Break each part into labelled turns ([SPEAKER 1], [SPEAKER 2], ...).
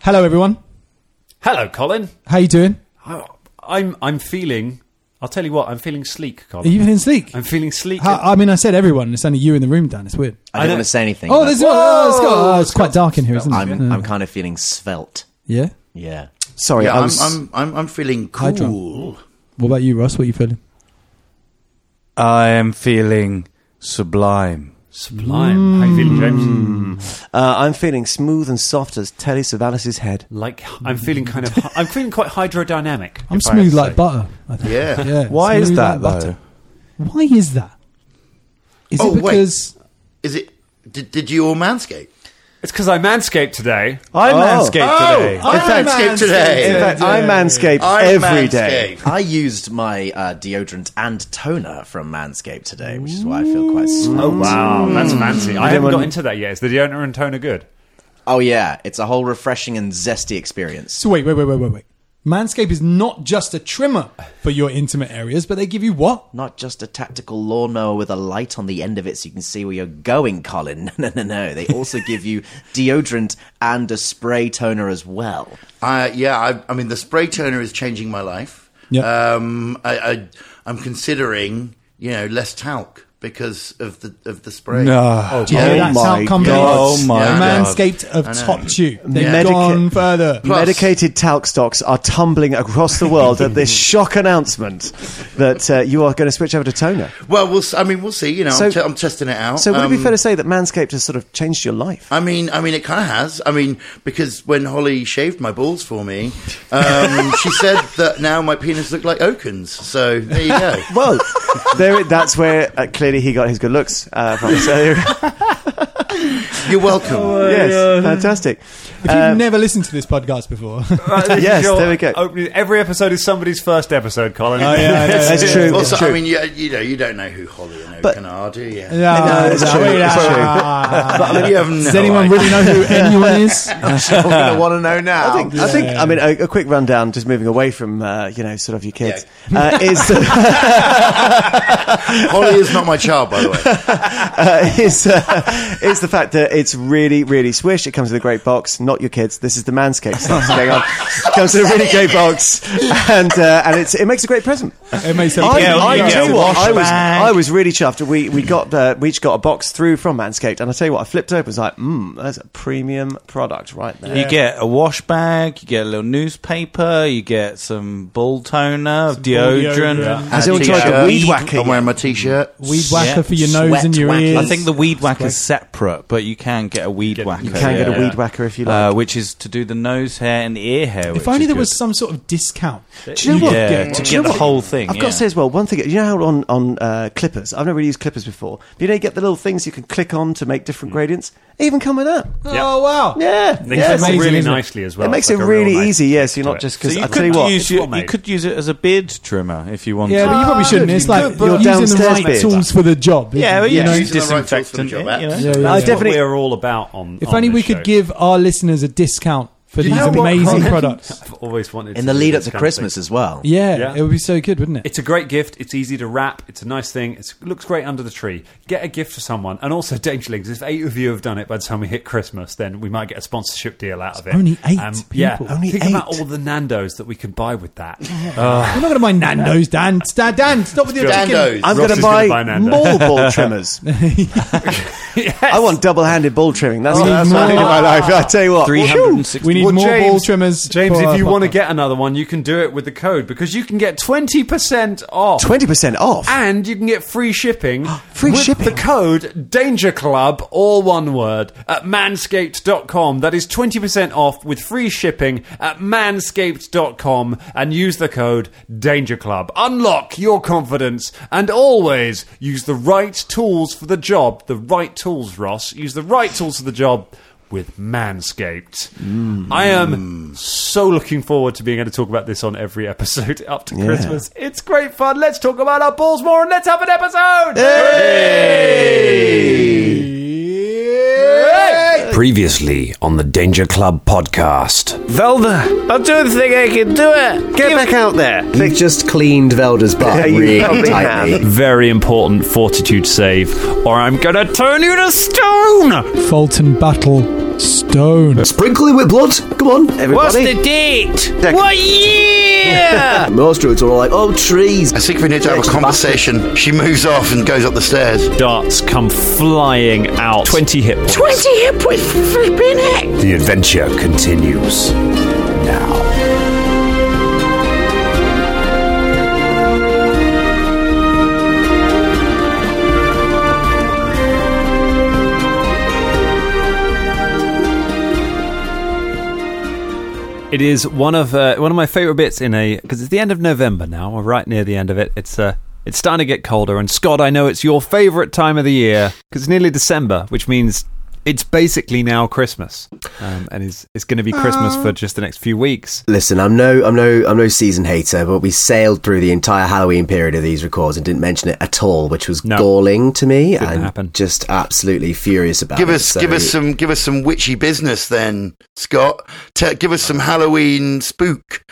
[SPEAKER 1] Hello, everyone.
[SPEAKER 2] Hello, Colin.
[SPEAKER 1] How you doing?
[SPEAKER 2] I- I'm I'm feeling. I'll tell you what. I'm feeling sleek,
[SPEAKER 1] Are
[SPEAKER 2] Colin.
[SPEAKER 1] you feeling sleek?
[SPEAKER 2] I'm feeling sleek.
[SPEAKER 1] How, I mean, I said everyone. It's only you in the room, Dan. It's weird.
[SPEAKER 3] I
[SPEAKER 2] I
[SPEAKER 3] didn't
[SPEAKER 2] don't-
[SPEAKER 3] want to say anything.
[SPEAKER 1] Oh,
[SPEAKER 3] but
[SPEAKER 1] there's no, oh, it's, got, oh, it's quite dark in here, isn't it?
[SPEAKER 3] I'm
[SPEAKER 1] Yeah.
[SPEAKER 3] I'm kind of feeling svelte.
[SPEAKER 1] yeah.
[SPEAKER 3] Yeah.
[SPEAKER 4] Sorry,
[SPEAKER 5] Yeah,
[SPEAKER 4] I
[SPEAKER 5] I'm,
[SPEAKER 4] was.
[SPEAKER 5] I'm, I'm, I'm feeling
[SPEAKER 1] Hi, John.
[SPEAKER 5] cool.
[SPEAKER 1] What about you, Ross? What are you feeling?
[SPEAKER 6] I am feeling sublime.
[SPEAKER 3] Mm.
[SPEAKER 2] Sublime. How you feeling, James?
[SPEAKER 3] Uh, I'm feeling smooth and soft as Telly Savalas's head.
[SPEAKER 2] Like I'm feeling kind of. I'm feeling quite hydrodynamic.
[SPEAKER 1] I'm
[SPEAKER 2] if I
[SPEAKER 1] smooth
[SPEAKER 2] say.
[SPEAKER 1] like butter. I think.
[SPEAKER 5] Yeah.
[SPEAKER 1] Yeah.
[SPEAKER 6] Why is
[SPEAKER 1] smooth
[SPEAKER 6] that
[SPEAKER 1] like
[SPEAKER 6] though?
[SPEAKER 1] butter. Why is that? Is
[SPEAKER 5] Oh,
[SPEAKER 1] it
[SPEAKER 5] wait.
[SPEAKER 1] because
[SPEAKER 5] Is it? Did, did you all manscape?
[SPEAKER 2] It's because I manscaped today.
[SPEAKER 6] I
[SPEAKER 3] Oh.
[SPEAKER 6] landscaped today.
[SPEAKER 5] I manscaped today.
[SPEAKER 3] In fact, I manscape
[SPEAKER 5] I
[SPEAKER 3] every day.
[SPEAKER 5] manscape.
[SPEAKER 3] I used my uh, deodorant and toner from Manscaped today, which is why I feel quite smart. Oh,
[SPEAKER 2] Wow, that's fancy. I, haven't
[SPEAKER 3] didn't
[SPEAKER 2] got
[SPEAKER 3] want-
[SPEAKER 2] into that yet. Is the deodorant and toner good?
[SPEAKER 3] Oh, yeah, it's a whole refreshing and zesty experience.
[SPEAKER 1] So wait, wait, wait, wait, wait, wait. Manscaped is not just a trimmer for your intimate areas, but they give you what?
[SPEAKER 3] Not just a tactical lawnmower with a light on the end of it so you can see where you're going, Colin. No, no, no, no. They also give you deodorant and a spray toner as well.
[SPEAKER 5] I, yeah, I, I mean, the spray toner is changing my life.
[SPEAKER 1] Yeah.
[SPEAKER 5] Um, I, I, I'm considering, you know, less talc because of the of the spray.
[SPEAKER 6] No.
[SPEAKER 1] Do you know
[SPEAKER 5] Oh
[SPEAKER 1] that's how
[SPEAKER 3] my
[SPEAKER 1] companies-
[SPEAKER 6] God. Oh my
[SPEAKER 1] The
[SPEAKER 6] God.
[SPEAKER 1] Manscaped have topped you. They've
[SPEAKER 3] Medica-
[SPEAKER 1] gone further.
[SPEAKER 5] Plus-
[SPEAKER 3] Medicated talc stocks are tumbling across the world at this shock announcement that uh, you are going to switch over to toner.
[SPEAKER 5] Well, we'll. s- I mean, we'll see. You know,
[SPEAKER 3] So-
[SPEAKER 5] I'm, t- I'm testing it out.
[SPEAKER 3] So would it
[SPEAKER 5] Um,
[SPEAKER 3] be fair to say that Manscaped has sort of changed your life?
[SPEAKER 5] I mean, I mean, it kind of has. I mean, because when Holly shaved my balls for me, um, she said that now my penis looked like Oaken's. So there you go.
[SPEAKER 3] well, there, that's where uh, clearly he got his good looks uh, from. So yes,
[SPEAKER 5] You're welcome.
[SPEAKER 3] fantastic.
[SPEAKER 1] If you've never listened to this podcast before,
[SPEAKER 3] Uh, Yes, there we go.
[SPEAKER 2] Opening, every episode is somebody's first episode, Colin.
[SPEAKER 1] Oh, yeah, I know.
[SPEAKER 3] That's true. it's
[SPEAKER 5] Uh, Also,
[SPEAKER 3] true.
[SPEAKER 5] I mean, you, you know, you don't know who Holly and
[SPEAKER 3] But-
[SPEAKER 5] Oaken are, do you?
[SPEAKER 1] Yeah,
[SPEAKER 3] it's
[SPEAKER 1] yeah,
[SPEAKER 3] true,
[SPEAKER 1] yeah.
[SPEAKER 3] it's true.
[SPEAKER 5] I mean, you have no
[SPEAKER 1] uh, Does anyone
[SPEAKER 5] idea.
[SPEAKER 1] really know who anyone is?
[SPEAKER 3] I'm going to want to
[SPEAKER 4] know now.
[SPEAKER 3] I think, I think, I mean, a, a quick rundown, just moving away from, uh, you know, sort of your kids, uh, is,
[SPEAKER 5] Holly is not my child, by the way.
[SPEAKER 3] uh, is, uh, is the fact that it's really, really swish. It comes in a great box, not your kids. This is the Manscaped stuff going on. It comes in a really great box, and, uh, and it's, it makes a great present.
[SPEAKER 1] It makes sense.
[SPEAKER 3] I,
[SPEAKER 1] Yeah,
[SPEAKER 3] I
[SPEAKER 1] yeah.
[SPEAKER 3] tell you what, I was,
[SPEAKER 4] bag.
[SPEAKER 3] I was really chuffed. We we got uh, we each got a box through from Manscaped, and I tell you what, I flipped open. It's like, mmm, that's a premium product right there.
[SPEAKER 6] You get a wash bag, you get a little newspaper, you get some ball toner, deodorant.
[SPEAKER 1] deodorant.
[SPEAKER 3] Has anyone tried the
[SPEAKER 5] T-shirt.
[SPEAKER 3] weed whacker?
[SPEAKER 5] uh, I'm wearing my t-shirt.
[SPEAKER 1] Weed whacker
[SPEAKER 6] Yeah.
[SPEAKER 1] for your nose
[SPEAKER 3] Sweat
[SPEAKER 1] and your
[SPEAKER 3] whacker.
[SPEAKER 1] ears.
[SPEAKER 6] I think the weed whacker is separate, but you can get a weed whacker.
[SPEAKER 3] You can get a
[SPEAKER 6] yeah.
[SPEAKER 3] weed whacker if you like.
[SPEAKER 6] Uh, which is to do the nose hair and ear hair.
[SPEAKER 1] If
[SPEAKER 6] which
[SPEAKER 1] only
[SPEAKER 6] is
[SPEAKER 1] there was
[SPEAKER 6] good.
[SPEAKER 1] some sort of discount.
[SPEAKER 3] Do you know what?
[SPEAKER 6] Yeah,
[SPEAKER 1] Yeah.
[SPEAKER 6] to
[SPEAKER 1] Do
[SPEAKER 6] get
[SPEAKER 1] you know
[SPEAKER 6] the
[SPEAKER 1] what?
[SPEAKER 6] whole thing.
[SPEAKER 3] I've got to say as well, one thing, you know how on, on uh, clippers, I've never really used clippers before, but you know, you get the little things you can click on to make
[SPEAKER 6] Mm.
[SPEAKER 3] different gradients? They even come with that.
[SPEAKER 1] Oh wow!
[SPEAKER 3] Yeah.
[SPEAKER 2] They
[SPEAKER 3] yeah.
[SPEAKER 2] fit
[SPEAKER 1] amazing,
[SPEAKER 2] really
[SPEAKER 1] isn't it?
[SPEAKER 2] nicely as well.
[SPEAKER 3] it makes
[SPEAKER 2] It's
[SPEAKER 3] it
[SPEAKER 2] like a real
[SPEAKER 3] really
[SPEAKER 2] nice
[SPEAKER 3] easy, yes,
[SPEAKER 2] touch
[SPEAKER 3] you're
[SPEAKER 2] to
[SPEAKER 3] not
[SPEAKER 2] it.
[SPEAKER 3] just
[SPEAKER 2] So
[SPEAKER 3] because
[SPEAKER 2] you
[SPEAKER 3] I
[SPEAKER 2] could
[SPEAKER 3] tell you what,
[SPEAKER 2] use-
[SPEAKER 6] Use your-
[SPEAKER 2] It's well
[SPEAKER 6] you
[SPEAKER 2] made.
[SPEAKER 6] could use it as a beard trimmer if you wanted.
[SPEAKER 1] Yeah, but you probably shouldn't. It's like
[SPEAKER 3] Good, but-
[SPEAKER 1] you're using the
[SPEAKER 3] Downstairs
[SPEAKER 1] right
[SPEAKER 3] bit.
[SPEAKER 1] tools for the job.
[SPEAKER 6] yeah,
[SPEAKER 1] isn't
[SPEAKER 6] well,
[SPEAKER 1] it?
[SPEAKER 6] you
[SPEAKER 5] Yeah,
[SPEAKER 6] know,
[SPEAKER 5] using the right tools for the
[SPEAKER 6] disinfectant.
[SPEAKER 5] job,
[SPEAKER 6] it, you
[SPEAKER 1] Yeah, yeah,
[SPEAKER 6] know.
[SPEAKER 3] I
[SPEAKER 1] yeah.
[SPEAKER 2] That's what
[SPEAKER 3] definitely-
[SPEAKER 2] we're all about on.
[SPEAKER 1] If
[SPEAKER 2] on
[SPEAKER 1] only
[SPEAKER 2] this
[SPEAKER 1] we
[SPEAKER 2] show.
[SPEAKER 1] could give our listeners a discount for these
[SPEAKER 5] know what,
[SPEAKER 1] amazing
[SPEAKER 5] Colin?
[SPEAKER 1] products.
[SPEAKER 2] I've always wanted
[SPEAKER 3] in
[SPEAKER 2] to
[SPEAKER 3] the
[SPEAKER 2] do
[SPEAKER 3] lead up
[SPEAKER 2] this
[SPEAKER 3] to
[SPEAKER 2] kind of
[SPEAKER 3] Christmas
[SPEAKER 2] thing.
[SPEAKER 3] as well.
[SPEAKER 1] Yeah,
[SPEAKER 2] Yeah.
[SPEAKER 1] it would be so good, wouldn't it?
[SPEAKER 2] It's a great gift. It's easy to wrap. It's a nice thing. It's, it looks great under the tree. Get a gift for someone. And also, Dangerlings, if eight of you have done it by the time we hit Christmas, then we might get a sponsorship deal out of it. Um,
[SPEAKER 1] only eight
[SPEAKER 2] yeah.
[SPEAKER 1] people. Only
[SPEAKER 2] Think about
[SPEAKER 3] eight.
[SPEAKER 2] all the Nandos that we can buy with that.
[SPEAKER 1] You're not going to mind Nando's, Dan. Dan, Dan stop with your
[SPEAKER 2] Sure.
[SPEAKER 1] chicken.
[SPEAKER 5] Nando's.
[SPEAKER 2] Ross
[SPEAKER 3] I'm going to
[SPEAKER 2] is gonna
[SPEAKER 3] buy,
[SPEAKER 2] buy Nando.
[SPEAKER 3] more ball trimmers.
[SPEAKER 2] Yes. Oh,
[SPEAKER 3] I want double-handed ball trimming. That's,
[SPEAKER 1] We need
[SPEAKER 3] that's what I need in
[SPEAKER 1] more.
[SPEAKER 3] my life. I tell you what,
[SPEAKER 6] Three hundred and sixty.
[SPEAKER 1] We need
[SPEAKER 2] Well,
[SPEAKER 1] more
[SPEAKER 2] James-
[SPEAKER 1] ball trimmers.
[SPEAKER 2] James,
[SPEAKER 1] for-
[SPEAKER 2] if you want to get another one, you can do it with the code because you can get 20% off.
[SPEAKER 3] twenty percent off.
[SPEAKER 2] and you can get free shipping
[SPEAKER 3] Free
[SPEAKER 2] with
[SPEAKER 3] shipping.
[SPEAKER 2] the code danger club all one word at manscaped.com that is 20% off with free shipping at manscaped.com and use the code danger club unlock your confidence and always use the right tools for the job the right tools ross use the right tools for the job with Manscaped. I am so looking forward to being able to talk about this on every episode up to Christmas. It's great fun. Let's talk about our balls more and let's have an episode. Hey!
[SPEAKER 7] Previously on the Danger Club podcast.
[SPEAKER 2] Velda, I don't think I can do it.
[SPEAKER 3] Get back out there.
[SPEAKER 8] They've just cleaned Velda's butt
[SPEAKER 3] you
[SPEAKER 8] really
[SPEAKER 3] probably
[SPEAKER 8] tightly.
[SPEAKER 9] Very important fortitude save, or I'm gonna turn you to stone!
[SPEAKER 1] Fulton Battle Stone.
[SPEAKER 8] Sprinkle him with blood. Come on,
[SPEAKER 2] What's
[SPEAKER 8] everybody.
[SPEAKER 2] the date? What year?
[SPEAKER 8] Most druids are all like, oh, trees.
[SPEAKER 5] I think we need to have a conversation. She moves off and goes up the stairs.
[SPEAKER 9] Darts come flying out. 20 hit points.
[SPEAKER 7] The adventure continues now.
[SPEAKER 9] It is one of uh, one of my favorite bits in a because it's the end of November now. We're right near the end of it. It's uh, it's starting to get colder, and Scott, I know it's your favorite time of the year because it's nearly December, which means it's basically now Christmas, um, and it's it's going to be Christmas
[SPEAKER 2] Ah.
[SPEAKER 9] for just the next few weeks.
[SPEAKER 8] Listen, I'm no, I'm no, I'm no season hater, but we sailed through the entire Halloween period of these records and didn't mention it at all, which was
[SPEAKER 9] No.
[SPEAKER 8] galling to me and
[SPEAKER 9] happen.
[SPEAKER 8] just absolutely furious about.
[SPEAKER 5] Give
[SPEAKER 8] it,
[SPEAKER 5] us,
[SPEAKER 8] so-
[SPEAKER 5] give us some, give us some witchy business then, Scott. Te- give us some Halloween spook.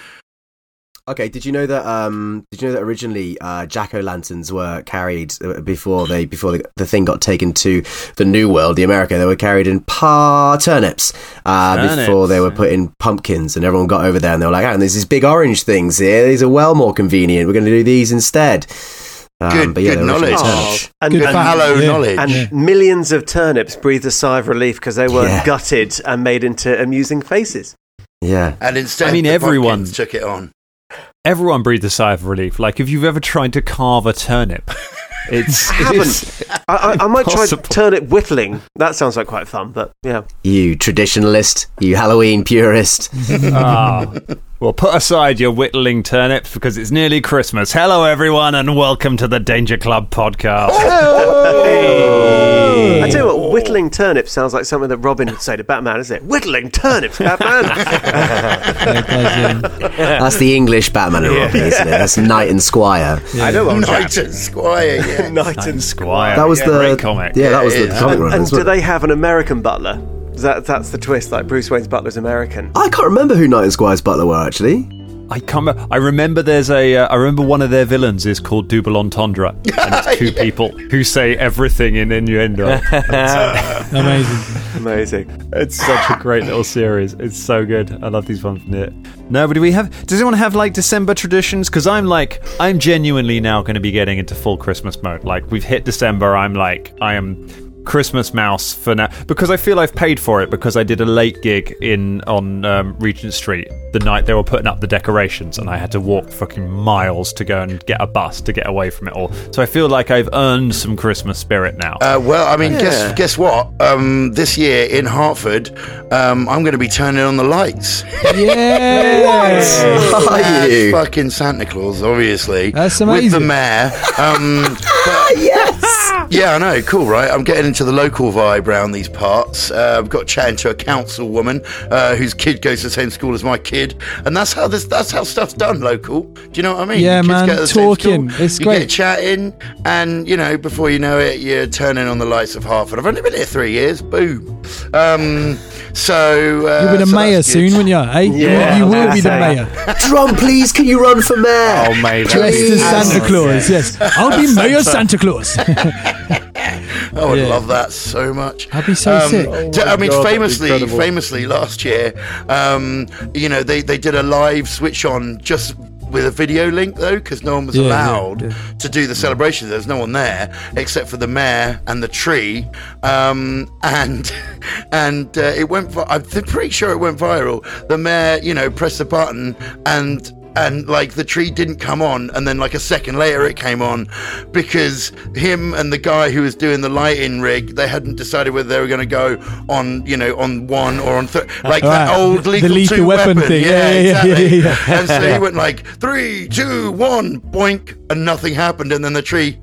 [SPEAKER 8] Okay, did you know that? Um, did you know that originally uh, jack o' lanterns were carried uh, before they before the, the thing got taken to the New World, the America? They were carried in par turnips, uh, before
[SPEAKER 9] Turnips,
[SPEAKER 8] they were
[SPEAKER 9] yeah.
[SPEAKER 8] put in pumpkins, and everyone got over there and they were like, "Oh, there's these big orange things here. These are well more convenient. We're going to do these instead." Um,
[SPEAKER 5] Good-
[SPEAKER 8] but yeah,
[SPEAKER 5] good
[SPEAKER 8] they were originally
[SPEAKER 2] Oh,
[SPEAKER 5] knowledge.
[SPEAKER 8] turnips.
[SPEAKER 1] Ouch.
[SPEAKER 3] and
[SPEAKER 1] Good
[SPEAKER 5] And
[SPEAKER 1] fact,
[SPEAKER 5] hallow
[SPEAKER 1] yeah.
[SPEAKER 5] knowledge.
[SPEAKER 3] and millions of turnips breathed a sigh of relief because they were
[SPEAKER 8] Yeah.
[SPEAKER 3] gutted and made into amusing faces.
[SPEAKER 8] Yeah.
[SPEAKER 5] And instead,
[SPEAKER 9] I mean,
[SPEAKER 5] the
[SPEAKER 9] everyone-
[SPEAKER 5] pumpkins took it on.
[SPEAKER 9] Everyone breathed a sigh of relief. Like if you've ever tried to carve a turnip, it's it's,
[SPEAKER 3] I, I, I might try
[SPEAKER 9] Impossible.
[SPEAKER 3] turnip whittling. That sounds like quite fun, but yeah.
[SPEAKER 8] You traditionalist, you Halloween purist.
[SPEAKER 9] ah. Well, put aside your whittling turnips because it's nearly Christmas. Hello, everyone, and welcome to the Danger Club podcast.
[SPEAKER 3] I tell you
[SPEAKER 5] Oh.
[SPEAKER 3] what, whittling turnips sounds like something that Robin would say to Batman, isn't it? Whittling turnips, Batman.
[SPEAKER 8] That's the English Batman and Robin, isn't it? That's Knight and Squire.
[SPEAKER 3] I know I'm
[SPEAKER 5] Knight and Squire, yeah.
[SPEAKER 3] Knight and
[SPEAKER 9] Squire.
[SPEAKER 8] That was
[SPEAKER 9] Yeah,
[SPEAKER 8] the
[SPEAKER 9] great comic.
[SPEAKER 8] Yeah, that was the, the comic
[SPEAKER 3] And,
[SPEAKER 8] run.
[SPEAKER 3] and
[SPEAKER 8] as well.
[SPEAKER 3] do they have an American butler? That, that's the twist. Like Bruce Wayne's butler's American.
[SPEAKER 8] I can't remember who Knight and Squire's butler were actually.
[SPEAKER 9] I can't. Remember, I remember there's a. Uh, I remember one of their villains is called Double Entendre, and it's two people who say everything in innuendo.
[SPEAKER 1] Amazing.
[SPEAKER 3] Amazing.
[SPEAKER 9] it's such a great little series. It's so good. I love these ones from it. No, but do we have? Does anyone have like December traditions? Because I'm like, I'm genuinely now going to be getting into full Christmas mode. Like we've hit December. I'm like, I am Christmas mouse for now because I feel I've paid for it because I did a late gig in on um, Regent Street the night they were putting up the decorations and I had to walk fucking miles to go and get a bus to get away from it all. So I feel like I've earned some Christmas spirit now.
[SPEAKER 5] Uh, well, I mean, guess guess what? Um, this year in Hartford, um, I'm going to be turning on the lights.
[SPEAKER 1] Yeah.
[SPEAKER 8] Are
[SPEAKER 5] That's
[SPEAKER 8] you?
[SPEAKER 5] fucking Santa Claus, obviously.
[SPEAKER 1] That's
[SPEAKER 5] With the
[SPEAKER 1] amazing.
[SPEAKER 5] mayor. Um, but- Yeah, I know. Cool, right? I'm getting into the local vibe round these parts. Uh, I've got chatting to a councilwoman uh, whose kid goes to the same school as my kid, and that's how this, that's how stuff's done local. Do you know what I mean?
[SPEAKER 1] Yeah,
[SPEAKER 5] Kids
[SPEAKER 1] man,
[SPEAKER 5] go to the same
[SPEAKER 1] talking.
[SPEAKER 5] school,
[SPEAKER 1] It's
[SPEAKER 5] you
[SPEAKER 1] great.
[SPEAKER 5] Get chatting, and you know, before you know it, you're turning on the lights of Hartford. I've only been here three years. Boom. Um, so uh,
[SPEAKER 1] You'll be the
[SPEAKER 5] so
[SPEAKER 1] mayor
[SPEAKER 5] that's
[SPEAKER 1] soon,
[SPEAKER 5] good.
[SPEAKER 1] wouldn't you? Eh? You-
[SPEAKER 3] Yeah,
[SPEAKER 1] you will
[SPEAKER 3] I'd
[SPEAKER 1] be the
[SPEAKER 3] say.
[SPEAKER 1] mayor.
[SPEAKER 8] Drum, please, can you run for mayor?
[SPEAKER 7] Oh, mate.
[SPEAKER 1] Dressed as
[SPEAKER 8] Please.
[SPEAKER 1] Santa Claus, yes. I'll be Mayor Santa Claus.
[SPEAKER 5] Oh, I
[SPEAKER 1] Yeah.
[SPEAKER 5] love that so much.
[SPEAKER 1] I'd be so sick.
[SPEAKER 5] d- I mean, famously, famously last year, um, you know, they, they did a live switch on just with a video link though, because no one was
[SPEAKER 1] Yeah, yeah,
[SPEAKER 5] allowed to do the celebration. There was no one there except for the mayor and the tree, um, and and uh, it went. Vi- I'm th- pretty sure it went viral. The mayor, you know, pressed the button and. And like the tree didn't come on, and then like a second later it came on because him and the guy who was doing the lighting rig, they hadn't decided whether they were going to go on, you know, on one or on three. Like that
[SPEAKER 1] Right.
[SPEAKER 5] old
[SPEAKER 1] The
[SPEAKER 5] legal,
[SPEAKER 1] lethal
[SPEAKER 5] two
[SPEAKER 1] weapon
[SPEAKER 5] weapon,
[SPEAKER 1] thing.
[SPEAKER 5] Yeah,
[SPEAKER 1] Yeah, yeah, yeah,
[SPEAKER 5] exactly.
[SPEAKER 1] yeah, yeah.
[SPEAKER 5] And so he went like three, two, one, boink, and nothing happened. And then the tree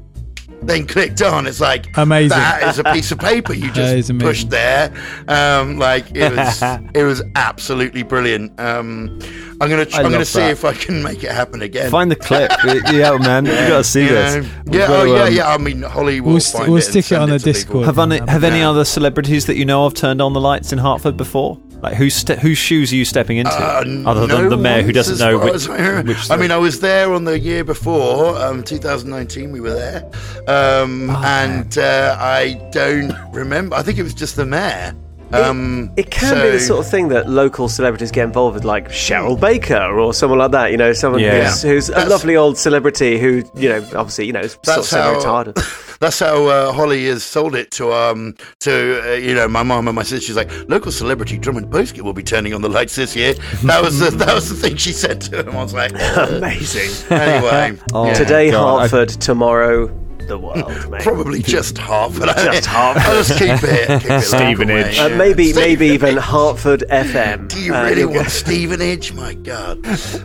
[SPEAKER 5] then clicked on. It's like
[SPEAKER 1] Amazing.
[SPEAKER 5] That is a piece of paper you
[SPEAKER 1] That is
[SPEAKER 5] just
[SPEAKER 1] amazing.
[SPEAKER 5] pushed there. Um, like it was, it was absolutely brilliant. Um, I'm gonna, tr-
[SPEAKER 9] I
[SPEAKER 5] I'm gonna
[SPEAKER 9] love
[SPEAKER 5] see
[SPEAKER 9] that.
[SPEAKER 5] if I can make it happen again.
[SPEAKER 9] Find the clip. yeah, man, you got to see
[SPEAKER 5] You
[SPEAKER 9] this.
[SPEAKER 5] know?
[SPEAKER 9] We've
[SPEAKER 5] Yeah,
[SPEAKER 9] got
[SPEAKER 5] oh
[SPEAKER 9] to,
[SPEAKER 5] yeah,
[SPEAKER 9] um,
[SPEAKER 5] yeah. I mean, Holly will
[SPEAKER 1] We'll st-
[SPEAKER 5] find
[SPEAKER 1] we'll
[SPEAKER 5] it and
[SPEAKER 1] stick it
[SPEAKER 5] send
[SPEAKER 1] on the
[SPEAKER 5] to people.
[SPEAKER 1] Discord.
[SPEAKER 9] Have any, have any
[SPEAKER 5] Yeah.
[SPEAKER 9] other celebrities that you know of turned on the lights in Hartford before? Like whose ste- whose shoes are you stepping into?
[SPEAKER 5] Uh,
[SPEAKER 9] other
[SPEAKER 5] no
[SPEAKER 9] than the mayor who
[SPEAKER 5] ones
[SPEAKER 9] doesn't
[SPEAKER 5] as
[SPEAKER 9] know
[SPEAKER 5] far
[SPEAKER 9] which.
[SPEAKER 5] as I,
[SPEAKER 9] which
[SPEAKER 5] I mean, I was there on the year before, um, 2019. We were there, um,
[SPEAKER 9] Ah,
[SPEAKER 5] and uh, I don't remember. I think it was just the mayor. Um,
[SPEAKER 3] It can be the
[SPEAKER 5] so-
[SPEAKER 3] sort of thing that local celebrities get involved with, like Cheryl Baker or someone like that. You know, someone
[SPEAKER 9] Yeah.
[SPEAKER 3] who's, who's a
[SPEAKER 5] That's-
[SPEAKER 3] lovely old celebrity who, you know, obviously, you know, is sort of
[SPEAKER 5] That's how.
[SPEAKER 3] semi-retired.
[SPEAKER 5] That's how uh, Holly has sold it to um to uh, you know my mom and my sister. She's like local celebrity Drummond Bosky will be turning on the lights this year. That was the, that was the thing she said to him. I was like, amazing. Anyway, yeah.
[SPEAKER 3] Today,
[SPEAKER 9] God, I-
[SPEAKER 3] Hartford. Tomorrow, the world, mate.
[SPEAKER 5] probably just half. But
[SPEAKER 3] Just half.
[SPEAKER 5] I'll just keep it. Keep it
[SPEAKER 2] Stevenage.
[SPEAKER 5] local,
[SPEAKER 3] Uh,
[SPEAKER 5] mate.
[SPEAKER 3] maybe,
[SPEAKER 5] Steven-
[SPEAKER 3] maybe even Hartford FM.
[SPEAKER 5] Do you
[SPEAKER 3] Uh,
[SPEAKER 5] really
[SPEAKER 3] you'll get-
[SPEAKER 5] want Stevenage? My God.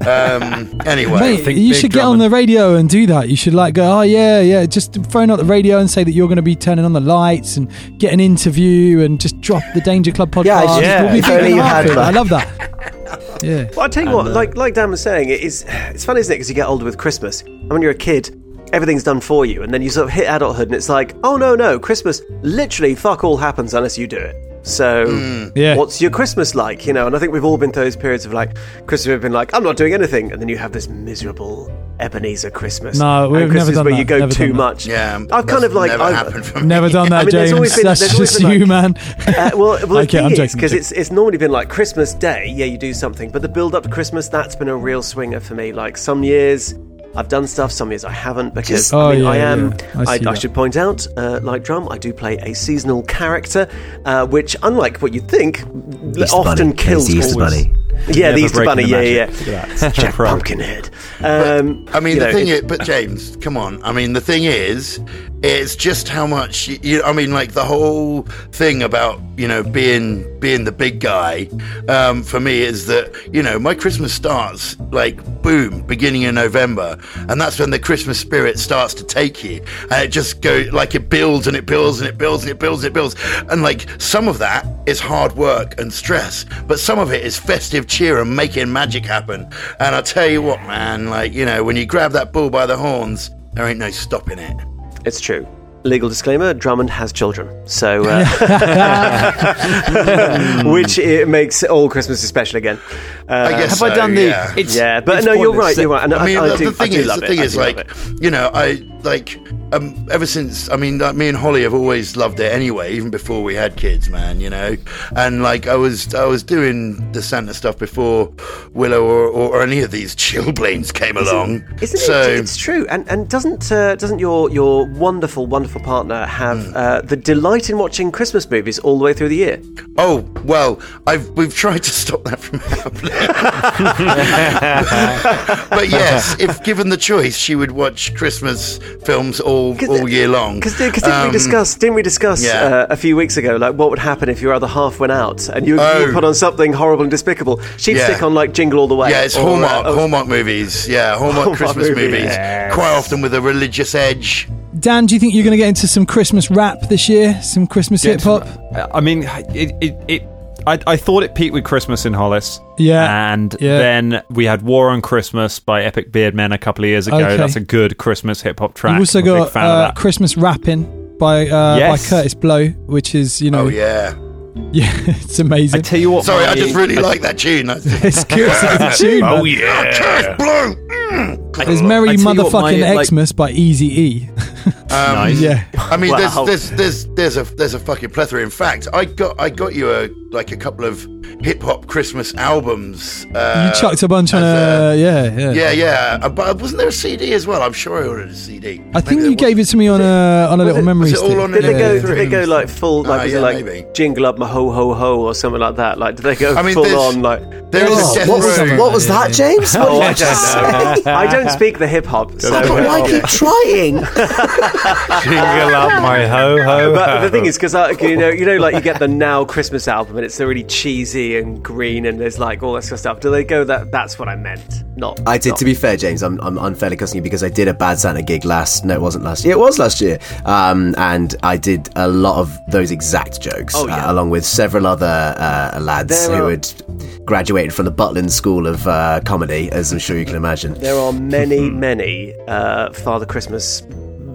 [SPEAKER 5] Um, anyway,
[SPEAKER 1] Mate,
[SPEAKER 2] think
[SPEAKER 1] you
[SPEAKER 2] big
[SPEAKER 1] should get on
[SPEAKER 2] Drummond.
[SPEAKER 1] the radio and do that. You should like go, oh yeah, yeah. Just phone up the radio and say that you're going to be turning on the lights and get an interview and just drop the Danger Club podcast.
[SPEAKER 8] Yeah,
[SPEAKER 3] yeah,
[SPEAKER 1] We'll be
[SPEAKER 3] if
[SPEAKER 1] big
[SPEAKER 3] only
[SPEAKER 1] and
[SPEAKER 3] you
[SPEAKER 1] half
[SPEAKER 3] had
[SPEAKER 1] it.
[SPEAKER 3] that.
[SPEAKER 1] I love that. Yeah,
[SPEAKER 3] Well, I tell you
[SPEAKER 1] uh,
[SPEAKER 3] what, like like Dan was saying, it is it's funny, isn't it? Because you get older with Christmas, and when you're a kid, everything's done for you, and then you sort of hit adulthood, and it's like, oh no, no, Christmas literally fuck all happens unless you do it. So,
[SPEAKER 1] Yeah.
[SPEAKER 3] what's your Christmas like? You know, and I think we've all been through those periods of like Christmas. We've been like, I'm not doing anything, and then you have this miserable Ebenezer Christmas.
[SPEAKER 1] No, we've
[SPEAKER 3] and
[SPEAKER 1] never
[SPEAKER 3] Christmas
[SPEAKER 1] done
[SPEAKER 3] where
[SPEAKER 1] that,
[SPEAKER 3] you go
[SPEAKER 1] never
[SPEAKER 3] too
[SPEAKER 1] done that.
[SPEAKER 3] much.
[SPEAKER 5] yeah,
[SPEAKER 3] I've
[SPEAKER 5] that's
[SPEAKER 3] kind of like
[SPEAKER 5] never
[SPEAKER 3] I've-
[SPEAKER 5] happened for me.
[SPEAKER 1] never done that,
[SPEAKER 3] I mean, there's
[SPEAKER 1] James.
[SPEAKER 3] always been-
[SPEAKER 1] That's
[SPEAKER 3] there's
[SPEAKER 1] just
[SPEAKER 3] always been,
[SPEAKER 1] you, man.
[SPEAKER 3] Uh, well, well
[SPEAKER 1] Okay,
[SPEAKER 3] the
[SPEAKER 1] I'm joking, I'm
[SPEAKER 3] thing because
[SPEAKER 1] joking.
[SPEAKER 3] it's it's normally been like Christmas Day. Yeah, you do something, but the build up to Christmas that's been a real swinger for me. Like some years. I've done stuff. Some years I haven't because
[SPEAKER 1] Oh,
[SPEAKER 3] I mean
[SPEAKER 1] yeah,
[SPEAKER 3] I am.
[SPEAKER 1] yeah. I
[SPEAKER 3] I,
[SPEAKER 1] see
[SPEAKER 3] I,
[SPEAKER 1] that.
[SPEAKER 3] should point out, uh, like drum, I do play a seasonal character, uh, which, unlike what you'd think, often
[SPEAKER 8] Bunny.
[SPEAKER 3] kills.
[SPEAKER 8] There's the Easter
[SPEAKER 3] always-
[SPEAKER 8] Bunny.
[SPEAKER 3] Yeah,
[SPEAKER 9] Never
[SPEAKER 3] the Easter
[SPEAKER 9] breaking
[SPEAKER 3] Bunny.
[SPEAKER 9] the
[SPEAKER 3] yeah,
[SPEAKER 9] magic.
[SPEAKER 3] yeah,
[SPEAKER 9] Look at
[SPEAKER 3] yeah. Jack Pumpkinhead. Um,
[SPEAKER 5] I mean,
[SPEAKER 3] you
[SPEAKER 5] the
[SPEAKER 3] know,
[SPEAKER 5] thing
[SPEAKER 3] it-
[SPEAKER 5] is, but James, come on. I mean, the thing is, it's just how much you, you. I mean, like the whole thing about you know being being the big guy um, for me is that you know my Christmas starts like boom beginning in November, and that's when the Christmas spirit starts to take you, and it just go like it builds and it builds and it builds and it builds and it builds, and like some of that is hard work and stress, but some of it is festive cheer and making magic happen. And I tell you what, man, like you know, when you grab that bull by the horns, there ain't no stopping it.
[SPEAKER 3] It's true. Legal disclaimer: Drummond has children, so uh, which it makes all Christmases special again.
[SPEAKER 5] I
[SPEAKER 3] Uh,
[SPEAKER 5] guess
[SPEAKER 10] Have I
[SPEAKER 5] so,
[SPEAKER 10] done the?
[SPEAKER 5] yeah.
[SPEAKER 10] It's,
[SPEAKER 3] Yeah, but
[SPEAKER 10] it's
[SPEAKER 3] no, you're
[SPEAKER 10] pointless.
[SPEAKER 3] right. You're right. And I,
[SPEAKER 5] I mean,
[SPEAKER 3] I
[SPEAKER 5] the,
[SPEAKER 3] do,
[SPEAKER 5] the thing
[SPEAKER 3] I do
[SPEAKER 5] is,
[SPEAKER 3] love
[SPEAKER 5] the
[SPEAKER 3] it.
[SPEAKER 5] thing
[SPEAKER 3] I
[SPEAKER 5] is,
[SPEAKER 3] do love
[SPEAKER 5] like,
[SPEAKER 3] it.
[SPEAKER 5] you know, I like um, ever since. I mean, like, me and Holly have always loved it anyway, even before we had kids, man. You know, and like I was, I was doing the Santa stuff before Willow or, or, any of these chilblains came along.
[SPEAKER 3] Isn't
[SPEAKER 5] so
[SPEAKER 3] it? It's true. And and doesn't uh, doesn't your your wonderful wonderful partner have uh, the delight in watching Christmas movies all the way through the year?
[SPEAKER 5] Oh well, I've we've tried to stop that from happening. but yes, if given the choice, she would watch Christmas films all all year long.
[SPEAKER 3] Because didn't we
[SPEAKER 5] Um,
[SPEAKER 3] discuss? Didn't we discuss
[SPEAKER 5] yeah.
[SPEAKER 3] uh, a few weeks ago? Like, what would happen if your other half went out and you, you
[SPEAKER 5] Oh.
[SPEAKER 3] put on something horrible and despicable? She'd
[SPEAKER 5] Yeah.
[SPEAKER 3] stick on like Jingle All the Way.
[SPEAKER 5] Yeah, it's
[SPEAKER 3] or, uh,
[SPEAKER 5] Hallmark,
[SPEAKER 3] or-
[SPEAKER 5] Hallmark movies. Yeah, Hallmark,
[SPEAKER 3] Hallmark
[SPEAKER 5] Christmas
[SPEAKER 3] movies.
[SPEAKER 5] movies. Quite often with a religious edge.
[SPEAKER 1] Dan, do you think you're going to get into some Christmas rap this year? Some Christmas hip hop?
[SPEAKER 2] I mean, it. it, it I, I thought it peaked with Christmas in Hollis.
[SPEAKER 1] Yeah,
[SPEAKER 2] And
[SPEAKER 1] yeah.
[SPEAKER 2] then we had War on Christmas by Epic Beard Men a couple of years ago.
[SPEAKER 1] Okay.
[SPEAKER 2] That's a good Christmas hip hop track.
[SPEAKER 1] You've also
[SPEAKER 2] I'm a big
[SPEAKER 1] got
[SPEAKER 2] fan of
[SPEAKER 1] uh,
[SPEAKER 2] that.
[SPEAKER 1] Christmas rapping by uh,
[SPEAKER 2] Yes.
[SPEAKER 1] by Curtis Blow, which is you know
[SPEAKER 5] Oh yeah.
[SPEAKER 1] yeah, it's
[SPEAKER 2] I
[SPEAKER 1] amazing.
[SPEAKER 2] tell you what.
[SPEAKER 5] Sorry,
[SPEAKER 2] my-
[SPEAKER 5] I just really like that tune. That's
[SPEAKER 1] it's good. It's a tune. man.
[SPEAKER 5] Curse Blue.
[SPEAKER 1] There's
[SPEAKER 5] Mm.
[SPEAKER 1] Merry
[SPEAKER 2] I tell you what,
[SPEAKER 1] Motherfucking
[SPEAKER 2] my, like-
[SPEAKER 1] Xmas by Easy E.
[SPEAKER 5] Um,
[SPEAKER 1] yeah.
[SPEAKER 5] I mean,
[SPEAKER 3] Wow.
[SPEAKER 5] there's, there's there's there's a there's a fucking plethora. In fact, I got I got you a like a couple of hip hop Christmas albums.
[SPEAKER 1] You
[SPEAKER 5] Uh,
[SPEAKER 1] chucked a bunch on
[SPEAKER 5] as
[SPEAKER 1] a, yeah, yeah.
[SPEAKER 5] yeah, yeah. Uh, But wasn't there a CD as well? I'm sure I ordered a CD.
[SPEAKER 1] I think you gave it to me on a on a little
[SPEAKER 3] it-
[SPEAKER 1] memory
[SPEAKER 5] was it all
[SPEAKER 1] stick.
[SPEAKER 5] on
[SPEAKER 3] Did they
[SPEAKER 5] Yeah.
[SPEAKER 3] go? Did they go like full? Like
[SPEAKER 5] Ah,
[SPEAKER 3] was
[SPEAKER 5] yeah,
[SPEAKER 3] it like
[SPEAKER 5] maybe.
[SPEAKER 3] jingle up my ho ho ho or something like that? Like did they go
[SPEAKER 5] I mean,
[SPEAKER 3] full
[SPEAKER 5] there's-
[SPEAKER 3] on? Like
[SPEAKER 5] There is
[SPEAKER 8] Oh,
[SPEAKER 5] a death
[SPEAKER 8] what was,
[SPEAKER 5] row.
[SPEAKER 8] what was that, James? What
[SPEAKER 3] oh,
[SPEAKER 8] did
[SPEAKER 3] I
[SPEAKER 8] you just say?
[SPEAKER 3] don't know. I don't speak the hip hop. So
[SPEAKER 8] But why keep trying?
[SPEAKER 9] Jingle up my ho ho.
[SPEAKER 3] But the thing is, because you know, you know, like you get the Now Christmas album, and it's really cheesy and green, and there's like all that sort of stuff. Do they go that? That's what I meant. Not.
[SPEAKER 8] I did. To be fair, James, I'm, I'm unfairly cussing you because I did a bad Santa gig last. No, it wasn't last year. It was last year. Um, and I did a lot of those exact jokes,
[SPEAKER 3] Oh, yeah.
[SPEAKER 8] uh, along with several other uh, lads
[SPEAKER 3] There
[SPEAKER 8] who
[SPEAKER 3] are-
[SPEAKER 8] had graduated from the Butland School of uh, Comedy, as I'm sure you can imagine.
[SPEAKER 3] There are many, many uh, Father Christmas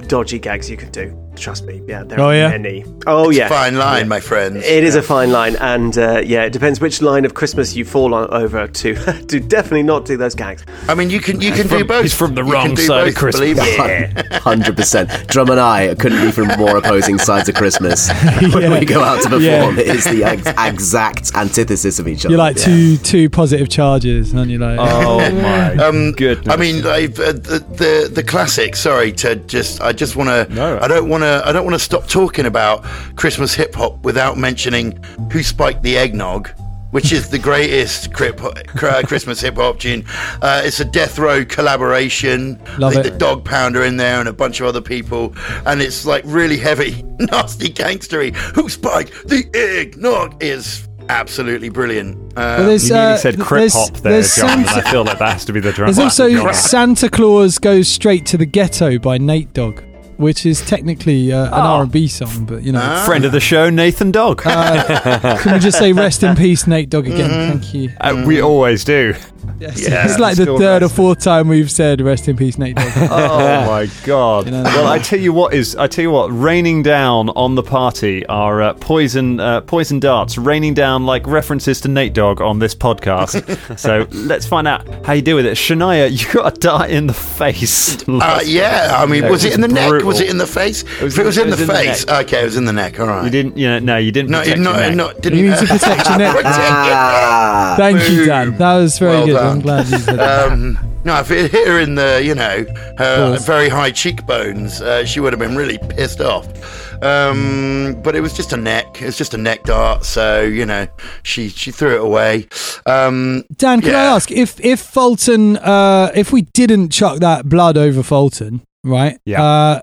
[SPEAKER 3] dodgy gags you can do. Trust me. Yeah. There
[SPEAKER 5] Oh,
[SPEAKER 3] are
[SPEAKER 5] yeah?
[SPEAKER 3] many. Oh
[SPEAKER 5] It's a
[SPEAKER 3] yeah.
[SPEAKER 5] fine line,
[SPEAKER 3] Yeah.
[SPEAKER 5] my friends.
[SPEAKER 3] It is a fine line, and uh, yeah, it depends which line of Christmas you fall on over to. to definitely not do those gags.
[SPEAKER 5] I mean, you can you
[SPEAKER 3] He's
[SPEAKER 5] can do
[SPEAKER 3] from-
[SPEAKER 5] both.
[SPEAKER 3] he's from the
[SPEAKER 5] You
[SPEAKER 3] wrong
[SPEAKER 5] can do
[SPEAKER 3] side of
[SPEAKER 5] both,
[SPEAKER 3] Christmas.
[SPEAKER 5] believe me.
[SPEAKER 3] Yeah.
[SPEAKER 8] Hundred percent. Drum and I couldn't be from more opposing sides of Christmas. When we go out to perform,
[SPEAKER 1] Yeah.
[SPEAKER 8] it is the ex- exact antithesis of each other.
[SPEAKER 1] You're like
[SPEAKER 8] Yeah.
[SPEAKER 1] two two positive charges, and then you're like,
[SPEAKER 9] Oh,
[SPEAKER 5] um, goodness! I mean, I've, uh, the, the the classic. Sorry to just. I just want to. I don't want to. I don't want to stop talking about Christmas hip hop without mentioning who spiked the eggnog. Which is the greatest crip, cr- uh, Christmas hip hop tune? Uh, it's a Death Row collaboration.
[SPEAKER 1] Love
[SPEAKER 5] the,
[SPEAKER 1] it.
[SPEAKER 5] the Dog Pounder in there and a bunch of other people, and it's like really heavy, nasty gangstery. Who spiked the eggnog? Is absolutely brilliant. Uh,
[SPEAKER 1] Well, there's,
[SPEAKER 9] you nearly
[SPEAKER 1] uh,
[SPEAKER 9] said
[SPEAKER 1] th-
[SPEAKER 9] crip
[SPEAKER 1] there's-
[SPEAKER 9] hop there,
[SPEAKER 1] there's
[SPEAKER 9] John. and
[SPEAKER 1] some-
[SPEAKER 9] I feel like that has to be the drum.
[SPEAKER 1] There's also
[SPEAKER 9] Crap.
[SPEAKER 1] Santa Claus goes straight to the ghetto by Nate Dogg, which is technically uh, an
[SPEAKER 9] Oh.
[SPEAKER 1] R&B song, but you know. uh,
[SPEAKER 9] friend of the show, Nathan Dog.
[SPEAKER 5] Ah.
[SPEAKER 1] Can we just say rest in peace, Nate Dogg again?
[SPEAKER 5] Mm-hmm.
[SPEAKER 1] Thank you.
[SPEAKER 9] Uh, we always do. Yeah,
[SPEAKER 1] it's like the
[SPEAKER 9] still
[SPEAKER 1] third or fourth time we've said rest in peace, Nate Dogg.
[SPEAKER 9] oh my god! well, I tell you what is I tell you what raining down on the party are uh, poison uh, poison darts raining down like references to Nate Dogg on this podcast. so let's find out how you deal with it. Shania, you got a dart in the face.
[SPEAKER 5] Uh, yeah, I mean, was it in the neck? Was it in the face? if it was in the face,
[SPEAKER 9] neck.
[SPEAKER 5] okay, it was in the neck. All right.
[SPEAKER 9] You didn't, you know, no, you didn't.
[SPEAKER 5] No,
[SPEAKER 9] protect
[SPEAKER 5] no,
[SPEAKER 9] your neck.
[SPEAKER 5] no, didn't- You need to protect your neck.
[SPEAKER 8] Ah.
[SPEAKER 1] Thank you, Dan. That was very
[SPEAKER 5] Well
[SPEAKER 1] good.
[SPEAKER 5] done.
[SPEAKER 1] I'm glad you said that.
[SPEAKER 5] Um, no, if it hit her in the, you know, her
[SPEAKER 1] Balls.
[SPEAKER 5] very high cheekbones, uh, she would have been really pissed off. Um, but it was just a neck. It's just a neck dart. So you know, she she threw it away. Um,
[SPEAKER 1] Dan, can I ask if if Fulton, uh, if we didn't chuck that blood over Fulton, right?
[SPEAKER 9] Yeah.
[SPEAKER 1] Uh,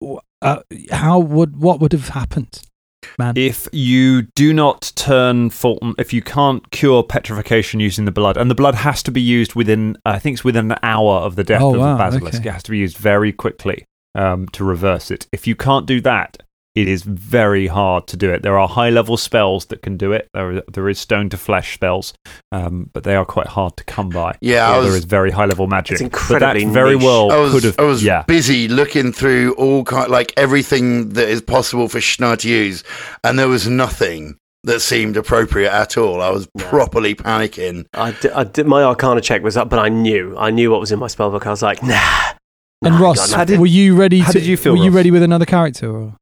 [SPEAKER 1] w- uh, how would what would have happened?
[SPEAKER 9] If you do not turn Fulton, if you can't cure petrification using the blood, and the blood has to be used within, I think it's within an hour of the death
[SPEAKER 1] Oh,
[SPEAKER 9] of
[SPEAKER 1] wow,
[SPEAKER 9] the basilisk.
[SPEAKER 1] okay.
[SPEAKER 9] It has to be used very quickly um, to reverse it. If you can't do that, it is very hard to do it. There are high level spells that can do it. There, there is stone to flesh spells, um, but they are quite hard to come by.
[SPEAKER 5] Yeah, I
[SPEAKER 9] Or
[SPEAKER 5] was-
[SPEAKER 9] there is very high level magic.
[SPEAKER 5] It's
[SPEAKER 9] but that very well
[SPEAKER 5] I was,
[SPEAKER 9] could have.
[SPEAKER 5] I was
[SPEAKER 9] yeah.
[SPEAKER 5] busy looking through all kind, like everything that is possible for Schnarr to use, and there was nothing that seemed appropriate at all. I was properly panicking.
[SPEAKER 3] I did, I did, my Arcana check was up, but I knew, I knew what was in my spellbook. I was like, nah.
[SPEAKER 1] And Ross,
[SPEAKER 3] God, how did-
[SPEAKER 1] were you ready?
[SPEAKER 3] how
[SPEAKER 1] to,
[SPEAKER 3] did you feel,
[SPEAKER 1] Were you
[SPEAKER 3] Ross?
[SPEAKER 1] ready with another character? Or?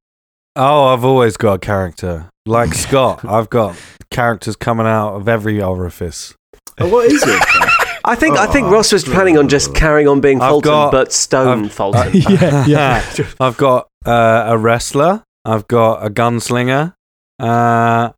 [SPEAKER 11] Oh, I've always got a character. Like Scott, I've got characters coming out of every orifice.
[SPEAKER 8] what is it?
[SPEAKER 3] I think, I
[SPEAKER 5] Oh,
[SPEAKER 3] think Ross was planning on just carrying on being
[SPEAKER 11] I've
[SPEAKER 3] Fulton,
[SPEAKER 11] got-
[SPEAKER 3] but Stone Fulton.
[SPEAKER 11] I've got uh, a wrestler. I've got a gunslinger. Uh,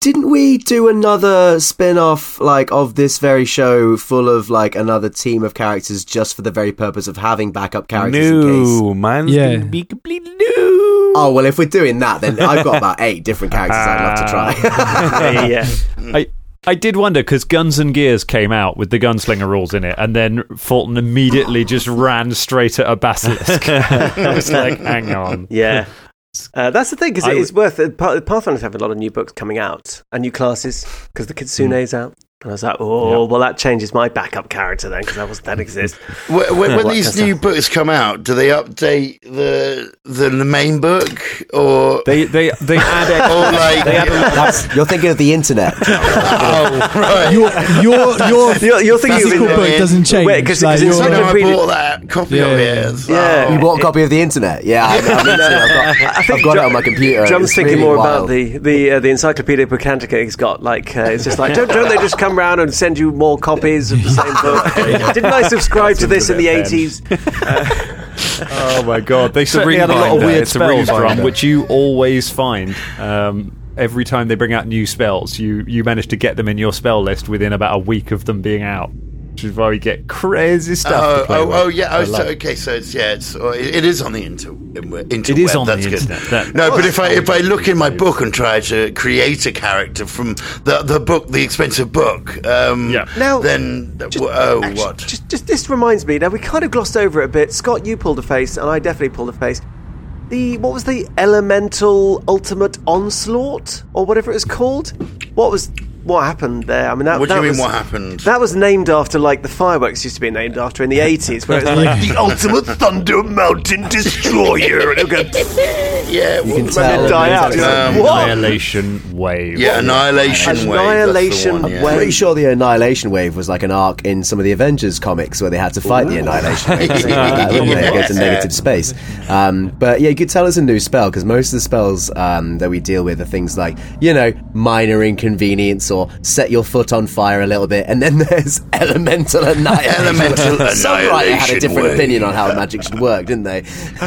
[SPEAKER 8] Didn't we do another spin-off like of this very show full of like another team of characters just for the very purpose of having backup characters in
[SPEAKER 11] no,
[SPEAKER 8] case?
[SPEAKER 11] mine's gonna be
[SPEAKER 8] completely new. Oh well, if we're doing that, then I've got about eight different characters I'd love to
[SPEAKER 1] Ah.
[SPEAKER 8] try.
[SPEAKER 9] I, I did wonder because Guns and Gears came out with the gunslinger rules in it, and then Fulton immediately just ran straight at a basilisk. I was like, hang on.
[SPEAKER 3] Yeah. Uh, that's the thing, because
[SPEAKER 9] I
[SPEAKER 3] it's worth it. Pa- Pathfinder's have a lot of new books coming out and new classes because the Kitsune is out. And I was like, oh, well, that changes my backup character then because that, was- that exists.
[SPEAKER 5] When, when,
[SPEAKER 3] All
[SPEAKER 5] when
[SPEAKER 3] that
[SPEAKER 5] these
[SPEAKER 3] kind
[SPEAKER 5] new
[SPEAKER 3] of
[SPEAKER 5] books come out, do they update the the, the main book or
[SPEAKER 9] they they they add
[SPEAKER 5] or like
[SPEAKER 8] That's- You're thinking of the internet.
[SPEAKER 5] Oh,
[SPEAKER 1] Your your your
[SPEAKER 3] You're, you're thinking
[SPEAKER 8] physical
[SPEAKER 3] of it-
[SPEAKER 8] book doesn't change,
[SPEAKER 3] Wait, because
[SPEAKER 8] like,
[SPEAKER 3] it's
[SPEAKER 8] you're-
[SPEAKER 3] such
[SPEAKER 8] No,
[SPEAKER 3] a
[SPEAKER 8] I
[SPEAKER 3] really,
[SPEAKER 5] bought that copy of it? It's like-
[SPEAKER 3] Yeah.
[SPEAKER 8] you bought a copy of the internet. Yeah, I, I've, I've got, I've got it on my computer.
[SPEAKER 3] John's
[SPEAKER 8] It's
[SPEAKER 3] thinking
[SPEAKER 8] really
[SPEAKER 3] more about
[SPEAKER 8] wild.
[SPEAKER 3] the the uh, the Encyclopedia Britannica he's got. Like, uh, it's just like, don't, don't they just come round and send you more copies of the same book? Didn't I subscribe to this in the
[SPEAKER 9] That's into
[SPEAKER 3] 80s?
[SPEAKER 9] Oh my god, they
[SPEAKER 11] It's a
[SPEAKER 9] certainly had a lot
[SPEAKER 11] ring
[SPEAKER 9] of
[SPEAKER 11] binder,
[SPEAKER 9] weird
[SPEAKER 11] it's a ring
[SPEAKER 9] spells, Ron,
[SPEAKER 11] binder.
[SPEAKER 9] which you always find. Um, every time they bring out new spells, you you manage to get them in your spell list within about a week of them being out. which is why we get crazy stuff.
[SPEAKER 5] Oh,
[SPEAKER 9] to play
[SPEAKER 5] oh,
[SPEAKER 9] with.
[SPEAKER 5] oh, yeah.
[SPEAKER 9] I
[SPEAKER 5] Oh, so,
[SPEAKER 9] love it.
[SPEAKER 5] okay, so it's yeah, it's oh, it, it is on the inter internet.
[SPEAKER 9] It is on the
[SPEAKER 5] that's good.
[SPEAKER 9] internet, that-
[SPEAKER 5] no, but if I if I look in my book and try to create a character from the the book, the expensive book, um, yeah.
[SPEAKER 3] Now-
[SPEAKER 5] then oh
[SPEAKER 3] Actually,
[SPEAKER 5] what?
[SPEAKER 3] Just, just this reminds me. Now we kind of glossed over it a bit. Scott, you pulled a face, and I definitely pulled a face. The what was the elemental ultimate onslaught or whatever it was called? What was what happened there? I mean, that,
[SPEAKER 5] What do
[SPEAKER 3] that
[SPEAKER 5] you mean,
[SPEAKER 3] was-
[SPEAKER 5] what happened?
[SPEAKER 3] That was named after like the fireworks used to be named after in the eighties, where it was like
[SPEAKER 5] Yeah.
[SPEAKER 3] the ultimate thunder mountain destroyer, and it would go
[SPEAKER 5] yeah,
[SPEAKER 3] You can tell
[SPEAKER 9] die out.
[SPEAKER 3] it's like,
[SPEAKER 9] Um,
[SPEAKER 3] what?
[SPEAKER 9] Annihilation wave.
[SPEAKER 5] Yeah, annihilation wave.
[SPEAKER 8] Annihilation
[SPEAKER 5] Wave.
[SPEAKER 8] I'm pretty sure the Annihilation Wave was like an arc in some of the Avengers comics where they had to fight the Annihilation Wave. or something like that, wouldn't they? Go to
[SPEAKER 5] Yeah.
[SPEAKER 8] negative space. Um, but yeah, you could tell it's a new spell because most of the spells um, that we deal with are things like, you know, minor inconvenience or set your foot on fire a little bit. And then there's Elemental Annihilation.
[SPEAKER 5] Elemental
[SPEAKER 8] Some writer had a
[SPEAKER 5] Annihilation
[SPEAKER 8] different
[SPEAKER 5] Wave.
[SPEAKER 8] opinion on how magic should work, didn't they?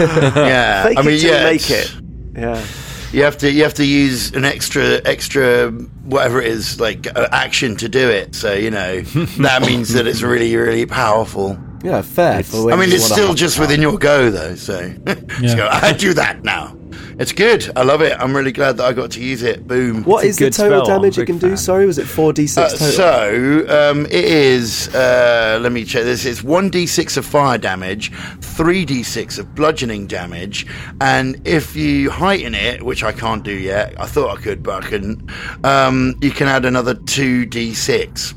[SPEAKER 5] yeah,
[SPEAKER 8] Fake
[SPEAKER 5] I
[SPEAKER 8] it
[SPEAKER 5] mean,
[SPEAKER 8] till you
[SPEAKER 5] yeah,
[SPEAKER 8] make
[SPEAKER 5] it's-
[SPEAKER 3] Yeah.
[SPEAKER 5] You have to you have to use an extra extra whatever it is like uh, action to do it. So you know that means that it's really really powerful.
[SPEAKER 8] Yeah, fair. for
[SPEAKER 5] I
[SPEAKER 8] when
[SPEAKER 5] mean,
[SPEAKER 8] you
[SPEAKER 5] it's
[SPEAKER 8] wanna
[SPEAKER 5] still
[SPEAKER 8] hop
[SPEAKER 5] just
[SPEAKER 8] about.
[SPEAKER 5] within your go though. So, Just go, I do that now. It's good. I love it. I'm really glad that I got to use it. Boom.
[SPEAKER 8] What is the total damage it can do? Sorry, was it 4d6
[SPEAKER 5] Uh,
[SPEAKER 8] total?
[SPEAKER 5] so um, it is. Uh, let me check this. It's one d6 of fire damage, three d6 of bludgeoning damage, and if you heighten it, which I can't do yet, I thought I could, but I couldn't. Um, you can add another two d6.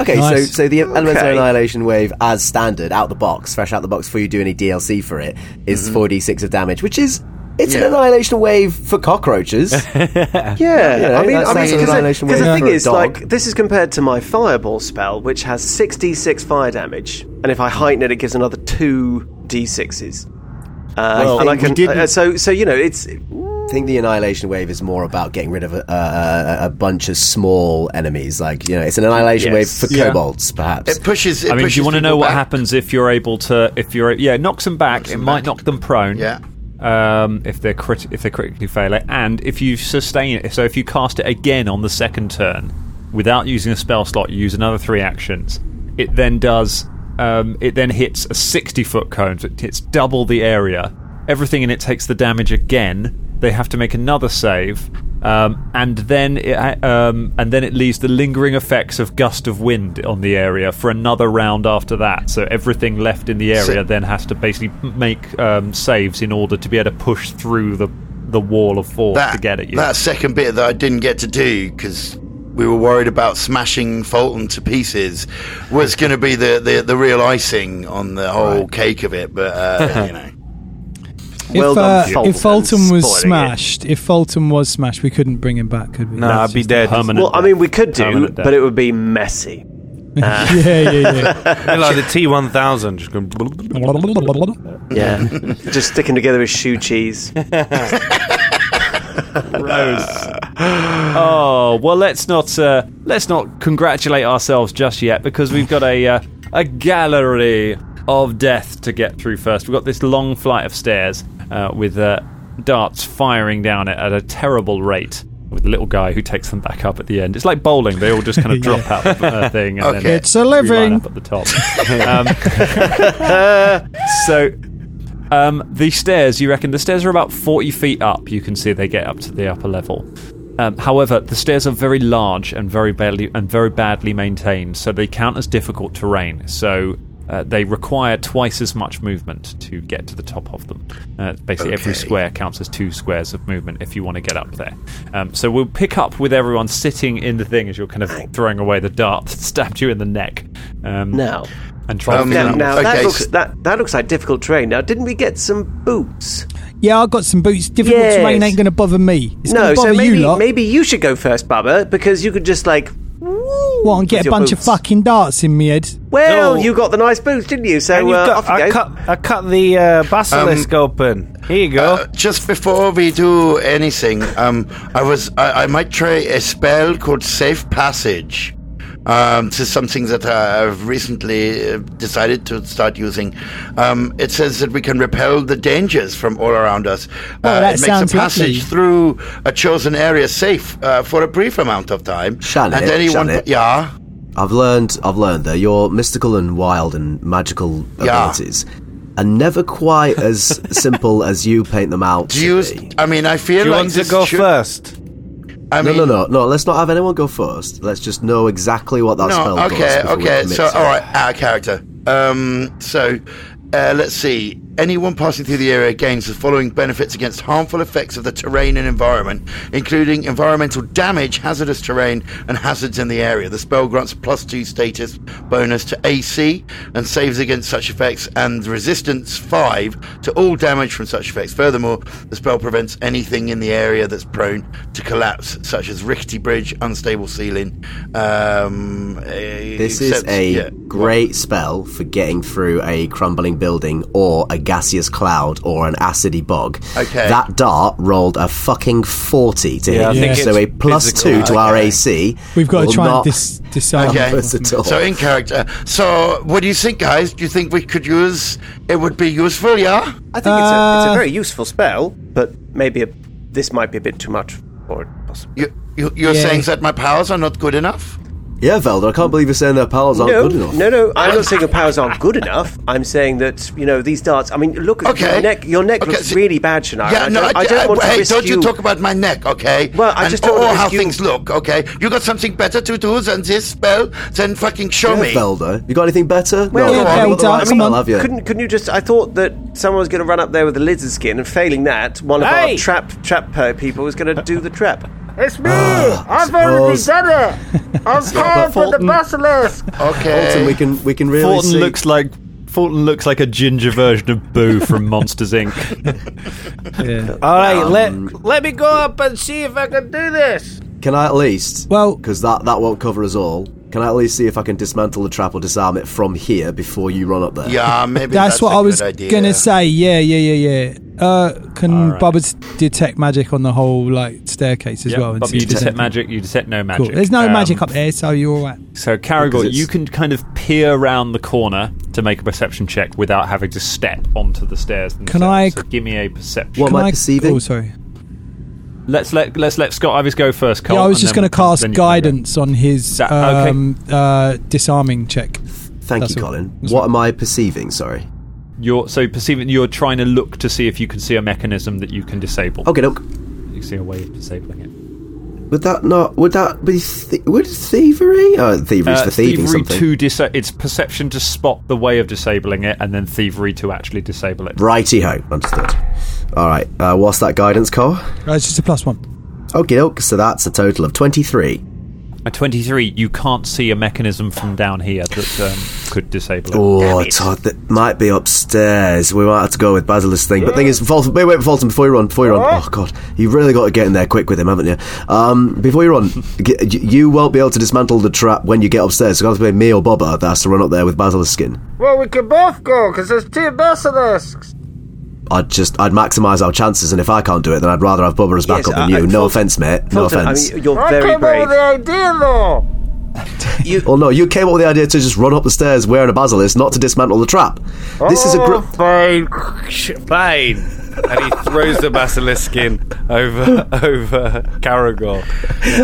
[SPEAKER 8] Okay, so so the Elemental
[SPEAKER 5] Okay.
[SPEAKER 8] Annihilation Wave, as standard, out the box, fresh out the box, before you do any DLC for it, is
[SPEAKER 5] Mm-hmm.
[SPEAKER 8] 4d6 of damage, which is it's
[SPEAKER 3] Yeah.
[SPEAKER 8] an Annihilation Wave for cockroaches.
[SPEAKER 3] yeah,
[SPEAKER 8] You know,
[SPEAKER 3] I mean,
[SPEAKER 8] that's-
[SPEAKER 3] I
[SPEAKER 8] that's
[SPEAKER 3] mean,
[SPEAKER 8] an
[SPEAKER 3] because
[SPEAKER 8] annihilation
[SPEAKER 3] the, 'cause the
[SPEAKER 8] wave
[SPEAKER 3] thing
[SPEAKER 8] for a
[SPEAKER 3] is,
[SPEAKER 8] dog.
[SPEAKER 3] like, this is compared to my fireball spell, which has six d six fire damage, and if I heighten it, it gives another two d sixes. Uh,
[SPEAKER 8] Well,
[SPEAKER 3] and I
[SPEAKER 8] I think
[SPEAKER 3] can,
[SPEAKER 8] we didn't-
[SPEAKER 3] uh, so so you know, it's
[SPEAKER 8] I think the Annihilation Wave is more about getting rid of a, a, a- a bunch of small enemies. Like, you know, it's an Annihilation
[SPEAKER 9] Yes.
[SPEAKER 8] Wave for
[SPEAKER 9] Yeah.
[SPEAKER 8] kobolds, perhaps.
[SPEAKER 5] pushes.
[SPEAKER 9] I mean, do you want to know what
[SPEAKER 8] happened?
[SPEAKER 9] happens if you're able to? If you're yeah, it knocks them back. it might knock them prone.
[SPEAKER 5] Yeah.
[SPEAKER 9] Um, if they're crit- if they critically fail it, and if you sustain it, so if you cast it again on the second turn without using a spell slot, you use another three actions. It then does. Um, it then hits a sixty foot cone. So it hits double the area. Everything in it takes the damage again. They have to make another save, um, and then it um, and then it leaves the lingering effects of gust of wind on the area for another round after that. So everything left in the area
[SPEAKER 5] So-
[SPEAKER 9] then has to basically m- make um, saves in order to be able to push through the the wall of force to get at you.
[SPEAKER 5] That second bit that I didn't get to do because we were worried about smashing Fulton to pieces was going to be the, the, the real icing on the whole cake of it. But uh, you know,
[SPEAKER 1] If,
[SPEAKER 5] Well done,
[SPEAKER 1] uh,
[SPEAKER 5] Fulton.
[SPEAKER 1] if Fulton was
[SPEAKER 5] Spoiling it.
[SPEAKER 1] smashed, if Fulton was smashed, we couldn't bring him back, could we? That's just-
[SPEAKER 3] Well, I mean, we could do,
[SPEAKER 1] Permanent death.
[SPEAKER 3] but it would be messy. Uh,
[SPEAKER 1] yeah, yeah,
[SPEAKER 11] They're like the T1000 just going.
[SPEAKER 1] yeah.
[SPEAKER 3] Yeah, just sticking together with shoe cheese.
[SPEAKER 9] oh well, let's not uh, let's not congratulate ourselves just yet because we've got a uh, a gallery of death to get through first. We've got this long flight of stairs uh, with uh, darts firing down it at a terrible rate. With the little guy who takes them back up at the end. It's like bowling; they all just kind of drop out of a thing. And
[SPEAKER 1] Okay.
[SPEAKER 9] then
[SPEAKER 1] It's a
[SPEAKER 9] re-line
[SPEAKER 1] living.
[SPEAKER 9] up at the top. Um, so um, the stairs, you reckon the stairs are about 40 feet up. You can see they get up to the upper level. Um, however, the stairs are very large and very badly and very badly maintained, so they count as difficult terrain. So uh, they require twice as much movement to get to the top of them. Uh, basically, every
[SPEAKER 5] Okay.
[SPEAKER 9] square counts as two squares of movement if you want to get up there. Um, so we'll pick up with everyone sitting in the thing as you're kind of throwing away the dart that stabbed you in the neck. Um,
[SPEAKER 3] Now.
[SPEAKER 9] and trying
[SPEAKER 8] Um,
[SPEAKER 9] to figure
[SPEAKER 3] now, now
[SPEAKER 9] out what's-
[SPEAKER 3] that looks that that looks like difficult terrain. Now, didn't we get some boots?
[SPEAKER 1] Yeah, I got some boots. Difficult
[SPEAKER 3] Yes.
[SPEAKER 1] terrain ain't going to bother me. It's going
[SPEAKER 3] no,
[SPEAKER 1] to bother
[SPEAKER 3] so maybe
[SPEAKER 1] you lot.
[SPEAKER 3] maybe you should go first, Bubba, because you could just like
[SPEAKER 1] what, and
[SPEAKER 3] with
[SPEAKER 1] get a
[SPEAKER 3] your
[SPEAKER 1] bunch
[SPEAKER 3] boots.
[SPEAKER 1] of fucking darts in me head.
[SPEAKER 3] Well, you got the nice boots, didn't you? So
[SPEAKER 1] And you've
[SPEAKER 3] uh,
[SPEAKER 1] got-
[SPEAKER 3] off you
[SPEAKER 11] I
[SPEAKER 3] go.
[SPEAKER 11] cut, I cut the uh, basilisk open. Here you go.
[SPEAKER 5] Uh, just before we do anything, um, I was I, I might try a spell called Safe Passage. Um, this is something that I- I've recently uh, decided to start using. Um, it says that we can repel the dangers from all around us. Uh,
[SPEAKER 1] Oh, that
[SPEAKER 5] it makes
[SPEAKER 1] sounds
[SPEAKER 5] a passage
[SPEAKER 1] lovely.
[SPEAKER 5] through a chosen area safe uh, for a brief amount of time.
[SPEAKER 8] Shall it? Shall it?
[SPEAKER 5] yeah.
[SPEAKER 8] I've learned I've learned that your mystical and wild and magical
[SPEAKER 5] Yeah.
[SPEAKER 8] abilities are never quite as simple as you paint them out.
[SPEAKER 5] Do you? I mean, I feel like this should- I
[SPEAKER 8] no,
[SPEAKER 5] mean,
[SPEAKER 8] no, no, no. Let's not have anyone go first. Let's just know exactly what that's
[SPEAKER 5] no,
[SPEAKER 8] spell does
[SPEAKER 5] okay,
[SPEAKER 8] before we
[SPEAKER 5] okay.
[SPEAKER 8] commit
[SPEAKER 5] So, oh,
[SPEAKER 8] to it.
[SPEAKER 5] all right, our character. Um, so, uh, let's see. Anyone passing through the area gains the following benefits against harmful effects of the terrain and environment, including environmental damage, hazardous terrain, and hazards in the area. The spell grants a plus two status bonus to AC and saves against such effects, and resistance five to all damage from such effects. Furthermore, the spell prevents anything in the area that's prone to collapse, such as rickety bridge, unstable ceiling. Um, eh,
[SPEAKER 8] This is
[SPEAKER 5] except-
[SPEAKER 8] a
[SPEAKER 5] yeah.
[SPEAKER 8] great spell for getting through a crumbling building or a gaseous cloud or an acidy bog.
[SPEAKER 5] Okay.
[SPEAKER 8] That dart rolled a fucking 40 to
[SPEAKER 5] Yeah, I
[SPEAKER 8] hit
[SPEAKER 5] think
[SPEAKER 8] you. So a
[SPEAKER 5] it's
[SPEAKER 8] plus
[SPEAKER 5] physical.
[SPEAKER 8] 2 to our
[SPEAKER 5] Okay.
[SPEAKER 8] AC.
[SPEAKER 1] We've got to
[SPEAKER 8] will
[SPEAKER 1] try and
[SPEAKER 8] not
[SPEAKER 1] dis- disarm
[SPEAKER 5] Okay.
[SPEAKER 8] us at all.
[SPEAKER 5] So in character. So what do you think, guys? Do you think we could use? It would be useful, yeah.
[SPEAKER 3] I think it's, a,
[SPEAKER 5] Uh.
[SPEAKER 3] it's a very useful spell, but maybe a, this might be a bit too much for it. Possibly.
[SPEAKER 5] You, you, you're saying that my powers are not good enough?
[SPEAKER 8] Yeah, Velda, I can't believe you're saying their powers aren't
[SPEAKER 3] no,
[SPEAKER 8] good enough.
[SPEAKER 3] No, no, I'm not saying your powers aren't good enough. I'm saying that you know these darts. I mean, look at
[SPEAKER 5] Okay.
[SPEAKER 3] your neck. Your neck looks really bad, Shania.
[SPEAKER 5] yeah,
[SPEAKER 3] I
[SPEAKER 5] no,
[SPEAKER 3] don't,
[SPEAKER 5] I,
[SPEAKER 3] I don't want
[SPEAKER 5] hey,
[SPEAKER 3] to risk
[SPEAKER 5] don't you
[SPEAKER 3] you
[SPEAKER 5] talk about my neck, okay?
[SPEAKER 3] Well, I
[SPEAKER 5] And-
[SPEAKER 3] just don't
[SPEAKER 5] or,
[SPEAKER 3] wanna
[SPEAKER 5] or how
[SPEAKER 3] risk you-
[SPEAKER 5] things look, okay? You got something better to do than this spell? Then fucking show
[SPEAKER 8] Yeah,
[SPEAKER 5] me.
[SPEAKER 8] Velda, you got anything better?
[SPEAKER 3] Well,
[SPEAKER 8] no,
[SPEAKER 3] I mean,
[SPEAKER 8] I
[SPEAKER 3] I mean,
[SPEAKER 8] love you.
[SPEAKER 3] Couldn't, couldn't you just? I thought that someone was going to run up there with a lizard skin, and failing that, one of
[SPEAKER 12] Hey!
[SPEAKER 3] our trap trap uh, people was going to do the trap.
[SPEAKER 12] It's me! I've already
[SPEAKER 3] suppose.
[SPEAKER 12] done it! I'm
[SPEAKER 4] but
[SPEAKER 12] time for the basilisk!
[SPEAKER 5] Okay.
[SPEAKER 8] we can we can really
[SPEAKER 9] Fulton
[SPEAKER 8] see.
[SPEAKER 9] looks like Fulton looks like a ginger version of Boo from Monsters Inc.
[SPEAKER 8] Um,
[SPEAKER 12] All right, let let me go up and see if I can do this.
[SPEAKER 8] Can I at least?
[SPEAKER 1] Well,
[SPEAKER 8] because that that won't cover us all. Can I at least see if I can dismantle the trap or disarm it from here before you run up there?
[SPEAKER 5] Yeah, maybe
[SPEAKER 1] that's, what I was gonna say. Yeah, yeah, yeah, yeah. Uh, can Bubba's detect magic on the whole like staircase as
[SPEAKER 9] Yep,
[SPEAKER 1] well? and
[SPEAKER 9] but
[SPEAKER 1] see
[SPEAKER 9] you
[SPEAKER 1] if there's
[SPEAKER 9] detect
[SPEAKER 1] anything?
[SPEAKER 9] magic, you detect no magic.
[SPEAKER 1] Cool. There's no
[SPEAKER 9] Um,
[SPEAKER 1] magic up there, so you're all right.
[SPEAKER 9] So
[SPEAKER 1] Because
[SPEAKER 9] Caragor,
[SPEAKER 1] it's-
[SPEAKER 9] you can kind of peer around the corner to make a perception check without having to step onto the stairs.
[SPEAKER 1] Can I-
[SPEAKER 9] themselves. So give me a perception?
[SPEAKER 1] Can I- Oh, sorry.
[SPEAKER 9] Let's let let's let Scott Ivis go first. Carl,
[SPEAKER 1] yeah, I was
[SPEAKER 9] Oh, and
[SPEAKER 1] just
[SPEAKER 9] then-
[SPEAKER 1] going to cast
[SPEAKER 9] then you can go.
[SPEAKER 1] guidance on his
[SPEAKER 9] That- okay.
[SPEAKER 1] um, uh, disarming check.
[SPEAKER 8] Thank
[SPEAKER 1] That's
[SPEAKER 8] you,
[SPEAKER 1] all.
[SPEAKER 8] Colin. What am I perceiving? Sorry.
[SPEAKER 9] You're so perceiving. You're trying to look to see if you can see a mechanism that you can disable.
[SPEAKER 8] Okay, look.
[SPEAKER 9] You see a way of disabling it.
[SPEAKER 8] Would that not? Would that be? Th- would thievery? Oh, thievery's
[SPEAKER 9] Uh,
[SPEAKER 8] for thieving
[SPEAKER 9] thievery
[SPEAKER 8] something.
[SPEAKER 9] to dis- It's perception to spot the way of disabling it, and then thievery to actually disable it.
[SPEAKER 8] Righty ho, understood. All right. Uh, what's that guidance call?
[SPEAKER 1] Uh, it's just a plus one.
[SPEAKER 8] Okay, look. So that's a total of twenty-three.
[SPEAKER 9] At 23, you can't see a mechanism from down here that um, could disable it.
[SPEAKER 8] Oh, I thought that might be upstairs. We might have to go with Basilisk thing. But thing is, Fulton, wait, wait, Fulton, before you run, before you run. Oh God, you really got to get in there quick with him, haven't you? Um, before you run, g- y- you won't be able to dismantle the trap when you get upstairs. So it's going to be me or Bobba that has to run up there with Basilisk skin.
[SPEAKER 12] Well, we can both go because there's two basilisks.
[SPEAKER 8] I'd just, I'd maximise our chances, and if I can't do it, then I'd rather have Bubba as
[SPEAKER 3] Yes,
[SPEAKER 8] backup than
[SPEAKER 3] I- I-
[SPEAKER 8] you. no
[SPEAKER 3] Fulton-
[SPEAKER 8] offence, mate. no
[SPEAKER 3] Fulton, I
[SPEAKER 8] offence.
[SPEAKER 3] mean, you're
[SPEAKER 12] I
[SPEAKER 3] very
[SPEAKER 12] came up
[SPEAKER 3] brave.
[SPEAKER 12] with the idea though.
[SPEAKER 8] well, no, you came up with the idea to just run up the stairs wearing a Basilisk, not to dismantle the trap. This is a gr-
[SPEAKER 12] Oh, fine.
[SPEAKER 11] Fine. and he throws the basilisk skin over over Caragor.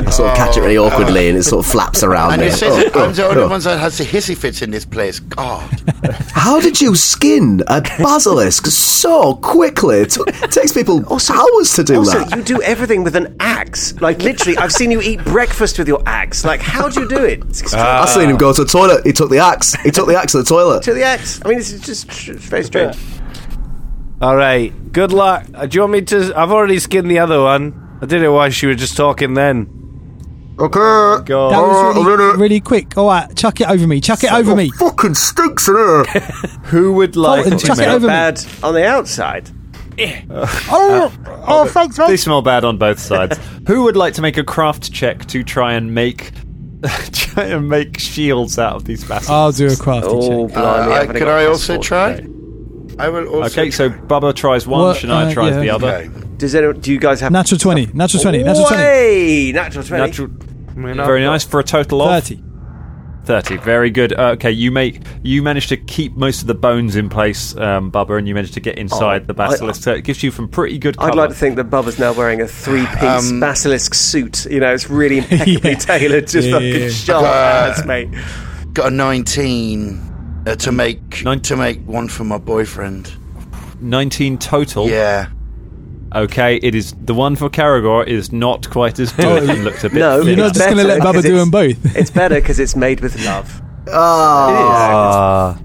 [SPEAKER 8] I sort of catch it really
[SPEAKER 3] Oh.
[SPEAKER 8] awkwardly, and it sort of flaps around
[SPEAKER 5] And
[SPEAKER 8] me.
[SPEAKER 5] it says
[SPEAKER 8] Oh,
[SPEAKER 5] that I'm
[SPEAKER 8] oh,
[SPEAKER 5] the only
[SPEAKER 8] oh.
[SPEAKER 5] one that has the hissy fits in this place.
[SPEAKER 3] Oh,
[SPEAKER 5] God.
[SPEAKER 8] How did you skin a basilisk so quickly? It, took, it takes people hours to do
[SPEAKER 3] Also,
[SPEAKER 8] that.
[SPEAKER 3] you do everything with an axe. Like literally, I've seen you eat breakfast with your axe. Like, how do you do it? It's
[SPEAKER 5] Uh,
[SPEAKER 8] I seen him go to the toilet. He took the axe. He took the axe to the toilet.
[SPEAKER 3] to the axe. I mean, this is just tr- it's very strange.
[SPEAKER 11] All right. Good luck. Uh, Do you want me to? I've already skinned the other one. I did it while she was just talking. Then.
[SPEAKER 5] Okay.
[SPEAKER 11] Go.
[SPEAKER 1] That was really, really quick. All right, chuck it over me. Chuck it over me.
[SPEAKER 5] Fucking stinks in here.
[SPEAKER 11] Who would like
[SPEAKER 1] Fulton,
[SPEAKER 11] to
[SPEAKER 1] chuck it
[SPEAKER 11] make-
[SPEAKER 1] over me.
[SPEAKER 3] Bad on the outside.
[SPEAKER 12] Oh, oh, thanks,
[SPEAKER 9] They
[SPEAKER 12] mate.
[SPEAKER 9] smell bad on both sides. Who would like to make a craft check to try and make try and make shields out of these basilisk?
[SPEAKER 1] I'll do a crafty
[SPEAKER 3] Oh,
[SPEAKER 1] check.
[SPEAKER 3] blimey!
[SPEAKER 5] Uh, I,
[SPEAKER 3] haven't
[SPEAKER 5] could
[SPEAKER 3] got
[SPEAKER 5] I
[SPEAKER 3] my
[SPEAKER 5] also
[SPEAKER 3] sword
[SPEAKER 5] try?
[SPEAKER 3] today.
[SPEAKER 5] I will also.
[SPEAKER 9] Okay, so Bubba tries one,
[SPEAKER 1] What,
[SPEAKER 9] Shania
[SPEAKER 1] uh,
[SPEAKER 9] tries
[SPEAKER 1] yeah.
[SPEAKER 9] the other.
[SPEAKER 5] Okay.
[SPEAKER 3] Does anyone? Do you guys have
[SPEAKER 1] Natural twenty. Natural twenty. Natural twenty.
[SPEAKER 3] Way! Natural twenty.
[SPEAKER 9] Natural, very nice for a total of
[SPEAKER 1] Thirty.
[SPEAKER 9] 30. Thirty. Very good. Uh, okay, you make you manage to keep most of the bones in place, um, Bubba, and you manage to get inside
[SPEAKER 3] Oh,
[SPEAKER 9] the
[SPEAKER 3] I-
[SPEAKER 9] basilisk. so it gives you some pretty good. Cover.
[SPEAKER 3] I'd like to think that Bubba's now wearing a three-piece
[SPEAKER 9] Um,
[SPEAKER 3] basilisk suit. You know, it's really impeccably tailored. Just
[SPEAKER 5] Yeah,
[SPEAKER 3] fucking
[SPEAKER 5] yeah, yeah.
[SPEAKER 3] sharp
[SPEAKER 5] Uh,
[SPEAKER 3] hands, mate.
[SPEAKER 5] Got a 19 uh, to make to make one for my boyfriend.
[SPEAKER 9] 19
[SPEAKER 11] Oh.
[SPEAKER 9] total.
[SPEAKER 5] Yeah.
[SPEAKER 9] Okay, it is the one for Caragor is not quite as
[SPEAKER 1] Oh,
[SPEAKER 9] good. it looked a bit.
[SPEAKER 3] No,
[SPEAKER 9] thin.
[SPEAKER 3] it's better because it's- It's better because it's made with love.
[SPEAKER 9] Ah,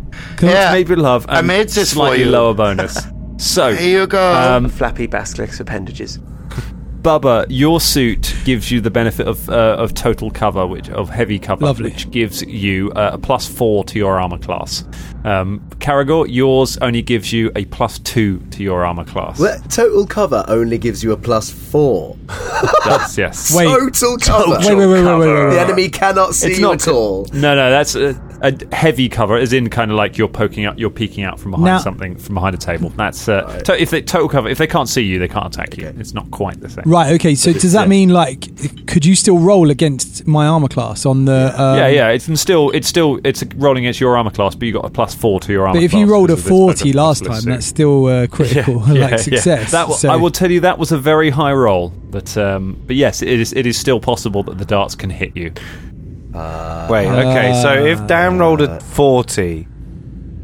[SPEAKER 5] Yeah.
[SPEAKER 9] made with love.
[SPEAKER 5] I
[SPEAKER 9] and
[SPEAKER 5] made this for
[SPEAKER 9] slightly
[SPEAKER 5] you.
[SPEAKER 9] lower bonus. So
[SPEAKER 5] Here you go.
[SPEAKER 11] Um,
[SPEAKER 3] Flappy basilisk appendages.
[SPEAKER 9] Bubba, your suit gives you the benefit of uh, of total cover, which of heavy cover, which gives you uh, a plus four to your armor class. Um, Caragor, yours only gives you a plus two to your armor class.
[SPEAKER 8] Well, total cover only gives you a plus four.
[SPEAKER 9] That's yes.
[SPEAKER 8] Total cover.
[SPEAKER 9] Wait, wait, wait, wait, wait, wait.
[SPEAKER 8] The enemy cannot see
[SPEAKER 9] It's
[SPEAKER 8] you at
[SPEAKER 9] not
[SPEAKER 8] all.
[SPEAKER 9] No, no, that's a, a heavy cover, as in kind of like you're poking out, you're peeking out from behind
[SPEAKER 1] Now-
[SPEAKER 9] something, from behind a table. That's uh, to- if they total cover. If they can't see you, they can't attack you. It's not quite the same.
[SPEAKER 1] Right. Okay. So
[SPEAKER 9] But
[SPEAKER 1] does
[SPEAKER 9] it's,
[SPEAKER 1] that
[SPEAKER 9] yeah.
[SPEAKER 1] mean like could you still roll against my armor class on the? Um,
[SPEAKER 9] yeah, yeah. It's still, it's still, it's rolling against your armor class, but you got a plus four to your armor.
[SPEAKER 1] But if
[SPEAKER 9] class
[SPEAKER 1] you rolled a
[SPEAKER 9] because of this type of
[SPEAKER 1] forty last time,
[SPEAKER 9] basilisk suit.
[SPEAKER 1] that's still uh, critical like success.
[SPEAKER 9] That w-
[SPEAKER 1] so-
[SPEAKER 9] I will tell you that was a very high roll, but um, but yes, it is. It is still possible that the darts can hit you.
[SPEAKER 11] Wait, okay, so if Dan rolled a 40,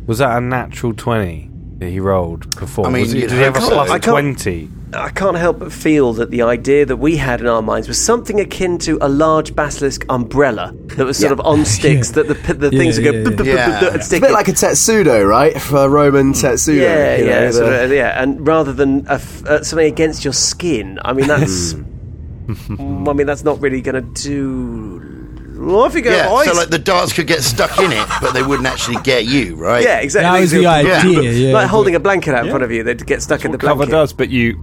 [SPEAKER 11] was that a natural 20 that he rolled before?
[SPEAKER 3] I mean,
[SPEAKER 11] was it,
[SPEAKER 3] you
[SPEAKER 11] did he have a
[SPEAKER 3] know,
[SPEAKER 11] plus
[SPEAKER 3] I can't-
[SPEAKER 11] 20?
[SPEAKER 3] I can't help but feel that the idea that we had in our minds was something akin to a large basilisk umbrella that was sort
[SPEAKER 8] Yeah.
[SPEAKER 3] of on sticks, that the, p- the
[SPEAKER 8] Yeah,
[SPEAKER 3] things would
[SPEAKER 8] yeah,
[SPEAKER 3] go.
[SPEAKER 8] yeah.
[SPEAKER 3] b- b- b- b- and
[SPEAKER 8] It's a
[SPEAKER 3] stick
[SPEAKER 8] bit
[SPEAKER 3] it.
[SPEAKER 8] like a Tetsudo, right? For a Roman Tetsudo.
[SPEAKER 3] yeah,
[SPEAKER 8] you know,
[SPEAKER 3] yeah,
[SPEAKER 8] the-
[SPEAKER 3] sort of, uh, yeah, and rather than a f- uh, something against your skin, I mean that's,
[SPEAKER 8] Hmm.
[SPEAKER 3] I mean that's not really going to do. Well, if you go,
[SPEAKER 5] yeah,
[SPEAKER 3] oh,
[SPEAKER 5] so
[SPEAKER 3] it's-
[SPEAKER 5] like the darts could get stuck in it, but they wouldn't actually get you, right?
[SPEAKER 3] yeah, exactly.
[SPEAKER 5] Yeah.
[SPEAKER 3] like holding a blanket out in front of you, they'd get stuck in the
[SPEAKER 9] cover
[SPEAKER 3] blanket.
[SPEAKER 9] does, but you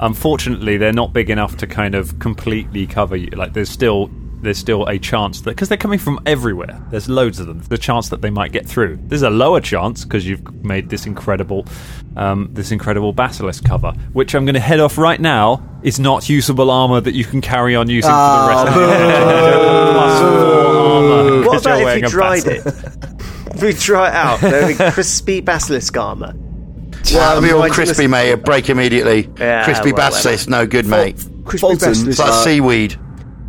[SPEAKER 9] unfortunately they're not big enough to kind of completely cover you. Like there's still there's still a chance that because they're coming from everywhere. There's loads of them. The chance that they might get through. There's a lower chance because you've made this incredible um, this incredible basilisk cover, which I'm going to head off right now. Is not usable armor that you can carry on using for the rest
[SPEAKER 3] Ah,
[SPEAKER 9] of the
[SPEAKER 3] What about if you dried
[SPEAKER 9] it?
[SPEAKER 3] If we try it out, they're in crispy basilisk armor.
[SPEAKER 5] Well, that'll be all
[SPEAKER 3] Might-
[SPEAKER 5] crispy, mate. It'd break immediately.
[SPEAKER 3] Yeah,
[SPEAKER 5] crispy
[SPEAKER 3] well,
[SPEAKER 5] basilisk,
[SPEAKER 3] whatever.
[SPEAKER 5] no good,
[SPEAKER 3] Fal-
[SPEAKER 5] mate.
[SPEAKER 3] crispy
[SPEAKER 8] Fulton,
[SPEAKER 5] basilisk. It's like
[SPEAKER 8] uh,
[SPEAKER 5] seaweed.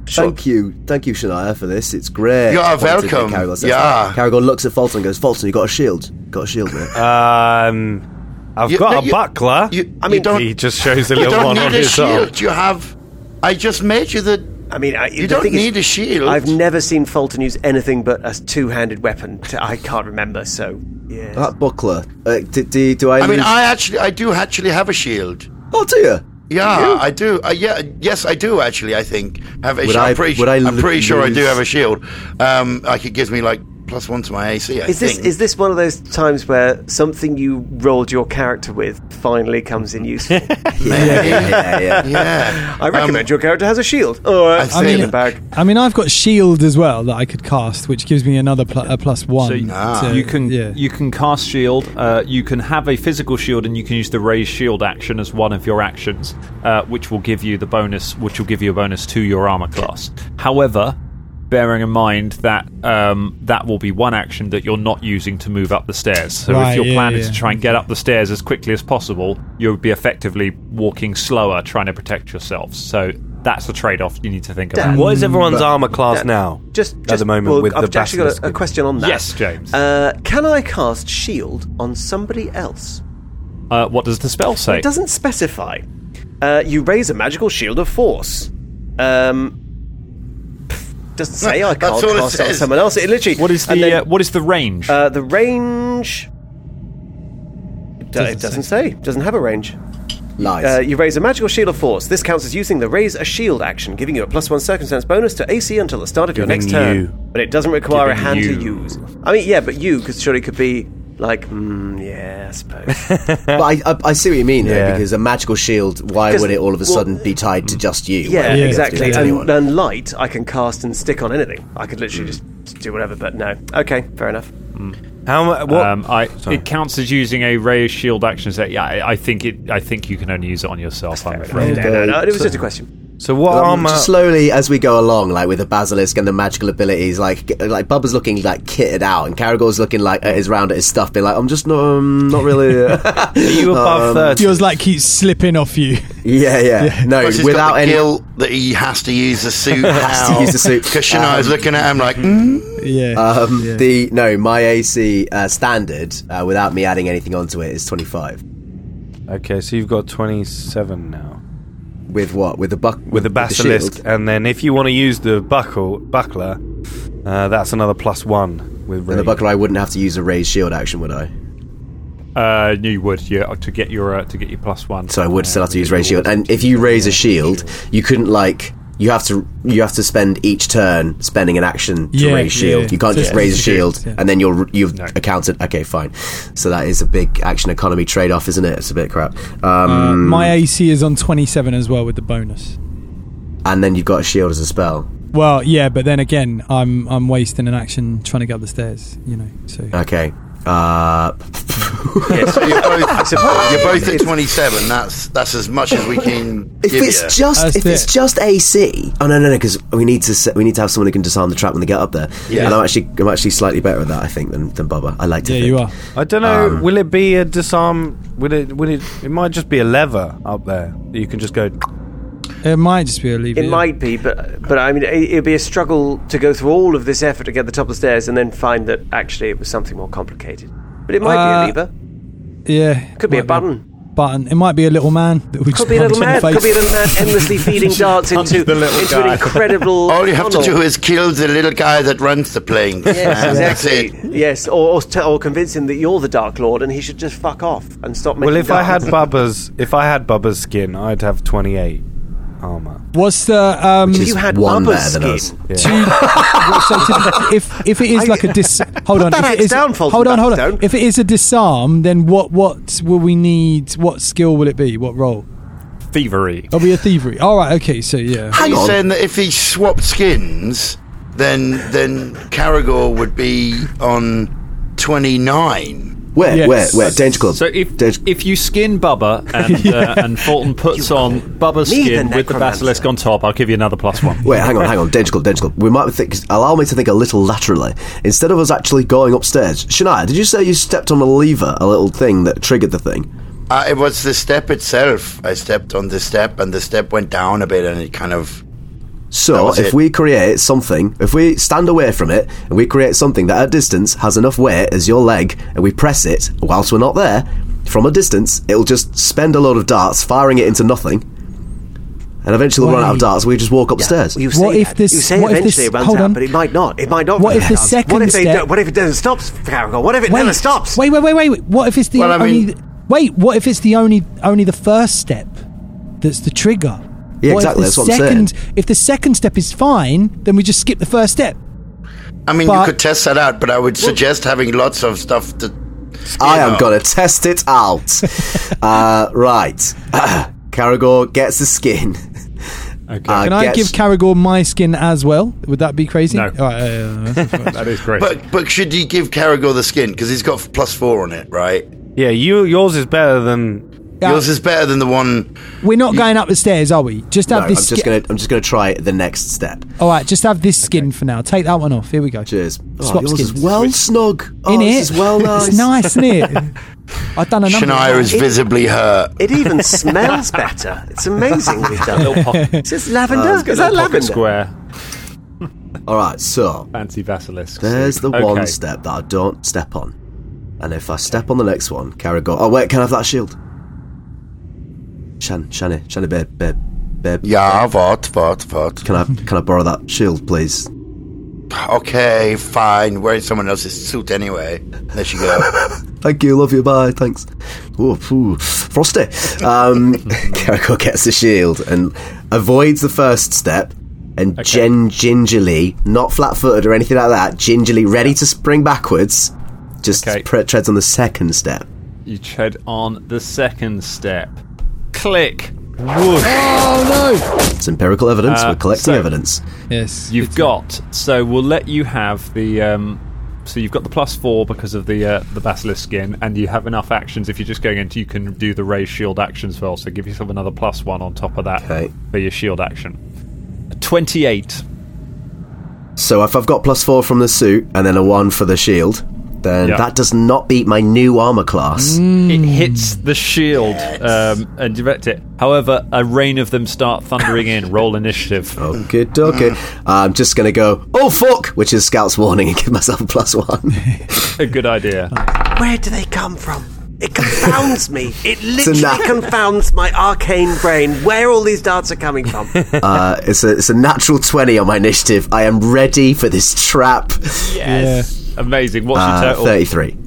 [SPEAKER 8] Thank you, thank you, Shania, for this. It's great.
[SPEAKER 5] You are
[SPEAKER 8] Fulton,
[SPEAKER 5] welcome.
[SPEAKER 8] Caragor says.
[SPEAKER 5] Yeah.
[SPEAKER 8] Caragor looks at Fulton and goes, "Fulton, you got a shield? Got a shield, mate?"
[SPEAKER 5] Uh,
[SPEAKER 11] Um, I've
[SPEAKER 5] You-
[SPEAKER 11] got
[SPEAKER 5] no,
[SPEAKER 11] a
[SPEAKER 5] you-
[SPEAKER 11] buckler.
[SPEAKER 5] I mean, don't-
[SPEAKER 11] he just shows a
[SPEAKER 5] you
[SPEAKER 11] little
[SPEAKER 5] don't
[SPEAKER 11] one
[SPEAKER 5] need
[SPEAKER 11] on
[SPEAKER 5] a
[SPEAKER 11] his arm.
[SPEAKER 5] shield. You have. I just made you the.
[SPEAKER 3] I mean, I,
[SPEAKER 5] you don't need a shield.
[SPEAKER 3] I've never seen Fulton use anything but a two-handed weapon. I I can't remember, so yeah.
[SPEAKER 8] That buckler. Uh, do, do, do I?
[SPEAKER 5] I mean,
[SPEAKER 8] lose-
[SPEAKER 5] I actually, I do actually have a shield.
[SPEAKER 8] Oh, do you?
[SPEAKER 5] Yeah, I do. Uh, yeah, yes, I do actually. I think have a
[SPEAKER 8] Would
[SPEAKER 5] shield.
[SPEAKER 8] I-
[SPEAKER 5] I'm pretty,
[SPEAKER 8] would I
[SPEAKER 5] am pretty sure I do
[SPEAKER 8] lose-
[SPEAKER 5] have a shield. Um, like it gives me like plus one to my AC. I
[SPEAKER 3] is this
[SPEAKER 5] think.
[SPEAKER 3] is this one of those times where something you rolled your character with finally comes in useful?
[SPEAKER 5] yeah, yeah. Yeah. Um,
[SPEAKER 3] I recommend your character has a shield. Oh, I
[SPEAKER 1] I
[SPEAKER 3] in
[SPEAKER 1] mean,
[SPEAKER 3] the bag.
[SPEAKER 1] I mean, I've got shield as well that I could cast, which gives me another pl- a plus one.
[SPEAKER 9] So you,
[SPEAKER 8] Ah.
[SPEAKER 1] to-
[SPEAKER 9] you can you can cast shield. Uh, you can have a physical shield, and you can use the raise shield action as one of your actions, uh, which will give you the bonus, which will give you a bonus to your armor class. However, bearing in mind that um, that will be one action that you're not using to move up the stairs. So
[SPEAKER 1] Right,
[SPEAKER 9] if your
[SPEAKER 1] yeah,
[SPEAKER 9] plan is
[SPEAKER 1] yeah.
[SPEAKER 9] to try and get up the stairs as quickly as possible, you'll be effectively walking slower, trying to protect yourselves. So that's a trade-off you need to think about.
[SPEAKER 3] Mm,
[SPEAKER 11] What is everyone's armor class now?
[SPEAKER 3] Just,
[SPEAKER 11] at
[SPEAKER 3] just
[SPEAKER 11] the moment
[SPEAKER 3] well,
[SPEAKER 11] with
[SPEAKER 3] I've
[SPEAKER 11] the
[SPEAKER 3] actually got a- a, question on that.
[SPEAKER 9] Yes, James.
[SPEAKER 3] Uh, can I cast shield on somebody else?
[SPEAKER 9] Uh, what does the spell say?
[SPEAKER 3] It doesn't specify. Uh, you raise a magical shield of force. Um, pff, doesn't say I
[SPEAKER 9] That's
[SPEAKER 3] can't
[SPEAKER 9] all it
[SPEAKER 3] cast it on
[SPEAKER 9] says.
[SPEAKER 3] someone else. It literally.
[SPEAKER 9] What is the
[SPEAKER 3] and then-
[SPEAKER 9] uh, what is the range?
[SPEAKER 3] Uh, the range. It do- it doesn't say. Doesn't have a range.
[SPEAKER 8] Lies.
[SPEAKER 3] Uh, you raise a magical shield of force. This counts as using the raise a shield action, giving you a plus one circumstance bonus to AC until the start of your
[SPEAKER 11] Giving
[SPEAKER 3] next
[SPEAKER 11] you.
[SPEAKER 3] turn. But it doesn't require
[SPEAKER 11] Giving
[SPEAKER 3] a hand
[SPEAKER 11] you.
[SPEAKER 3] to use. I mean, yeah, but you, because surely it could be like, mm, yeah, I suppose.
[SPEAKER 8] but I, I, I see what you mean,
[SPEAKER 3] Yeah.
[SPEAKER 8] though, because a magical shield. Why
[SPEAKER 3] 'Cause-
[SPEAKER 8] would it all of a
[SPEAKER 3] well-
[SPEAKER 8] sudden be tied to just you?
[SPEAKER 3] Yeah,
[SPEAKER 8] Why would it be
[SPEAKER 3] exactly.
[SPEAKER 8] tied to anyone?
[SPEAKER 3] And, and light, I can cast and stick on anything. I could literally
[SPEAKER 11] Hmm.
[SPEAKER 3] just do whatever. But no, okay, fair enough.
[SPEAKER 11] How much? What?
[SPEAKER 9] Um, I, it counts as using a ray of shield action. So yeah, I, I think it. I think you can only use it on yourself. I'm afraid.
[SPEAKER 3] No, no, no, it was just a question.
[SPEAKER 11] So what
[SPEAKER 8] Um,
[SPEAKER 11] armor?
[SPEAKER 8] just slowly as we go along, like with the basilisk and the magical abilities, like g- like Bubba's looking like kitted out, and Caragor's looking like at his round at his stuff, being like, I'm just not, um, not really. Are
[SPEAKER 11] you
[SPEAKER 3] um,
[SPEAKER 8] above
[SPEAKER 1] Yours like keeps slipping off you.
[SPEAKER 8] Yeah, yeah. No,
[SPEAKER 5] Plus he's
[SPEAKER 8] without
[SPEAKER 5] got the
[SPEAKER 8] any-
[SPEAKER 5] guilt that he has to use the suit.
[SPEAKER 8] Has to
[SPEAKER 5] now.
[SPEAKER 8] use the suit.
[SPEAKER 5] Because Shania is
[SPEAKER 8] Um,
[SPEAKER 5] looking at him like, mm.
[SPEAKER 1] Yeah.
[SPEAKER 8] Um, The no, my AC uh, standard uh, without me adding anything onto it is 25.
[SPEAKER 11] Okay, so you've got 27 now.
[SPEAKER 8] With what? With the buck?
[SPEAKER 11] With the
[SPEAKER 8] with the
[SPEAKER 11] basilisk,
[SPEAKER 8] shield.
[SPEAKER 11] and then if you want to use the buckle buckler, uh, that's another plus one with
[SPEAKER 8] And the buckler, I wouldn't have to use a raised shield action, would I?
[SPEAKER 2] Uh, you would, yeah, to get your uh, to get your plus one. Um,
[SPEAKER 8] So I would still have to use raise shield. And if you raise a shield, you couldn't like you have to you have to spend each turn spending an action to
[SPEAKER 1] Yeah,
[SPEAKER 8] raise shield.
[SPEAKER 1] yeah.
[SPEAKER 8] You can't
[SPEAKER 1] So
[SPEAKER 8] just
[SPEAKER 1] it's
[SPEAKER 8] raise a
[SPEAKER 1] just
[SPEAKER 8] shield
[SPEAKER 1] shields, yeah.
[SPEAKER 8] and then you're you've accounted. Okay, fine. So that is a big action economy trade off, isn't it? It's a bit crap.
[SPEAKER 1] Uh,
[SPEAKER 8] Um,
[SPEAKER 1] my AC is on 27 as well with the bonus.
[SPEAKER 8] and then you've got a shield as a spell.
[SPEAKER 1] Well, yeah, but then again, I'm I'm wasting an action trying to get up the stairs, you know. So
[SPEAKER 8] Okay. Uh,
[SPEAKER 5] yeah, so "Mm, you're both, you're both at 27. That's that's as much as we can.
[SPEAKER 8] If
[SPEAKER 5] give
[SPEAKER 8] it's
[SPEAKER 5] you.
[SPEAKER 8] just if it's just AC, oh no no no, because we need to se- we need to have someone who can disarm the trap when they get up there.
[SPEAKER 11] Yeah.
[SPEAKER 8] and I'm actually I'm actually slightly better at that I think than than Bubba. I like to. Yeah, think. you are.
[SPEAKER 11] I don't know.
[SPEAKER 8] Um,
[SPEAKER 11] will it be a disarm? Will it? Will it? It might just be a lever up there. that You can just go.
[SPEAKER 1] it might just be a lever.
[SPEAKER 3] It
[SPEAKER 1] yeah.
[SPEAKER 3] might be, but but I mean, it, it'd be a struggle to go through all of this effort to get the top of the stairs and then find that actually it was something more complicated. But it might
[SPEAKER 1] Uh,
[SPEAKER 3] be a lever.
[SPEAKER 1] Yeah.
[SPEAKER 3] Could be a
[SPEAKER 1] might
[SPEAKER 3] button.
[SPEAKER 1] button. It might be a little man that we just
[SPEAKER 3] Could be a little man.
[SPEAKER 1] punch in the
[SPEAKER 3] Could be a
[SPEAKER 1] face.
[SPEAKER 3] little man endlessly feeding darts into, into an incredible.
[SPEAKER 5] All you have to
[SPEAKER 3] tunnel.
[SPEAKER 5] do is kill the little guy that runs the plane.
[SPEAKER 3] Yes,
[SPEAKER 5] And that's
[SPEAKER 3] exactly. Yes, or, or, t- or convince him that you're the Dark Lord and he should just fuck off and stop making.
[SPEAKER 11] Well, if I had
[SPEAKER 3] darts.
[SPEAKER 11] Bubba's, if I had Bubba's skin, I'd have twenty-eight armor.
[SPEAKER 1] What's the um?
[SPEAKER 11] Which is You had one Bubba's better than skin. us.
[SPEAKER 1] Do you- well, so typically, if if it is like a dis, hold
[SPEAKER 3] Put
[SPEAKER 1] on.
[SPEAKER 3] that
[SPEAKER 1] if it
[SPEAKER 3] axe
[SPEAKER 1] is,
[SPEAKER 3] down, Fulton,
[SPEAKER 1] hold on,
[SPEAKER 3] that
[SPEAKER 1] hold on.
[SPEAKER 3] stone.
[SPEAKER 1] If it is a disarm, then what what will we need? What skill will it be? What role?
[SPEAKER 2] Thievery.
[SPEAKER 1] It'll be a thievery. All right. Okay. So yeah.
[SPEAKER 5] Are you saying that if he swapped skins, then then Caragor would be on 29?
[SPEAKER 8] Where, where, where? Danger Club.
[SPEAKER 2] So if if you skin Bubba and uh, and Fulton puts on Bubba's
[SPEAKER 8] Me, the
[SPEAKER 2] skin with the
[SPEAKER 8] necromancer.
[SPEAKER 2] basilisk on top, I'll give you another plus one.
[SPEAKER 8] Wait, hang on, hang on. Danger Club, Danger Club. We might think. Allow me to think a little laterally. Instead of us actually going upstairs, Shania, did you say you stepped on a lever, a little thing that triggered the thing?
[SPEAKER 5] Uh, it was the step itself. I stepped on the step, and the step went down a bit, and it kind of. That
[SPEAKER 8] So
[SPEAKER 5] was
[SPEAKER 8] if
[SPEAKER 5] it.
[SPEAKER 8] we create something, if we stand away from it and we create something that at distance has enough weight as your leg, and we press it whilst we're not there, from a distance, it'll just spend a load of darts firing it into nothing, and eventually we'll run out of
[SPEAKER 3] Wait.
[SPEAKER 8] darts. We just walk upstairs.
[SPEAKER 3] You say
[SPEAKER 1] What if
[SPEAKER 3] that.
[SPEAKER 1] this-
[SPEAKER 3] You say
[SPEAKER 1] what if
[SPEAKER 3] eventually
[SPEAKER 1] this-
[SPEAKER 3] it runs
[SPEAKER 1] hold
[SPEAKER 3] out,
[SPEAKER 1] on.
[SPEAKER 3] but it might not. It might not.
[SPEAKER 1] What
[SPEAKER 3] run
[SPEAKER 1] if the
[SPEAKER 3] out.
[SPEAKER 1] second
[SPEAKER 3] What if they
[SPEAKER 1] step-
[SPEAKER 3] don't, What if it doesn't stop, Caragor? What if it never stops?
[SPEAKER 1] Wait, wait, wait, wait. What if it's the
[SPEAKER 3] Well, I mean-
[SPEAKER 1] only? Wait, what if it's the only only the first step that's the trigger?
[SPEAKER 8] Yeah,
[SPEAKER 1] What if
[SPEAKER 8] exactly,
[SPEAKER 1] the
[SPEAKER 8] that's what I'm
[SPEAKER 1] second, If the second step is fine, then we just skip the first step.
[SPEAKER 5] I mean,
[SPEAKER 1] But-
[SPEAKER 5] you could test that out, but I would suggest having lots of stuff to.
[SPEAKER 8] I am
[SPEAKER 5] know.
[SPEAKER 8] gonna test it out. uh, right, Caragor gets the skin. Okay.
[SPEAKER 1] Can I give Caragor my skin as well? Would that be crazy? No.
[SPEAKER 2] that is great.
[SPEAKER 5] But but should you give Caragor the skin because he's got plus four on it, right?
[SPEAKER 11] Yeah, you yours is better than
[SPEAKER 1] Yeah.
[SPEAKER 5] yours is better than the one.
[SPEAKER 1] We're not going up the stairs, are we? Just
[SPEAKER 8] No,
[SPEAKER 1] have
[SPEAKER 8] I'm
[SPEAKER 1] this.
[SPEAKER 8] just
[SPEAKER 1] skin.
[SPEAKER 8] gonna. I'm just gonna try the next step.
[SPEAKER 1] All right, just have this skin for now. Take that one off. Here we go.
[SPEAKER 8] Cheers. Oh,
[SPEAKER 1] Swap
[SPEAKER 8] yours
[SPEAKER 1] skins.
[SPEAKER 8] is well snug. Oh,
[SPEAKER 1] in
[SPEAKER 8] this
[SPEAKER 1] it.
[SPEAKER 8] is well
[SPEAKER 1] It's nice, isn't it? I've done a number.
[SPEAKER 5] Shania is visibly hurt.
[SPEAKER 3] It even smells better. It's amazing we've done.
[SPEAKER 2] Little pocket-
[SPEAKER 3] It's just lavender.
[SPEAKER 2] It's got
[SPEAKER 3] is
[SPEAKER 2] a
[SPEAKER 3] that
[SPEAKER 2] little pocket
[SPEAKER 3] lavender?
[SPEAKER 2] Square.
[SPEAKER 8] All right, so
[SPEAKER 2] Fancy basilisk.
[SPEAKER 8] there's the
[SPEAKER 2] Okay.
[SPEAKER 8] one step that I don't step on, and if I step on the next one, Caragor. Oh wait, can I have that shield? Shan, Shani, Shani, babe, babe, babe.
[SPEAKER 5] Yeah, what, what, what?
[SPEAKER 8] Can I can I borrow that shield, please?
[SPEAKER 5] Okay, fine. Wearing someone else's suit anyway. There she go.
[SPEAKER 8] Thank you, love you, bye, thanks. Ooh, phew, frosty. Um, Caracol gets the shield and avoids the first step and gen- gingerly, not flat footed or anything like that, gingerly, ready to spring backwards, just pre- treads on the second step.
[SPEAKER 2] You tread on the second step. Click. Woosh.
[SPEAKER 8] It's empirical evidence,
[SPEAKER 2] Uh,
[SPEAKER 8] we're collecting
[SPEAKER 2] so-
[SPEAKER 8] evidence.
[SPEAKER 1] Yes.
[SPEAKER 2] You've got. So we'll let you have the. Um,
[SPEAKER 9] up. So you've got the plus four because of the uh, the basilisk skin, and you have enough actions. If you're just going into, you can do the raise shield action as well. So give yourself another plus one on top of that for your shield action. Twenty-eight.
[SPEAKER 8] So if I've got plus four from the suit and then a one for the shield, then
[SPEAKER 9] Yeah.
[SPEAKER 8] that does not beat my new armor class.
[SPEAKER 9] It hits the shield um, and direct it. However, a rain of them start thundering in. Roll initiative.
[SPEAKER 8] Okay, okay. I'm just gonna go. Oh fuck! Which is Scout's warning and give myself a plus one.
[SPEAKER 9] A good idea.
[SPEAKER 3] Where do they come from? It confounds me. It
[SPEAKER 8] nat-
[SPEAKER 3] literally confounds my arcane brain. Where all these darts are coming from?
[SPEAKER 8] uh, it's a it's a natural twenty on my initiative. I am ready for this trap.
[SPEAKER 9] Yes. Amazing. What's
[SPEAKER 8] Uh,
[SPEAKER 9] your total?
[SPEAKER 8] 33.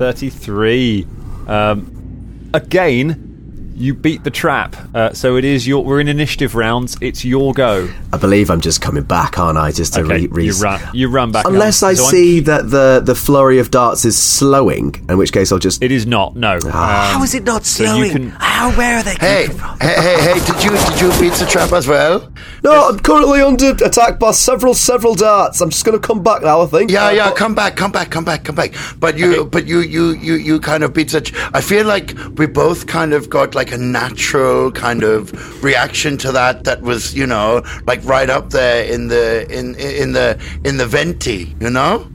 [SPEAKER 9] 33. Um, again, you beat the trap. Uh, so it is your. We're in initiative rounds. It's your go.
[SPEAKER 8] I believe I'm just coming back, aren't I? Just to
[SPEAKER 9] Okay,
[SPEAKER 8] re, re-
[SPEAKER 9] you run. You run back.
[SPEAKER 8] Unless
[SPEAKER 9] up.
[SPEAKER 8] I
[SPEAKER 9] So I'm-
[SPEAKER 8] see that the the flurry of darts is slowing, in which case I'll just.
[SPEAKER 9] It is not. No.
[SPEAKER 5] How is it
[SPEAKER 3] not
[SPEAKER 5] so you slowing? can-
[SPEAKER 3] How? Where are they
[SPEAKER 5] Hey, hey, hey, hey! Did you did you beat the trap as well?
[SPEAKER 8] No, I'm currently under attack by several several darts. I'm just going to come back now. I think.
[SPEAKER 9] Uh,
[SPEAKER 8] Uh,
[SPEAKER 5] Yeah,
[SPEAKER 9] oh.
[SPEAKER 5] yeah. Come back, come back, come back, come back. But you, but you, you, you, you kind of beat such. I feel like we both kind of got like a natural kind of reaction to that. That was, you know, like right up there in the in in the in the venti. You know.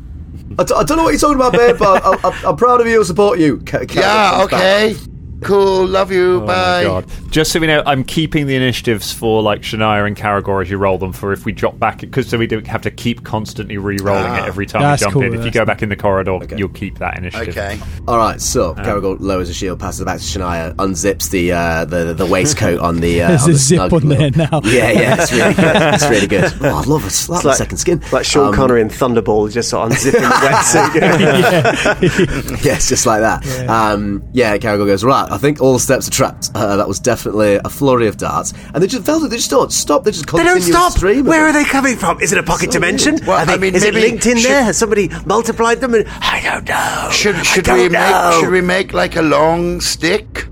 [SPEAKER 8] I, d- I don't know what you're talking about, babe, but I, I, I'm proud of you. I support you. Ca- ca-
[SPEAKER 5] Yeah.
[SPEAKER 8] back.
[SPEAKER 5] Okay. Cool. Love you.
[SPEAKER 9] Oh my
[SPEAKER 5] bye.
[SPEAKER 9] god. Just so we know, I'm keeping the initiatives for like Shania and Caragor as you roll them for if we drop back because so we don't have to keep constantly re-rolling
[SPEAKER 8] Ah.
[SPEAKER 9] it every time
[SPEAKER 8] That's
[SPEAKER 9] we jump
[SPEAKER 8] cool,
[SPEAKER 9] in. If you
[SPEAKER 8] that's
[SPEAKER 9] go back in the corridor, you'll keep that initiative.
[SPEAKER 8] All right. So
[SPEAKER 1] Um,
[SPEAKER 8] Caragol lowers the shield, passes it back to Shania, unzips the uh, the the waistcoat on the. Uh,
[SPEAKER 1] There's
[SPEAKER 8] on
[SPEAKER 1] a
[SPEAKER 8] the
[SPEAKER 1] zip
[SPEAKER 8] snug
[SPEAKER 1] on
[SPEAKER 8] little-
[SPEAKER 1] there now.
[SPEAKER 8] Yeah, yeah, it's really good. It's really good. Oh, I love it. I love
[SPEAKER 3] It's like-
[SPEAKER 8] second skin.
[SPEAKER 3] Like Sean
[SPEAKER 8] Um,
[SPEAKER 3] Connery in Thunderball, just sort of unzipping the wetsuit.
[SPEAKER 8] yes, just like that. Yeah, um, yeah Caragol goes right. I think all the steps are trapped. Uh, that was definitely a flurry of darts, and they just felt they just don't stop. They just
[SPEAKER 3] They
[SPEAKER 8] continue
[SPEAKER 3] don't stop.
[SPEAKER 8] Stream
[SPEAKER 3] Where are they coming from? Is it a pocket
[SPEAKER 8] So
[SPEAKER 3] dimension?
[SPEAKER 8] weird. Well,
[SPEAKER 3] Are they-
[SPEAKER 8] I mean,
[SPEAKER 3] is it
[SPEAKER 8] maybe
[SPEAKER 3] linked in
[SPEAKER 8] should-
[SPEAKER 3] there? Has somebody multiplied them? And, I don't know.
[SPEAKER 5] Should should
[SPEAKER 3] don't
[SPEAKER 5] we
[SPEAKER 3] know.
[SPEAKER 5] make should we make like a long stick?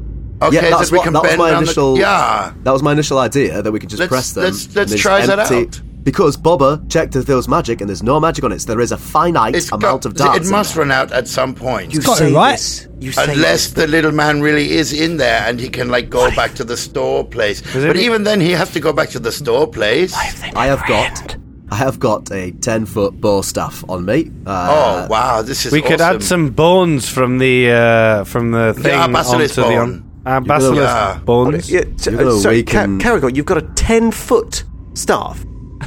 [SPEAKER 8] yeah, that's
[SPEAKER 5] that we
[SPEAKER 8] what,
[SPEAKER 5] can
[SPEAKER 8] that was
[SPEAKER 5] bend
[SPEAKER 8] my
[SPEAKER 5] down the-
[SPEAKER 8] initial.
[SPEAKER 5] yeah.
[SPEAKER 8] that was my initial idea that we could just
[SPEAKER 5] Let's-
[SPEAKER 8] press them.
[SPEAKER 5] let's-
[SPEAKER 8] and
[SPEAKER 5] let's
[SPEAKER 8] they just
[SPEAKER 5] try that
[SPEAKER 8] empty-
[SPEAKER 5] out.
[SPEAKER 8] Because Bobber checked if there was magic, and there's no magic on it. So there is a finite amount of darts.
[SPEAKER 5] It
[SPEAKER 8] in
[SPEAKER 5] must run out at some point.
[SPEAKER 8] You It's gotta say be right. this. You say
[SPEAKER 5] Unless the little man really is in there and he can like go back to the store place.
[SPEAKER 8] it
[SPEAKER 5] but
[SPEAKER 8] be-
[SPEAKER 5] even then, he has to go back to the store place.
[SPEAKER 8] there. I have got. I have got a ten foot bow staff on me. Uh,
[SPEAKER 5] oh wow, this is
[SPEAKER 11] we could
[SPEAKER 5] awesome.
[SPEAKER 11] add some bones from the uh, from the thing
[SPEAKER 5] basilisk
[SPEAKER 11] onto the
[SPEAKER 5] bone.
[SPEAKER 11] uh,
[SPEAKER 5] You're gonna-
[SPEAKER 11] basilisk
[SPEAKER 5] Yeah.
[SPEAKER 11] bones.
[SPEAKER 3] Yeah, so,
[SPEAKER 11] You're gonna
[SPEAKER 3] uh, sorry, Ca-
[SPEAKER 11] awaken-
[SPEAKER 3] Caragol, you've got a ten foot staff.
[SPEAKER 5] Oh.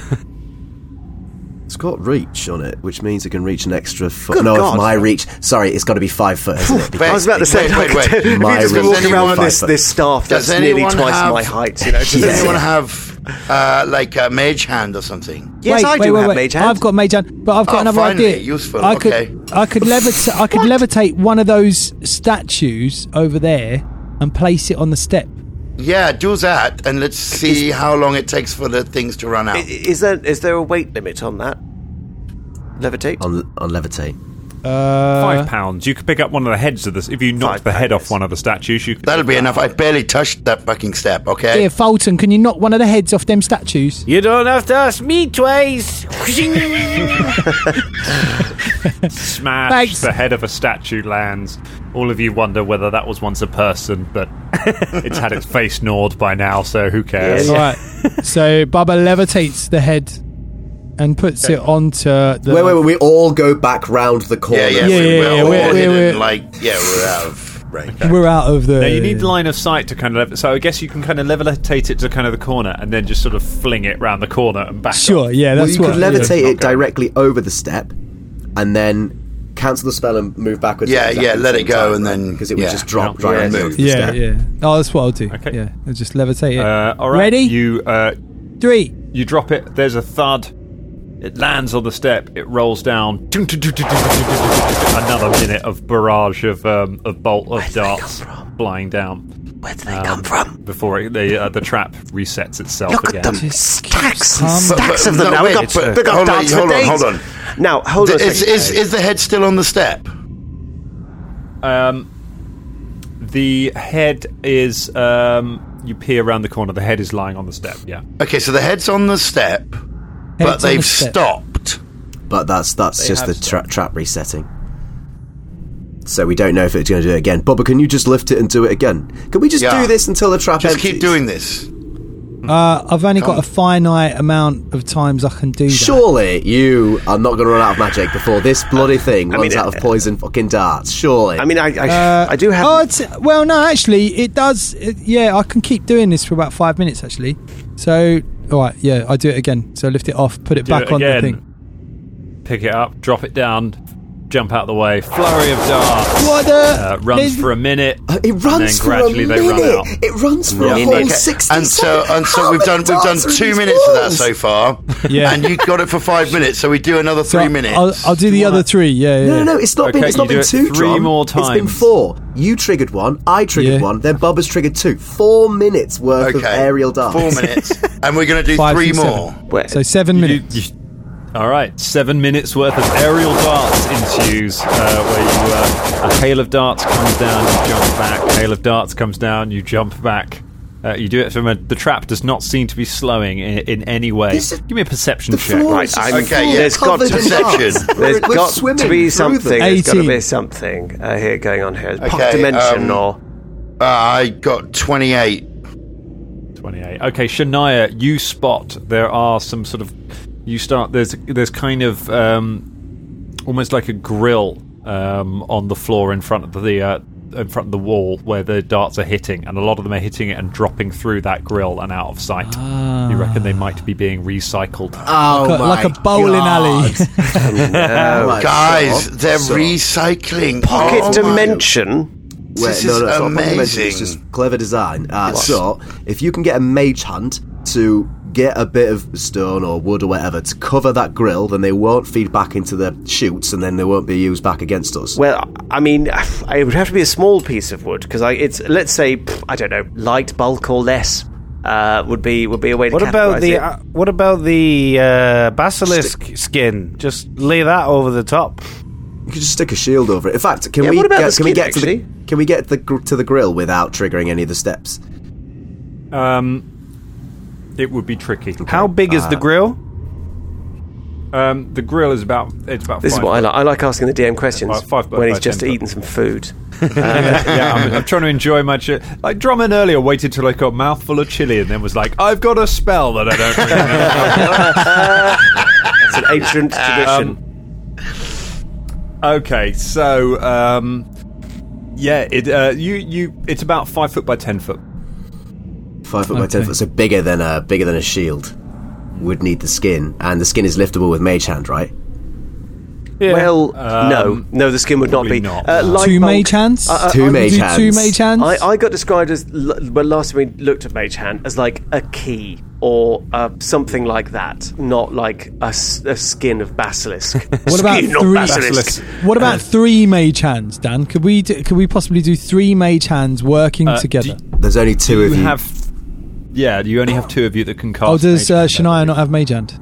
[SPEAKER 8] It's got reach on it, which means it can reach an extra foot.
[SPEAKER 3] Good
[SPEAKER 8] no,
[SPEAKER 3] God.
[SPEAKER 8] it's my reach. Sorry, it's got to be five foot, hasn't it?
[SPEAKER 3] I was about to say,
[SPEAKER 8] Because-
[SPEAKER 3] like, if you've
[SPEAKER 8] My
[SPEAKER 3] just been
[SPEAKER 8] reach
[SPEAKER 3] walking
[SPEAKER 8] is
[SPEAKER 3] around with
[SPEAKER 8] five
[SPEAKER 3] this,
[SPEAKER 8] foot.
[SPEAKER 3] this staff that's nearly
[SPEAKER 5] anyone
[SPEAKER 3] twice
[SPEAKER 5] have-
[SPEAKER 3] my height, you know,
[SPEAKER 5] Does anyone have uh, like a mage hand or something?
[SPEAKER 1] Wait, wait, wait, wait. I've got mage hand, but I've got
[SPEAKER 5] Oh,
[SPEAKER 1] another
[SPEAKER 5] finally,
[SPEAKER 1] idea.
[SPEAKER 5] useful,
[SPEAKER 1] I could,
[SPEAKER 5] okay.
[SPEAKER 1] I could levitate. I could levitate one of those statues over there and place it on the step.
[SPEAKER 5] Yeah, do that, and let's see how long it takes for the things to run out.
[SPEAKER 3] Is there is there a weight limit on that? Levitate.
[SPEAKER 8] On, on levitate.
[SPEAKER 3] uh,
[SPEAKER 9] Five pounds. You could pick up one of the heads of this if you knocked the head off one of the statues. You could
[SPEAKER 5] That'll be enough. I barely touched that fucking step. Okay.
[SPEAKER 1] Here, Fulton, can you knock one of the heads off them statues?
[SPEAKER 11] You don't have to ask me twice.
[SPEAKER 9] smash
[SPEAKER 1] Thanks.
[SPEAKER 9] the head of a statue lands. All of you wonder whether that was once a person, but it's had its face gnawed by now, so who cares?
[SPEAKER 1] All right. so Baba levitates the head and puts it onto the.
[SPEAKER 8] Wait, wait, wait. We all go back round the corner.
[SPEAKER 1] Yeah, yeah, Yeah, we- yeah, we're yeah, all we're- in we're- and, we're-
[SPEAKER 5] like, yeah, we're out of range.
[SPEAKER 1] We're out of the.
[SPEAKER 9] Now you need line of sight to kind of level. So I guess you can kind of levitate it to kind of the corner and then just sort of fling it round the corner and back.
[SPEAKER 1] Sure,
[SPEAKER 9] up.
[SPEAKER 1] yeah,
[SPEAKER 8] Well, you could levitate it directly over the step, and then cancel the spell and move backwards.
[SPEAKER 5] Yeah, yeah, let it go and then-
[SPEAKER 8] because it would
[SPEAKER 5] yeah.
[SPEAKER 8] just drop
[SPEAKER 5] Yeah.
[SPEAKER 8] right on
[SPEAKER 5] Yeah.
[SPEAKER 8] the
[SPEAKER 1] Yeah,
[SPEAKER 8] step.
[SPEAKER 1] yeah. Oh, that's what I'll do. Okay. Yeah, I'll just levitate it.
[SPEAKER 9] Uh, all right.
[SPEAKER 1] Ready?
[SPEAKER 9] You uh,
[SPEAKER 1] three.
[SPEAKER 9] You drop it. There's a thud. It lands on the step. It rolls down. Another minute of barrage of um, of bolt of darts flying down.
[SPEAKER 3] Where do
[SPEAKER 9] they
[SPEAKER 8] Um,
[SPEAKER 9] come from? Before it, the uh, the trap resets itself.
[SPEAKER 3] Look
[SPEAKER 9] again.
[SPEAKER 3] at them. Stacks and
[SPEAKER 9] calm
[SPEAKER 3] stacks
[SPEAKER 9] down.
[SPEAKER 3] of them
[SPEAKER 9] No,
[SPEAKER 3] now.
[SPEAKER 9] wait,
[SPEAKER 3] They've
[SPEAKER 9] it's,
[SPEAKER 3] got,
[SPEAKER 9] uh,
[SPEAKER 3] they've got
[SPEAKER 9] hold on,
[SPEAKER 3] darts for
[SPEAKER 9] hold on,
[SPEAKER 3] days.
[SPEAKER 9] hold on.
[SPEAKER 3] Now, hold on a
[SPEAKER 5] Is,
[SPEAKER 3] second.
[SPEAKER 5] is, is the head still on the step?
[SPEAKER 9] Um, the head is. Um, you peer around the corner. The head is lying on the step. Yeah.
[SPEAKER 5] Okay, so the head's on the step,
[SPEAKER 9] Head's
[SPEAKER 5] but
[SPEAKER 9] on the
[SPEAKER 5] they've
[SPEAKER 9] step.
[SPEAKER 5] stopped.
[SPEAKER 8] but that's that's
[SPEAKER 13] They
[SPEAKER 8] just the
[SPEAKER 13] have
[SPEAKER 8] tra- trap resetting. So we don't know if it's going to do it again. Bubba, can you just lift it and do it again? Can we just
[SPEAKER 5] Yeah.
[SPEAKER 8] do this until the trap
[SPEAKER 5] Just
[SPEAKER 8] empties?
[SPEAKER 5] keep doing this.
[SPEAKER 1] Uh, I've only got a finite amount of times I can do that.
[SPEAKER 8] Surely you are not going to run out of magic before
[SPEAKER 5] Uh,
[SPEAKER 8] this bloody thing
[SPEAKER 1] I
[SPEAKER 8] runs
[SPEAKER 1] mean,
[SPEAKER 8] out of poison fucking darts. Surely. I mean, I I,
[SPEAKER 1] Uh,
[SPEAKER 8] do have.
[SPEAKER 1] Oh, it's, well, no, actually, it does. It, yeah, I can keep doing this for about five minutes, actually. So, all right, yeah, I do it again. So lift it off, put it
[SPEAKER 9] Do
[SPEAKER 1] back
[SPEAKER 9] it
[SPEAKER 1] on the
[SPEAKER 9] again.
[SPEAKER 1] thing.
[SPEAKER 9] Pick it up, drop it down, jump out the way. Flurry of darts.
[SPEAKER 1] What the-
[SPEAKER 9] Uh, runs
[SPEAKER 1] There's-
[SPEAKER 9] for a minute.
[SPEAKER 8] Uh, It
[SPEAKER 9] and then gradually they run out.
[SPEAKER 8] It runs
[SPEAKER 9] for a whole
[SPEAKER 5] And so, and so we've done we've done two minutes of that so far.
[SPEAKER 1] Yeah.
[SPEAKER 5] And you got it for five minutes, so we do another three minutes.
[SPEAKER 1] I'll, I'll do, the other three. Yeah, yeah.
[SPEAKER 8] No, no, no! It's not been. It's not been two. John. It's been four. You triggered one. I triggered one. Then Bubba's triggered two. Four minutes worth of aerial darts.
[SPEAKER 5] Four minutes, and we're going to do
[SPEAKER 8] Five
[SPEAKER 5] three
[SPEAKER 8] and
[SPEAKER 5] more.
[SPEAKER 1] So seven
[SPEAKER 9] minutes. all right, seven minutes worth of aerial darts ensues, uh, where you uh, a hail of darts comes down, you jump back. Hail of darts comes down, you jump back. Uh, you do it from a. The trap does not seem to be slowing in, in any way.
[SPEAKER 3] This
[SPEAKER 9] Give me a perception check.
[SPEAKER 3] Right, I'm, there's got to There's got to be something. There's got to be something uh, here going on here. Pocket dimension
[SPEAKER 5] um,
[SPEAKER 3] or
[SPEAKER 5] Uh, I got twenty-eight.
[SPEAKER 9] 28. Okay, Shania, you spot there are some sort of you start there's there's kind of um, almost like a grill um, on the floor in front of the uh, in front of the wall where the darts are hitting, and a lot of them are hitting it and dropping through that grill and out of sight. You reckon they might be being recycled?
[SPEAKER 5] Oh
[SPEAKER 1] like, a, like a bowling alley.
[SPEAKER 5] Oh,
[SPEAKER 9] my
[SPEAKER 5] guys,
[SPEAKER 9] God.
[SPEAKER 5] they're
[SPEAKER 9] So-
[SPEAKER 5] recycling
[SPEAKER 3] pocket
[SPEAKER 5] Oh my-
[SPEAKER 3] dimension.
[SPEAKER 5] This
[SPEAKER 8] no,
[SPEAKER 5] is
[SPEAKER 8] no, it's not a proper dimension,
[SPEAKER 5] amazing.
[SPEAKER 8] It's just clever design. Uh,
[SPEAKER 5] Yes.
[SPEAKER 8] so, if you can get a mage hand to get a bit of stone or wood or whatever to cover that grill, then they won't feed back into the chutes, and then they won't be used back against us.
[SPEAKER 3] Well, I mean, it would have to be a small piece of wood because it's let's say pff, I don't know light bulk or less uh, would be would be a way to.
[SPEAKER 6] What about
[SPEAKER 3] categorise
[SPEAKER 6] the
[SPEAKER 3] it.
[SPEAKER 6] uh, what about the uh, basilisk skin? Just lay that over the top.
[SPEAKER 8] You could just stick a shield over it. In fact, can
[SPEAKER 6] Yeah,
[SPEAKER 8] we
[SPEAKER 6] what about
[SPEAKER 8] get,
[SPEAKER 6] the
[SPEAKER 8] can we
[SPEAKER 6] skin,
[SPEAKER 8] get to the can we get the gr- to the grill without triggering any of the steps?
[SPEAKER 9] Um, it would be tricky.
[SPEAKER 6] How big is the grill?
[SPEAKER 9] Um, the grill is about it's about.
[SPEAKER 3] This is
[SPEAKER 9] five
[SPEAKER 3] what I like. I like asking the DM questions
[SPEAKER 9] Five- five by-
[SPEAKER 3] when
[SPEAKER 9] by
[SPEAKER 3] he's just
[SPEAKER 9] ten foot.
[SPEAKER 3] eaten some food.
[SPEAKER 9] yeah, yeah, I'm, I'm trying to enjoy my chili. Like Drummond earlier waited till I got a mouthful of chili and then was like, I've got a spell that I don't really know.
[SPEAKER 3] it's an ancient
[SPEAKER 9] tradition. okay, so um, yeah, it uh, you you it's about five foot by ten foot.
[SPEAKER 8] Five foot by ten
[SPEAKER 9] Okay.
[SPEAKER 8] foot, so bigger than a bigger than a shield. Would need the skin, and the skin is liftable with mage hand, right?
[SPEAKER 3] Well, no,
[SPEAKER 8] Um,
[SPEAKER 3] no, the skin would not be. Uh, light
[SPEAKER 1] Two
[SPEAKER 3] bulb-
[SPEAKER 1] mage hands?
[SPEAKER 8] Two
[SPEAKER 3] would
[SPEAKER 8] mage
[SPEAKER 3] do
[SPEAKER 8] hands.
[SPEAKER 3] I, I got described as l- well last time we looked at mage hand as like a key or uh, something like that, not like a, s- a skin of basilisk.
[SPEAKER 1] What about
[SPEAKER 3] skin of
[SPEAKER 1] three?
[SPEAKER 3] basilisk?
[SPEAKER 1] What about three mage hands, Dan? Could we do, could we possibly do three mage hands working
[SPEAKER 9] Uh,
[SPEAKER 1] together?
[SPEAKER 8] There's only two
[SPEAKER 9] you
[SPEAKER 8] of you.
[SPEAKER 9] Have, yeah, you only have two of you that can cast.
[SPEAKER 1] oh, does
[SPEAKER 9] magic.
[SPEAKER 1] uh, Shania not have mage hand?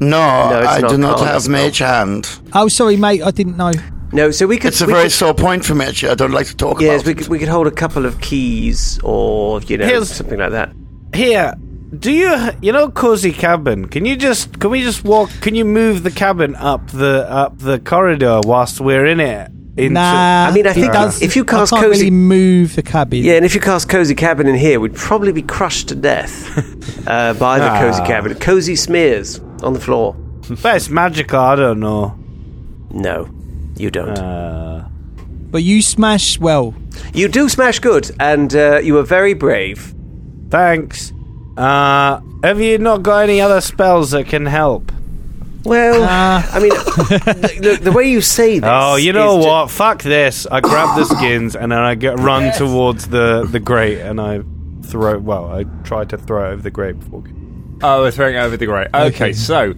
[SPEAKER 5] No,
[SPEAKER 9] it's
[SPEAKER 5] I
[SPEAKER 9] not
[SPEAKER 5] do not
[SPEAKER 9] called a
[SPEAKER 5] have
[SPEAKER 9] spell.
[SPEAKER 5] mage hand.
[SPEAKER 1] Oh, sorry, mate, I didn't know.
[SPEAKER 3] No, so we could.
[SPEAKER 5] It's a
[SPEAKER 3] we
[SPEAKER 5] very
[SPEAKER 3] could-
[SPEAKER 5] sore point for me. Actually, I don't like to talk
[SPEAKER 3] Yes,
[SPEAKER 5] about.
[SPEAKER 3] we could, we could hold a couple of keys or you know
[SPEAKER 6] Here's-
[SPEAKER 3] something like that.
[SPEAKER 6] Here, do you you know cozy cabin? Can you just can we just walk? Can you move the cabin up the up the corridor whilst we're in it? Into,
[SPEAKER 1] Nah, it does- I can't really move the cabin.
[SPEAKER 3] Yeah, and if you cast Cozy Cabin in here, we'd probably be crushed to death uh, by the Cozy
[SPEAKER 6] Ah.
[SPEAKER 3] Cabin. Cozy smears on the floor.
[SPEAKER 6] But it's magical. I don't know.
[SPEAKER 3] No, you don't.
[SPEAKER 1] But you smash well.
[SPEAKER 3] You do smash good, and uh, you were very brave.
[SPEAKER 6] Thanks. Uh, have you not got any other spells that can help?
[SPEAKER 3] Well, I mean, the, look, the way you say this.
[SPEAKER 6] Oh, you know
[SPEAKER 3] is ju-
[SPEAKER 6] what? Fuck this! I grab the skins and then I get run
[SPEAKER 3] Yes.
[SPEAKER 6] towards the the grate and I throw. Well, I tried to throw it over the grate before.
[SPEAKER 9] Oh, we're throwing it over the grate. Okay, so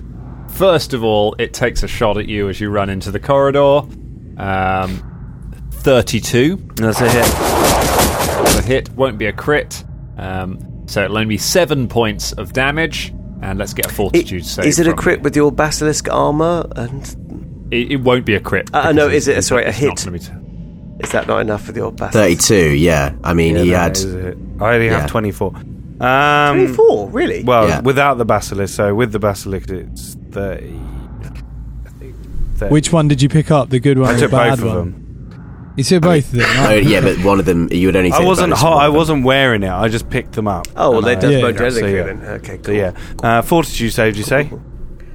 [SPEAKER 9] first of all, it takes a shot at you as you run into the corridor. Um, thirty-two.
[SPEAKER 3] That's a hit.
[SPEAKER 9] That's a hit. Won't be a crit. Um, so it'll only be seven points of damage, and let's get a fortitude save.
[SPEAKER 3] Is it a
[SPEAKER 9] from
[SPEAKER 3] crit with your basilisk armor? And
[SPEAKER 9] you. It, it won't be a crit.
[SPEAKER 3] uh, no,
[SPEAKER 9] because
[SPEAKER 3] is it? uh, Sorry, a
[SPEAKER 9] it's not
[SPEAKER 3] hit.
[SPEAKER 9] gonna be t-
[SPEAKER 3] Is that not enough with your basilisk?
[SPEAKER 8] Thirty-two. Yeah, I mean he
[SPEAKER 6] Yeah,
[SPEAKER 8] had.
[SPEAKER 6] that is it. I only
[SPEAKER 8] Yeah.
[SPEAKER 6] have twenty four. Um,
[SPEAKER 3] 24, really?
[SPEAKER 6] Well,
[SPEAKER 8] Yeah.
[SPEAKER 6] without the basilisk, so with the basilisk, it's thirty. I think. thing.
[SPEAKER 1] Which one did you pick up? The good one
[SPEAKER 6] I
[SPEAKER 1] or the
[SPEAKER 6] took
[SPEAKER 1] bad
[SPEAKER 6] both of
[SPEAKER 1] one? You took both of them.
[SPEAKER 8] oh,
[SPEAKER 1] right?
[SPEAKER 8] yeah, but one of them you would only.
[SPEAKER 6] I
[SPEAKER 8] say
[SPEAKER 6] wasn't
[SPEAKER 8] bonus
[SPEAKER 6] hot.
[SPEAKER 8] one.
[SPEAKER 6] I wasn't wearing it. I just picked them up.
[SPEAKER 3] Oh, well,
[SPEAKER 6] And
[SPEAKER 3] that
[SPEAKER 6] I-
[SPEAKER 3] does
[SPEAKER 6] Yeah.
[SPEAKER 3] both technically
[SPEAKER 6] yeah.
[SPEAKER 3] then. Okay,
[SPEAKER 6] So, yeah. Uh, fortitude save, do you say?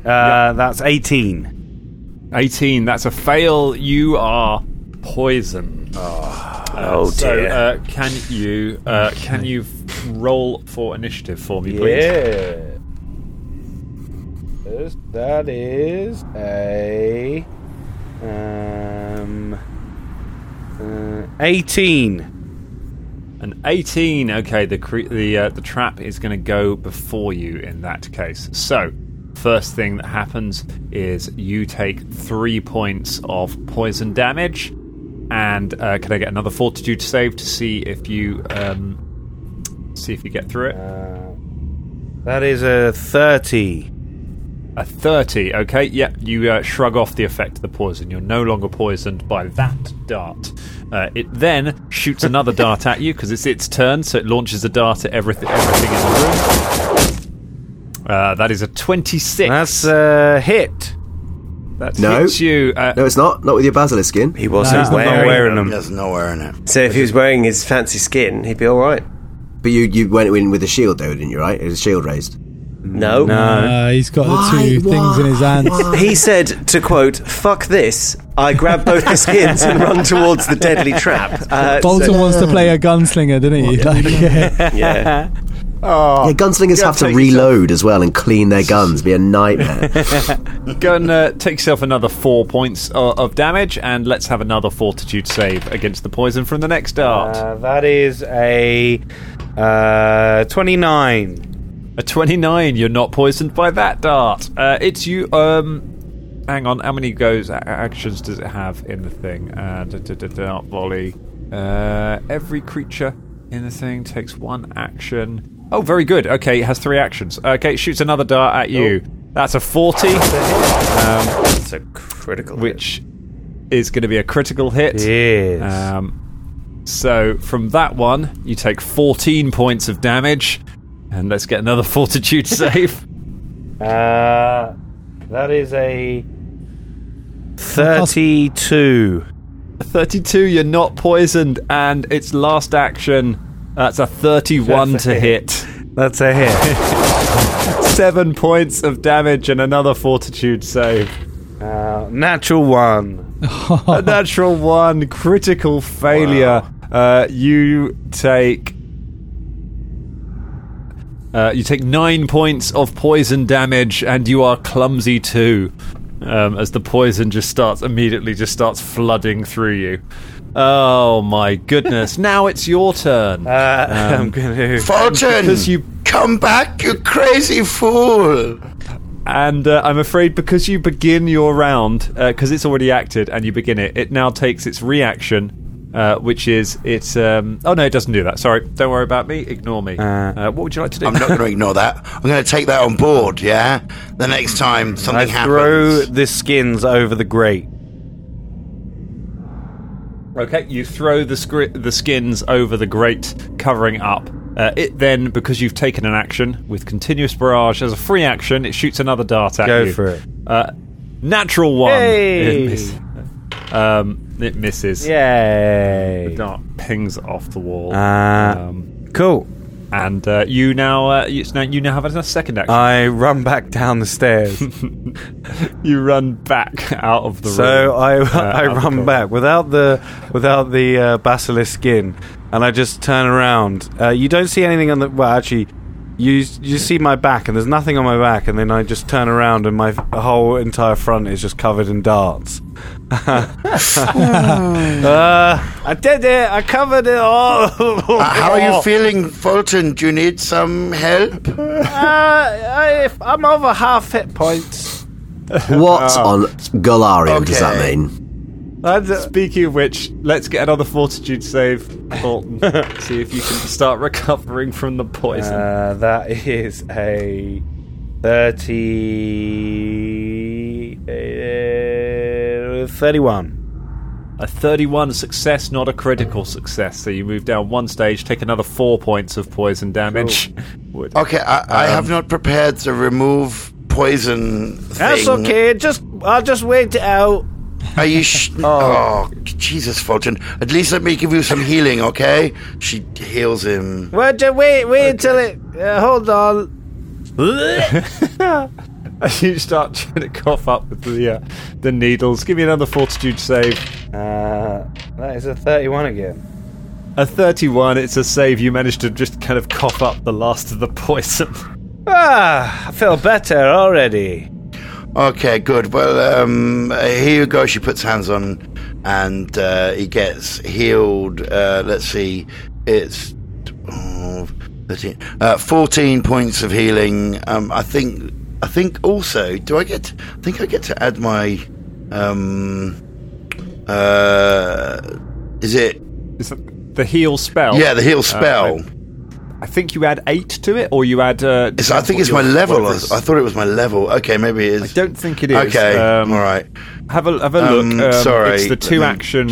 [SPEAKER 6] Uh, That's 18.
[SPEAKER 2] 18. That's a fail. You are poisoned. Oh,
[SPEAKER 6] Oh,
[SPEAKER 2] so,
[SPEAKER 6] dear.
[SPEAKER 2] uh, can you uh, can you f- roll for initiative for me, please?
[SPEAKER 6] Yes, That is a um, uh, 18.
[SPEAKER 2] An 18. Okay, the cre- the uh, the trap is going to go before you in that case. So, first thing that happens is you take three points of poison damage, and uh, can I get another fortitude save to see if you um, see if you get through it?
[SPEAKER 6] that is a 30.
[SPEAKER 2] A 30. Okay, yeah, you uh, shrug off the effect of the poison. You're no longer poisoned by that dart. Uh, it then shoots another dart at you because it's its turn, so it launches a dart at everything, everything in the room. Uh, that is a 26.
[SPEAKER 6] That's a hit.
[SPEAKER 2] That
[SPEAKER 8] uh, No.
[SPEAKER 2] hits you. Uh,
[SPEAKER 8] no, it's not. Not with your basilisk skin. He
[SPEAKER 3] wasn't No, he's not wearing wearing them. them.
[SPEAKER 5] There's no wearing it.
[SPEAKER 3] uh, So if he was wearing his fancy skin, he'd be all right.
[SPEAKER 8] But you you went in with a shield though, didn't you? Right? It was shield raised.
[SPEAKER 3] No.
[SPEAKER 1] Uh, he's got the two things in his hand.
[SPEAKER 3] He said, to quote, fuck this, I grab both the skins and run towards the deadly trap. Uh,
[SPEAKER 1] Bolton
[SPEAKER 3] so-
[SPEAKER 1] wants to play a gunslinger, didn't he? Like, yeah.
[SPEAKER 3] Yeah.
[SPEAKER 6] Ah.
[SPEAKER 8] yeah, gunslingers have to reload as well and clean their guns. Be a nightmare.
[SPEAKER 2] Go and uh, take yourself another four points uh, of damage, and let's have another fortitude save against the poison from the next dart.
[SPEAKER 6] Uh, that is a uh, 29.
[SPEAKER 2] A 29, you're not poisoned by that dart. Uh, it's you. Um, hang on, how many goes a- actions does it have in the thing? Uh, da, da, da, da, volley. Uh, every creature in the thing takes one action. Oh, very good. Okay, it has three actions. Okay, it shoots another dart at you. That's a 40. Um, That's
[SPEAKER 3] a critical
[SPEAKER 2] Which is going to be a critical hit.
[SPEAKER 6] Yes.
[SPEAKER 2] Um, so from that one, you take 14 points of damage. And let's get another fortitude save.
[SPEAKER 6] Uh, that is a 32.
[SPEAKER 2] 32, you're not poisoned. And its last action, that's a 31
[SPEAKER 6] That's a
[SPEAKER 2] to
[SPEAKER 6] hit.
[SPEAKER 2] hit.
[SPEAKER 6] That's a
[SPEAKER 2] hit. Seven points of damage and another fortitude save.
[SPEAKER 6] Uh, natural one.
[SPEAKER 2] a natural one, critical failure. Uh, you take. Uh, you take nine points of poison damage, and you are clumsy too, um, as the poison just starts immediately just starts flooding through you. Oh my goodness! now it's your turn.
[SPEAKER 6] Uh,
[SPEAKER 3] Um,
[SPEAKER 2] I'm
[SPEAKER 6] gonna
[SPEAKER 5] Fortune,
[SPEAKER 2] because you
[SPEAKER 5] come back, you crazy fool.
[SPEAKER 2] And uh, I'm afraid because you begin your round, because it's already acted and you begin it, it now takes its reaction, uh, which is it's. Um, oh no, it doesn't do that. Sorry, don't worry about me. Ignore me. Uh, what would you like to do?
[SPEAKER 5] I'm not going to ignore that. I'm going to take that on board. Yeah, the next time something
[SPEAKER 6] I
[SPEAKER 5] happens. Uh,
[SPEAKER 6] throw the skins over the grate.
[SPEAKER 2] Okay, you throw the scri- the skins over the grate, covering up. Uh, it then, because you've taken an action with continuous barrage as a free action, it shoots another dart at
[SPEAKER 6] Go
[SPEAKER 2] you.
[SPEAKER 6] for it.
[SPEAKER 2] Uh, natural one.
[SPEAKER 6] Hey!
[SPEAKER 2] It, miss- um, it misses.
[SPEAKER 6] Yay!
[SPEAKER 2] The dart pings off the wall. Um,
[SPEAKER 6] Uh, cool.
[SPEAKER 2] And uh, you now, uh, you, now you now have a second action.
[SPEAKER 6] I run back down the stairs.
[SPEAKER 2] you run back out of the room.
[SPEAKER 6] so I,
[SPEAKER 2] Uh,
[SPEAKER 6] I
[SPEAKER 2] out of the
[SPEAKER 6] run
[SPEAKER 2] corridor.
[SPEAKER 6] back without the without the uh, basilisk skin, and I just turn around. Uh, you don't see anything on the well, actually. You you see my back, and there's nothing on my back, and then I just turn around, and my f- whole entire front is just covered in darts. uh, I did it. I covered it all.
[SPEAKER 5] Uh, how are you feeling, Fulton? Do you need some help?
[SPEAKER 6] uh, I, am over half hit points. Ah.
[SPEAKER 8] What on Galarian does that
[SPEAKER 5] Okay.
[SPEAKER 8] mean?
[SPEAKER 2] Speaking of which, let's get another fortitude save, Bolton. see if you can start recovering from the poison.
[SPEAKER 6] Uh, that is a 30. Uh, 31.
[SPEAKER 2] a 31 success, not a critical success. So you move down one stage, take another four points of poison damage. Would-
[SPEAKER 5] Okay, I, I have not prepared to remove poison thing.
[SPEAKER 12] That's okay. Just I'll just wait it out.
[SPEAKER 5] Are you? Sh- oh. Jesus, Fulton. At least let me give you some healing, okay? She heals him.
[SPEAKER 12] Well, just wait, wait until it. Uh, hold on.
[SPEAKER 6] uh,
[SPEAKER 9] you start trying to cough up with the uh, the needles. Give me another fortitude save.
[SPEAKER 10] Uh, that is a 31 again.
[SPEAKER 9] A 31, it's a save. You managed to just kind of cough up the last of the poison.
[SPEAKER 10] Ah, I feel better already.
[SPEAKER 5] Okay, good. Well, um, here you go. She puts hands on, and uh, he gets healed. Uh, let's see, it's oh, 13, uh, fourteen points of healing. Um, I think. I think also. Do I get? I think I get to add my. Um, uh, is it?
[SPEAKER 9] Is it the heal spell?
[SPEAKER 5] Yeah, the heal spell.
[SPEAKER 9] Oh. Uh, I think you add eight to it, or you add. Uh,
[SPEAKER 5] It's- I think it's my
[SPEAKER 9] your-
[SPEAKER 5] level.
[SPEAKER 9] whatever
[SPEAKER 5] I,
[SPEAKER 9] it is.
[SPEAKER 5] I thought it was my level. Okay, maybe it is. I
[SPEAKER 9] don't think it is.
[SPEAKER 5] Okay,
[SPEAKER 9] Um,
[SPEAKER 5] all right.
[SPEAKER 9] Have a have a look.
[SPEAKER 5] Um,
[SPEAKER 9] Um,
[SPEAKER 5] sorry,
[SPEAKER 9] it's the
[SPEAKER 5] let
[SPEAKER 9] two
[SPEAKER 3] Um,
[SPEAKER 5] me
[SPEAKER 9] action.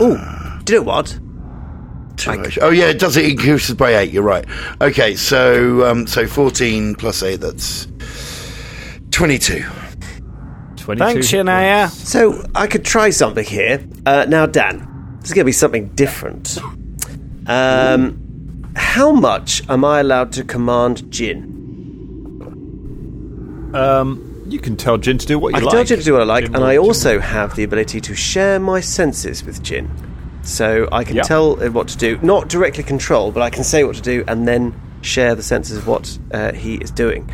[SPEAKER 5] Oh,
[SPEAKER 3] do you know what?
[SPEAKER 5] Too much. Oh yeah, it does it increases by eight. You're right. Okay, so um, so fourteen plus eight. That's twenty-two.
[SPEAKER 3] Thanks,
[SPEAKER 11] Shania.
[SPEAKER 3] So I could try something here. Uh, now, Dan, this is going to be something different. Um, how much am I allowed to command Jin?
[SPEAKER 9] Um, you can tell Jin to do what you
[SPEAKER 3] I can
[SPEAKER 9] like.
[SPEAKER 3] tell Jin to do what I like, and I also have the ability to share my senses with Jin. So I can
[SPEAKER 11] Yep.
[SPEAKER 3] tell it what to do, not directly control, but I can say what to do and then share the senses of what uh, he is doing.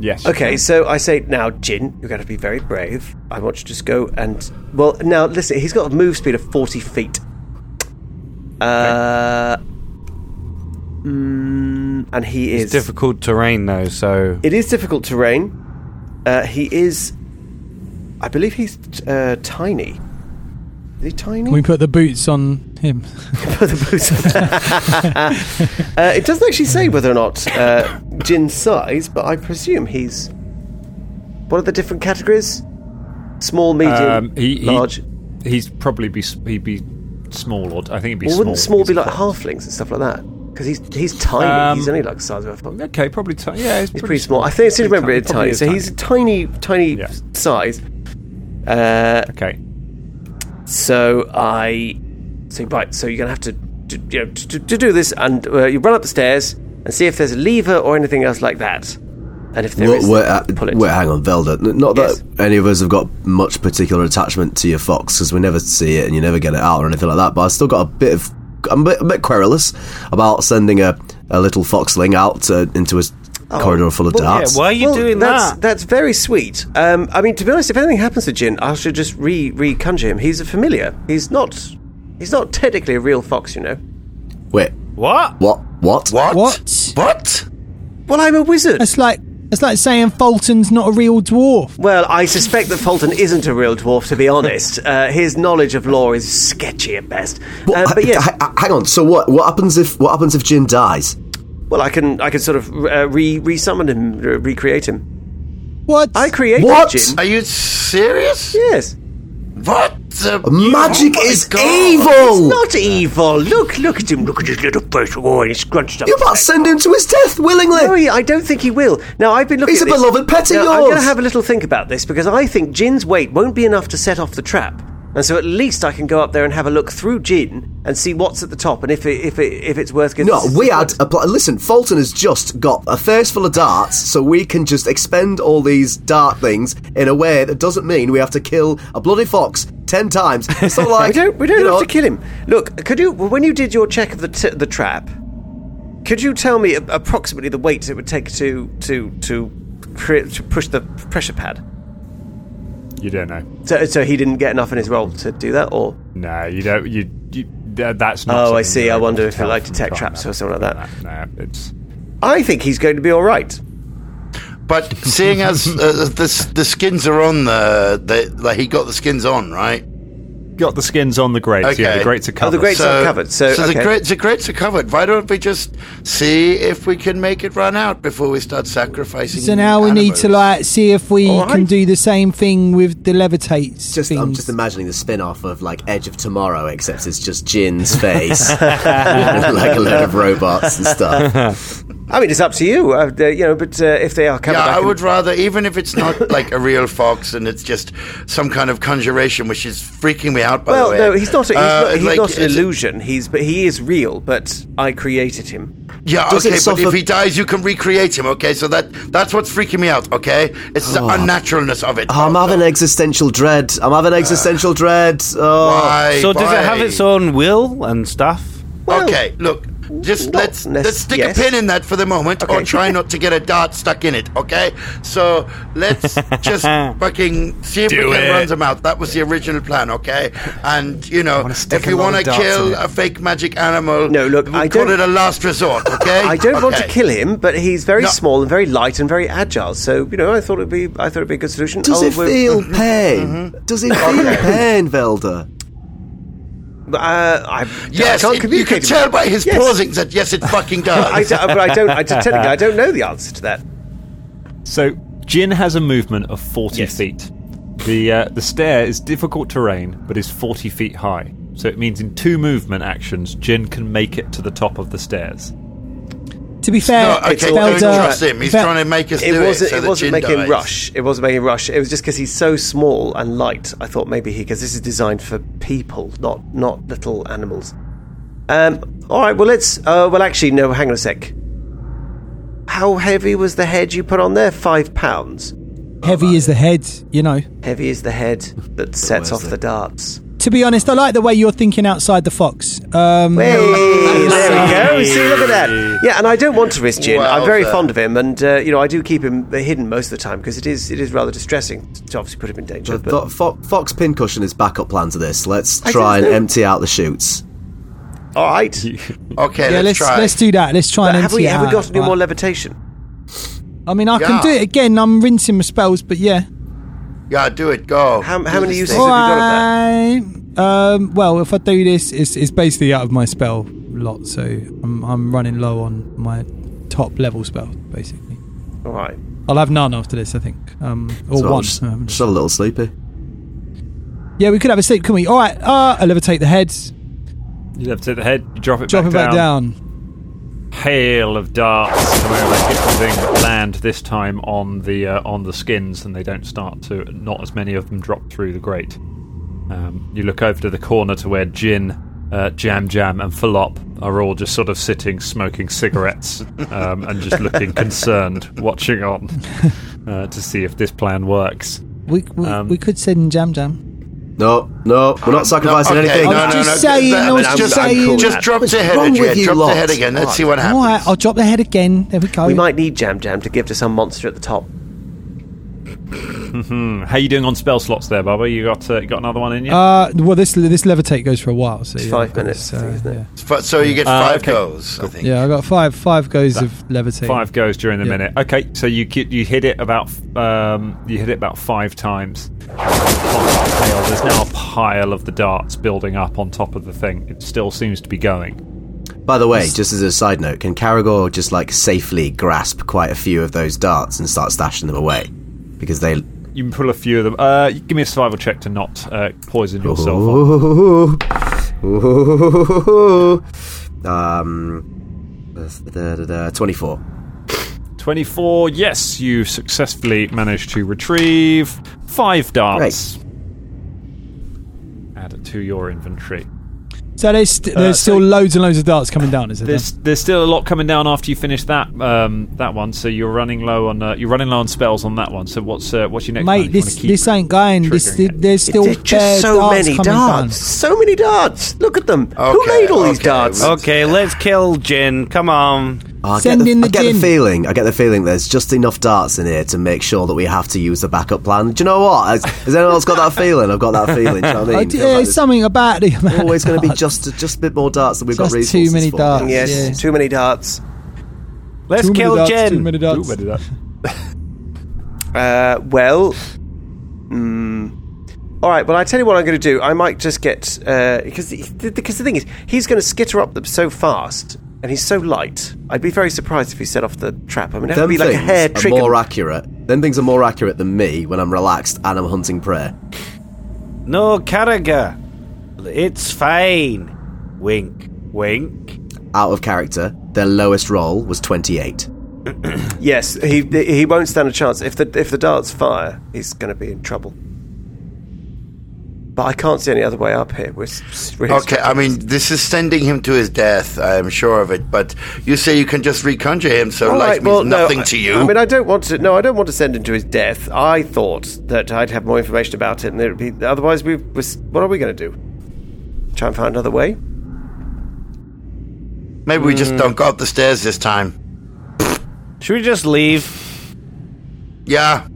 [SPEAKER 9] Yes.
[SPEAKER 3] Okay, so I say now, Jin, you're going to be very brave. I want you to just go and well, now listen. He's got a move speed of forty feet. Uh, mm, and he
[SPEAKER 6] It's
[SPEAKER 3] is.
[SPEAKER 6] difficult terrain though, so
[SPEAKER 3] It is difficult terrain. Uh, he is. I believe he's uh, tiny. Is he tiny?
[SPEAKER 1] Can we put the boots on him?
[SPEAKER 3] put the boots on. uh, it doesn't actually say whether or not uh, Jin's size, but I presume he's. What are the different categories? Small, medium,
[SPEAKER 9] Um, he, he-
[SPEAKER 3] large.
[SPEAKER 9] He's probably be s- he'd be small or I think he'd be
[SPEAKER 3] Well,
[SPEAKER 9] small.
[SPEAKER 3] wouldn't small be like halflings and stuff like that? Because he's he's tiny.
[SPEAKER 9] Um,
[SPEAKER 3] he's only like the size of a fuck.
[SPEAKER 9] Okay, probably tiny. Yeah,
[SPEAKER 3] he's
[SPEAKER 9] he's pretty
[SPEAKER 3] pretty small.
[SPEAKER 9] small.
[SPEAKER 3] I think I seem to
[SPEAKER 9] Pretty
[SPEAKER 3] remember
[SPEAKER 9] tiny.
[SPEAKER 3] it
[SPEAKER 9] Probably
[SPEAKER 3] tiny.
[SPEAKER 9] is
[SPEAKER 3] So he's a tiny, tiny size. Uh,
[SPEAKER 9] okay.
[SPEAKER 3] So I. So right. So you're gonna have to, to you know, to, to do this, and uh, you run up the stairs and see if there's a lever or anything else like that. And if there
[SPEAKER 8] Wait,
[SPEAKER 3] is,
[SPEAKER 8] wait, uh, wait, hang on, Velda. N- Not that any of us have got much particular attachment to your fox because we never see it and you never get it out or anything like that. But I still got a bit of I'm a bit, a bit querulous about sending a, a little foxling out to, into a s-
[SPEAKER 3] Oh,
[SPEAKER 8] corridor full of darts.
[SPEAKER 3] are you doing that's, that? That's very sweet. Um, I mean, to be honest, if anything happens to Jin, I should just re re conjure him. He's a familiar. He's not. He's not technically a real fox, you know.
[SPEAKER 8] Wait,
[SPEAKER 3] What?
[SPEAKER 8] what? What?
[SPEAKER 5] What?
[SPEAKER 1] What?
[SPEAKER 5] What?
[SPEAKER 3] Well, I'm a wizard.
[SPEAKER 1] It's like it's like saying Fulton's not a real dwarf.
[SPEAKER 3] Well, I suspect that Fulton isn't a real dwarf, to be honest. Uh, his knowledge of lore is sketchy at best. Uh,
[SPEAKER 8] Well, h- h- h- hang on. So what? What happens if what happens if Jin dies?
[SPEAKER 3] Well, I can I can sort of uh, re resummon him, re- recreate him.
[SPEAKER 1] What?
[SPEAKER 3] I created
[SPEAKER 8] What?
[SPEAKER 3] Jin.
[SPEAKER 5] Are you serious?
[SPEAKER 3] Yes.
[SPEAKER 5] What? The
[SPEAKER 8] Magic
[SPEAKER 3] Oh my
[SPEAKER 8] is
[SPEAKER 3] God.
[SPEAKER 8] evil.
[SPEAKER 3] It's not evil. Look, look at him. Look at his little face. Oh, he's scrunched up.
[SPEAKER 8] You're about to send him to his death willingly.
[SPEAKER 3] No, he- I don't think he will. Now, I've been looking
[SPEAKER 8] He's
[SPEAKER 3] at
[SPEAKER 8] a
[SPEAKER 3] this-
[SPEAKER 8] beloved pet of
[SPEAKER 3] Now, I'm going to
[SPEAKER 8] yours.
[SPEAKER 3] have a little think about this because I think Jin's weight won't be enough to set off the trap. And so at least I can go up there and have a look through Jin and see what's at the top and if it, if it, if it's worth getting.
[SPEAKER 8] No, we had a pl- listen. Fulton has just got a thirst full of darts, so we can just expend all these dart things in a way that doesn't mean we have to kill a bloody fox ten times. It's not like
[SPEAKER 3] we don't, we don't
[SPEAKER 8] you
[SPEAKER 3] have
[SPEAKER 8] know,
[SPEAKER 3] to kill him. Look, could you when you did your check of the t- the trap, could you tell me a- approximately the weight it would take to to to, cre- to push the pressure pad?
[SPEAKER 9] You don't know.
[SPEAKER 3] So, so he didn't get enough in his roll to do that, or
[SPEAKER 9] No, you don't. You, you th- that's not.
[SPEAKER 3] oh, I
[SPEAKER 9] something
[SPEAKER 3] see.
[SPEAKER 9] you're
[SPEAKER 3] I
[SPEAKER 9] able
[SPEAKER 3] wonder
[SPEAKER 9] to
[SPEAKER 3] if he
[SPEAKER 9] tell
[SPEAKER 3] like
[SPEAKER 9] from
[SPEAKER 3] detect
[SPEAKER 9] time.
[SPEAKER 3] traps or something like that.
[SPEAKER 9] No, it's.
[SPEAKER 3] I think he's going to be all right.
[SPEAKER 5] But seeing as uh, the s- the skins are on the, the like he got the skins on right.
[SPEAKER 9] Got the skins on the grates. Yeah, the grates are covered.
[SPEAKER 5] the, grates, the grates are covered. Why don't we just see if we can make it run out before we start sacrificing?
[SPEAKER 1] So now we need to like see if we
[SPEAKER 5] All right.
[SPEAKER 1] can do the same thing with the levitates.
[SPEAKER 8] Just, I'm
[SPEAKER 1] things.
[SPEAKER 8] just imagining the spin-off of like Edge of Tomorrow, except it's just Jin's face, like a load of robots and stuff.
[SPEAKER 3] I mean, it's up to you. Uh, the- you know, but uh, if they are coming
[SPEAKER 5] yeah,
[SPEAKER 3] back,
[SPEAKER 5] I
[SPEAKER 3] and-
[SPEAKER 5] would rather, even if it's not like a real fox and it's just some kind of conjuration, which is freaking me out. By
[SPEAKER 3] well,
[SPEAKER 5] the way,
[SPEAKER 3] no, he's not. He's,
[SPEAKER 5] Uh,
[SPEAKER 3] not, he's
[SPEAKER 5] like,
[SPEAKER 3] not an
[SPEAKER 5] it's-
[SPEAKER 3] illusion. He's but he is real. But I created him.
[SPEAKER 5] Yeah,
[SPEAKER 3] Does it
[SPEAKER 5] okay, but
[SPEAKER 3] suffer-
[SPEAKER 5] if he dies, you can recreate him. Okay, so that that's what's freaking me out. Okay, it's the
[SPEAKER 8] Oh.
[SPEAKER 5] unnaturalness of it.
[SPEAKER 8] Oh, I'm having existential dread. I'm having existential dread. Oh.
[SPEAKER 6] so does it have its own will and stuff?
[SPEAKER 5] okay, look, just let's let's stick
[SPEAKER 6] yes.
[SPEAKER 5] a pin in that for the moment, or try not to get a dart stuck in it. Okay, so let's just fucking see if
[SPEAKER 14] Do
[SPEAKER 5] we can
[SPEAKER 14] it.
[SPEAKER 5] run them out. That was the original plan. Okay, and you know,
[SPEAKER 3] stick
[SPEAKER 5] if you
[SPEAKER 3] a lot
[SPEAKER 5] want to
[SPEAKER 3] of darts in
[SPEAKER 5] kill
[SPEAKER 3] it.
[SPEAKER 5] a fake magic animal,
[SPEAKER 3] No, look, I
[SPEAKER 5] call
[SPEAKER 3] don't-
[SPEAKER 5] it a last resort. Okay,
[SPEAKER 3] I don't want to
[SPEAKER 5] Okay.
[SPEAKER 3] kill him, but he's very
[SPEAKER 5] No.
[SPEAKER 3] small and very light and very agile. So you know, I thought it'd be. I thought it'd be a good solution.
[SPEAKER 8] Does
[SPEAKER 3] Oh,
[SPEAKER 8] it
[SPEAKER 3] we're-
[SPEAKER 8] feel pain? Does it feel pain, Velda?
[SPEAKER 3] Uh, I,
[SPEAKER 5] Yes,
[SPEAKER 3] I
[SPEAKER 5] it-
[SPEAKER 3] can't
[SPEAKER 5] you
[SPEAKER 3] communicate.
[SPEAKER 5] can
[SPEAKER 3] with
[SPEAKER 5] tell
[SPEAKER 3] him.
[SPEAKER 5] by his pausing that yes, it fucking does.
[SPEAKER 3] I, don't- but I don't. I don't, technically, I don't know the answer to that.
[SPEAKER 9] So Jin has a movement of forty feet. The uh, the stair is difficult terrain, but is forty feet high. So it means in two movement actions, Jin can make it to the top of the stairs.
[SPEAKER 1] To be fair,
[SPEAKER 5] No, okay,
[SPEAKER 1] it's
[SPEAKER 5] don't
[SPEAKER 1] Velda-
[SPEAKER 5] trust him. He's trying to make us
[SPEAKER 3] It
[SPEAKER 5] do
[SPEAKER 3] wasn't.
[SPEAKER 5] it. So
[SPEAKER 3] it
[SPEAKER 5] that
[SPEAKER 3] wasn't
[SPEAKER 5] Jin
[SPEAKER 3] making him
[SPEAKER 5] dies.
[SPEAKER 3] rush. It wasn't making him rush. It was just because he's so small and light. I thought maybe he because this is designed for people, not not little animals. Um. All right. Well, let's. Uh. Well, actually, no. Hang on a sec. How heavy was the head you put on there? Five pounds.
[SPEAKER 1] Heavy is the head, you know.
[SPEAKER 3] Heavy is the head that sets off the darts.
[SPEAKER 1] To be honest, I like the way you're thinking outside the fox. Um,
[SPEAKER 3] Hey, there we go. See, look at that. Yeah, and I don't want to risk Jin. I'm very
[SPEAKER 1] Wowza.
[SPEAKER 3] fond of him, and uh, you know I do keep him hidden most of the time because it is it is rather distressing to obviously put him in danger.
[SPEAKER 8] The,
[SPEAKER 3] But
[SPEAKER 8] the fo- Fox Pincushion is backup plan to this. Let's
[SPEAKER 3] I
[SPEAKER 8] try and
[SPEAKER 3] don't know.
[SPEAKER 8] empty out the chutes.
[SPEAKER 3] all right,
[SPEAKER 5] okay,
[SPEAKER 1] yeah, let's let's do that. Let's try and
[SPEAKER 3] have
[SPEAKER 1] empty
[SPEAKER 3] we
[SPEAKER 1] it
[SPEAKER 3] have we
[SPEAKER 1] out,
[SPEAKER 3] got any
[SPEAKER 1] right?
[SPEAKER 3] more levitation?
[SPEAKER 1] I mean, I
[SPEAKER 5] Yeah.
[SPEAKER 1] can do it again. I'm rinsing my spells, but yeah.
[SPEAKER 5] Yeah, do it. Go.
[SPEAKER 3] How,
[SPEAKER 5] Do
[SPEAKER 3] many
[SPEAKER 5] this
[SPEAKER 3] uses
[SPEAKER 5] thing.
[SPEAKER 1] Alright. Um, well, if I do this, it's, it's basically out of my spell lot, so I'm, I'm running low on my top level spell, basically.
[SPEAKER 3] All right.
[SPEAKER 1] I'll have none after this, I think. Um, or
[SPEAKER 8] So I'm
[SPEAKER 1] one.
[SPEAKER 8] Just,
[SPEAKER 1] Um,
[SPEAKER 8] just a little sleepy.
[SPEAKER 1] yeah, we could have a sleep, couldn't we? All right, uh, I levitate the heads.
[SPEAKER 9] You have to the head, you drop it
[SPEAKER 1] Drop
[SPEAKER 9] back
[SPEAKER 1] it back
[SPEAKER 9] down. Hail of darts come over hit the thing, but land this time on the uh, on the skins, and they don't start to. Not as many of them drop through the grate. Um, you look over to the corner to where Jin, uh, Jam Jam, and Falop are all just sort of sitting, smoking cigarettes, um, and just looking concerned, watching on uh, to see if this plan works.
[SPEAKER 1] We, we, we could send Jam Jam.
[SPEAKER 8] No, no, we're not sacrificing
[SPEAKER 1] okay,
[SPEAKER 8] anything.
[SPEAKER 1] no, I'm no, just no, saying, I was just saying.
[SPEAKER 5] Just drop
[SPEAKER 1] What's
[SPEAKER 5] the head
[SPEAKER 1] wrong
[SPEAKER 5] again.
[SPEAKER 1] with you
[SPEAKER 5] Drop the
[SPEAKER 1] lot?
[SPEAKER 5] head again. Let's see what
[SPEAKER 3] What
[SPEAKER 1] All
[SPEAKER 5] happens.
[SPEAKER 1] right, I'll drop the head again. There we go.
[SPEAKER 3] We might need Jam Jam to give to some monster at the top.
[SPEAKER 9] Mhm. How you doing on spell slots there, Bubba? You got uh, you got another one in you?
[SPEAKER 1] Uh, well, this this levitate goes for a while, so yeah, I've got
[SPEAKER 9] minutes.
[SPEAKER 1] this, uh,
[SPEAKER 5] F- So you get
[SPEAKER 9] Uh,
[SPEAKER 5] five
[SPEAKER 9] okay.
[SPEAKER 5] goes, I think.
[SPEAKER 1] yeah, I got five five goes
[SPEAKER 9] That-
[SPEAKER 1] of levitate.
[SPEAKER 9] Five goes during the
[SPEAKER 1] Yeah.
[SPEAKER 9] minute. Okay, so you ki- you hit it about um, you hit it about five times. Pile. There's now a pile of the darts building up on top of the thing. It still seems to be going.
[SPEAKER 8] By the way, just as a side note, can Caragor just like safely grasp quite a few of those darts and start stashing them away? Because they.
[SPEAKER 9] You can pull a few of them. Uh, give me a survival check to not uh, poison yourself.
[SPEAKER 8] Oh. um, da, da, da, 24.
[SPEAKER 9] 24. Yes, you successfully managed to retrieve five darts. Add it to your inventory.
[SPEAKER 1] So there's st-
[SPEAKER 9] Uh,
[SPEAKER 1] there's
[SPEAKER 9] so-
[SPEAKER 1] still loads and loads of darts coming down, is it?
[SPEAKER 9] There's there's still a lot coming down after you finish that um, that one. So you're running low on uh, you're running low on spells on that one. So what's uh, what's your next? one?
[SPEAKER 1] Mate,
[SPEAKER 9] if you wanna
[SPEAKER 1] this
[SPEAKER 9] keep
[SPEAKER 1] this ain't going. This
[SPEAKER 9] triggering it.
[SPEAKER 1] there's still
[SPEAKER 3] There's
[SPEAKER 1] bare
[SPEAKER 3] just so
[SPEAKER 1] darts
[SPEAKER 3] many
[SPEAKER 1] coming
[SPEAKER 3] darts. So many darts. Look at them. Who made all these darts?
[SPEAKER 6] Okay, let's kill Jin. Come on.
[SPEAKER 8] Oh, I get, the, I get the feeling. I get the feeling there's just enough darts in here to make sure that we have to use the backup plan. Do you know what? Has, has anyone else got that feeling? I've got that feeling. Do you know what
[SPEAKER 1] I
[SPEAKER 8] I mean?
[SPEAKER 1] d-
[SPEAKER 8] Feels like
[SPEAKER 1] yeah,
[SPEAKER 8] there's
[SPEAKER 1] something about the amount
[SPEAKER 8] always
[SPEAKER 1] of
[SPEAKER 8] going to be
[SPEAKER 1] darts.
[SPEAKER 8] just just a bit more darts than we've got
[SPEAKER 1] Just
[SPEAKER 8] resources
[SPEAKER 1] too many
[SPEAKER 8] for.
[SPEAKER 1] darts,
[SPEAKER 3] Yes, too many darts.
[SPEAKER 6] Let's
[SPEAKER 1] Too many
[SPEAKER 6] kill
[SPEAKER 1] darts,
[SPEAKER 6] Jin.
[SPEAKER 1] too many darts.
[SPEAKER 3] Uh, well, mm, all right. Well, I tell you what I'm going to do. I might just get uh, because the, because the thing is, he's going to skitter up them so fast, and he's so light. I'd be very surprised if he set off the trap. I mean, it'd
[SPEAKER 8] Them
[SPEAKER 3] be like a
[SPEAKER 8] things
[SPEAKER 3] hair
[SPEAKER 8] are
[SPEAKER 3] trigger.
[SPEAKER 8] more accurate. Them things are more accurate than me when I'm relaxed and I'm hunting prey.
[SPEAKER 6] No, Carragher. It's fine. Wink, wink.
[SPEAKER 8] Out of character. Their lowest roll was 28.
[SPEAKER 3] yes, he he won't stand a chance. If the if the darts fire, he's going to be in trouble. But I can't see any other way up here. We're, s- s- we're
[SPEAKER 5] Okay, I mean, this is sending him to his death. I am sure of it. But you say you can just reconjure him, so
[SPEAKER 3] All
[SPEAKER 5] life
[SPEAKER 3] right,
[SPEAKER 5] means nothing
[SPEAKER 3] no,
[SPEAKER 5] to
[SPEAKER 3] I-
[SPEAKER 5] you.
[SPEAKER 3] I mean, I don't want to. No, I don't want to send him to his death. I thought that I'd have more information about it, and there'd be. Otherwise, we. we what are we going to do? Try and find another way.
[SPEAKER 5] Maybe we just
[SPEAKER 3] Mm.
[SPEAKER 5] don't go up the stairs this time.
[SPEAKER 15] Should we just leave?
[SPEAKER 5] Yeah.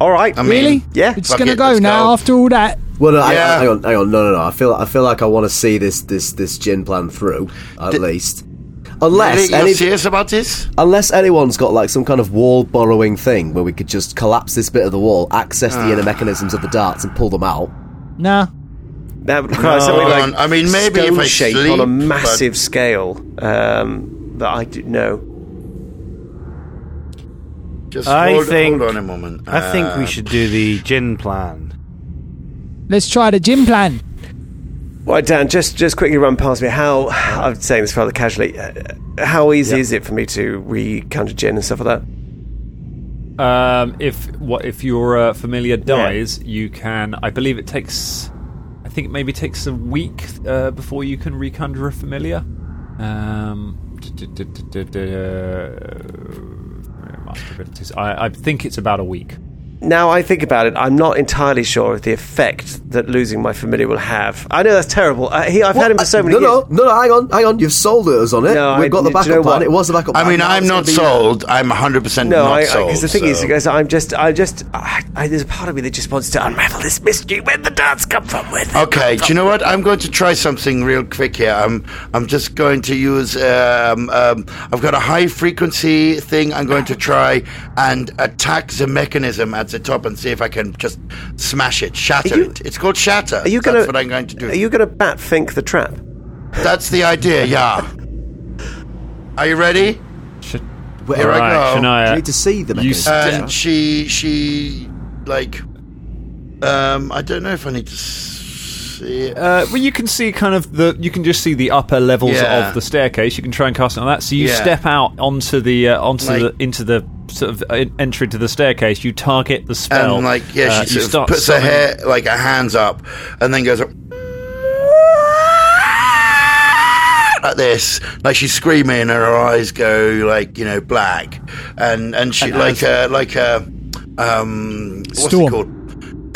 [SPEAKER 3] All right.
[SPEAKER 5] I mean, Really?
[SPEAKER 3] Yeah.
[SPEAKER 1] We're just gonna go now after all that.
[SPEAKER 8] Well, no, I-
[SPEAKER 1] Yeah.
[SPEAKER 8] I, hang on, hang on, no, no, no. I feel, I feel like I want to see this, this, this gin plan through at least.
[SPEAKER 5] Really?
[SPEAKER 8] Unless,
[SPEAKER 5] You're
[SPEAKER 8] any-
[SPEAKER 5] serious about this?
[SPEAKER 8] unless anyone's got like some kind of wall borrowing thing where we could just collapse this bit of the wall, access the
[SPEAKER 5] Ah.
[SPEAKER 8] inner mechanisms of the darts, and pull them out.
[SPEAKER 1] Nah.
[SPEAKER 3] That would require
[SPEAKER 8] No.
[SPEAKER 3] something
[SPEAKER 8] Hold
[SPEAKER 3] like
[SPEAKER 8] on, I mean, maybe if
[SPEAKER 3] stone
[SPEAKER 8] I
[SPEAKER 3] shape
[SPEAKER 8] sleep,
[SPEAKER 3] on a
[SPEAKER 8] but-
[SPEAKER 3] massive scale um, that I didn't know.
[SPEAKER 5] Just
[SPEAKER 6] I
[SPEAKER 1] hold-
[SPEAKER 6] think.
[SPEAKER 5] hold on a moment.
[SPEAKER 6] I think we
[SPEAKER 5] Uh,
[SPEAKER 6] should do the gin plan.
[SPEAKER 1] Let's try the gym plan.
[SPEAKER 3] Right, Dan, just just quickly run past me. How I'm saying this rather casually. Uh, how easy is it for me to reconjure gin and stuff like that?
[SPEAKER 2] Um, if what if your uh, familiar dies, you can. I believe it takes. I think it maybe takes a week uh, before you can reconjure a familiar. Um, d- d- d- d- d- d- uh, master abilities. I, I think it's about a week.
[SPEAKER 3] Now I think about it, I'm not entirely sure of the effect that losing my familiar will have. I know that's terrible. I, he, I've
[SPEAKER 8] What?
[SPEAKER 3] had him for so many
[SPEAKER 8] no,
[SPEAKER 3] years.
[SPEAKER 8] No, no, no, hang on, hang on. You've sold us on it.
[SPEAKER 3] No,
[SPEAKER 8] We've
[SPEAKER 3] I-
[SPEAKER 8] got
[SPEAKER 3] do
[SPEAKER 8] the
[SPEAKER 3] you
[SPEAKER 8] backup
[SPEAKER 3] know
[SPEAKER 8] plan.
[SPEAKER 3] what?
[SPEAKER 8] It was the backup
[SPEAKER 5] I
[SPEAKER 8] plan.
[SPEAKER 5] mean,
[SPEAKER 8] Now
[SPEAKER 5] I'm
[SPEAKER 8] it's gonna
[SPEAKER 5] not
[SPEAKER 8] be- uh,
[SPEAKER 5] sold. I'm 100%
[SPEAKER 3] No,
[SPEAKER 5] not
[SPEAKER 3] I, I,
[SPEAKER 5] sold.
[SPEAKER 3] 'cause the thing is,
[SPEAKER 5] so-
[SPEAKER 3] you guys, I'm just, I just, I, I, there's a part of me that just wants to unravel this mystery. Where the darts come from? Where they
[SPEAKER 5] Okay,
[SPEAKER 3] come
[SPEAKER 5] do you know what? I'm going to try something real quick here. I'm I'm just going to use um, um, I've got a high frequency thing. I'm going to try and attack the mechanism at the top and see if I can just smash it, shatter
[SPEAKER 3] you-
[SPEAKER 5] it. It's called shatter.
[SPEAKER 3] Are you
[SPEAKER 5] That's
[SPEAKER 3] gonna?
[SPEAKER 5] what I'm going to do.
[SPEAKER 3] Are you gonna bat think the trap?
[SPEAKER 5] That's the idea. Yeah. Are you ready?
[SPEAKER 8] Wait,
[SPEAKER 5] Here I
[SPEAKER 8] right,
[SPEAKER 5] go.
[SPEAKER 8] Shania,
[SPEAKER 3] Uh,
[SPEAKER 8] Do you need to see the you mechanism? st-
[SPEAKER 5] And she she like um I don't know if I need to see it.
[SPEAKER 2] Uh, well, you can see kind of the. You can just see the upper levels
[SPEAKER 5] Yeah.
[SPEAKER 2] of the staircase. You can try and cast it on that. So you
[SPEAKER 5] Yeah.
[SPEAKER 2] step out onto the uh, onto
[SPEAKER 5] Like-
[SPEAKER 2] the into the sort of uh, entry to the staircase. You target the spell.
[SPEAKER 5] and like yeah,
[SPEAKER 2] Uh,
[SPEAKER 5] she
[SPEAKER 2] you
[SPEAKER 5] sort of
[SPEAKER 2] start
[SPEAKER 5] puts her
[SPEAKER 2] summoning-
[SPEAKER 5] hair like her hands up, and then goes up- like this, like she's screaming, and her eyes go like you know black, and and she
[SPEAKER 1] And
[SPEAKER 5] like a like a um what's it
[SPEAKER 1] Storm.
[SPEAKER 5] called?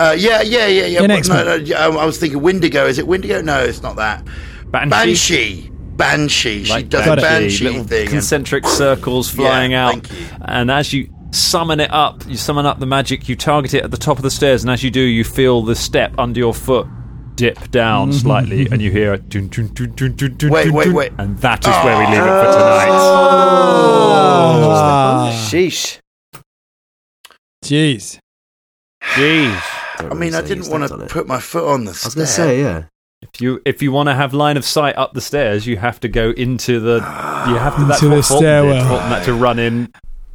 [SPEAKER 5] Uh, yeah, yeah, yeah, yeah.
[SPEAKER 1] In
[SPEAKER 5] but
[SPEAKER 1] X-Men.
[SPEAKER 5] no, no, yeah, I I was thinking Windigo. Is it Windigo? No, it's not that.
[SPEAKER 2] Banshee?
[SPEAKER 5] Banshee. Banshee. She
[SPEAKER 2] like
[SPEAKER 5] does
[SPEAKER 2] that.
[SPEAKER 5] a banshee
[SPEAKER 2] little
[SPEAKER 5] thing. and-
[SPEAKER 2] concentric circles flying out, and as you summon it up, you summon up the magic. You target it at the top of the stairs, and as you do, you feel the step under your foot dip down
[SPEAKER 5] Mhm.
[SPEAKER 2] slightly, and you hear a dun, dun, dun, dun, dun, dun,
[SPEAKER 5] Wait,
[SPEAKER 2] dun,
[SPEAKER 5] wait,
[SPEAKER 2] dun,
[SPEAKER 5] wait.
[SPEAKER 2] and that is where we leave it for tonight.
[SPEAKER 1] Oh.
[SPEAKER 3] Sheesh.
[SPEAKER 1] Jeez.
[SPEAKER 2] Jeez.
[SPEAKER 5] I mean, I didn't want to put my foot on the stair.
[SPEAKER 2] If you if you want to have line of sight up the stairs, you have to go into the you have to that's
[SPEAKER 5] Into
[SPEAKER 2] what
[SPEAKER 5] the
[SPEAKER 2] Fulton did.
[SPEAKER 5] stairwell.
[SPEAKER 2] Fulton had to run in.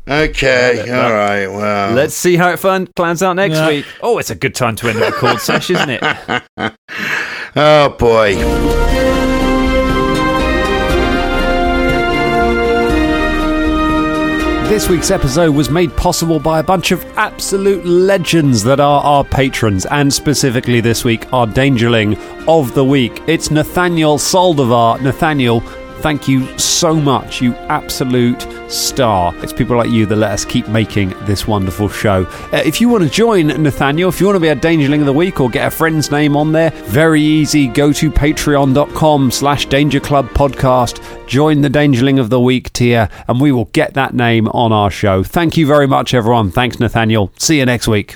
[SPEAKER 5] Okay,
[SPEAKER 2] Yeah,
[SPEAKER 5] all
[SPEAKER 2] that-
[SPEAKER 5] right, well.
[SPEAKER 2] Let's see how it fun, plans out next
[SPEAKER 5] Yeah.
[SPEAKER 2] week. Oh, it's a good time to end a record sesh, isn't it?
[SPEAKER 5] oh, boy.
[SPEAKER 2] This week's episode was made possible by a bunch of absolute legends that are our patrons, and specifically this week, our Dangerling of the Week. It's Nathaniel Soldivar. Nathaniel, thank you so much, you absolute star. It's people like you that let us keep making this wonderful show. Uh, if you want to join Nathaniel, if you want to be a Dangerling of the Week or get a friend's name on there, very easy. Go to patreon.com slash danger club podcast. Join the Dangerling of the Week tier, and we will get that name on our show. Thank you very much, everyone. Thanks, Nathaniel. See you next week.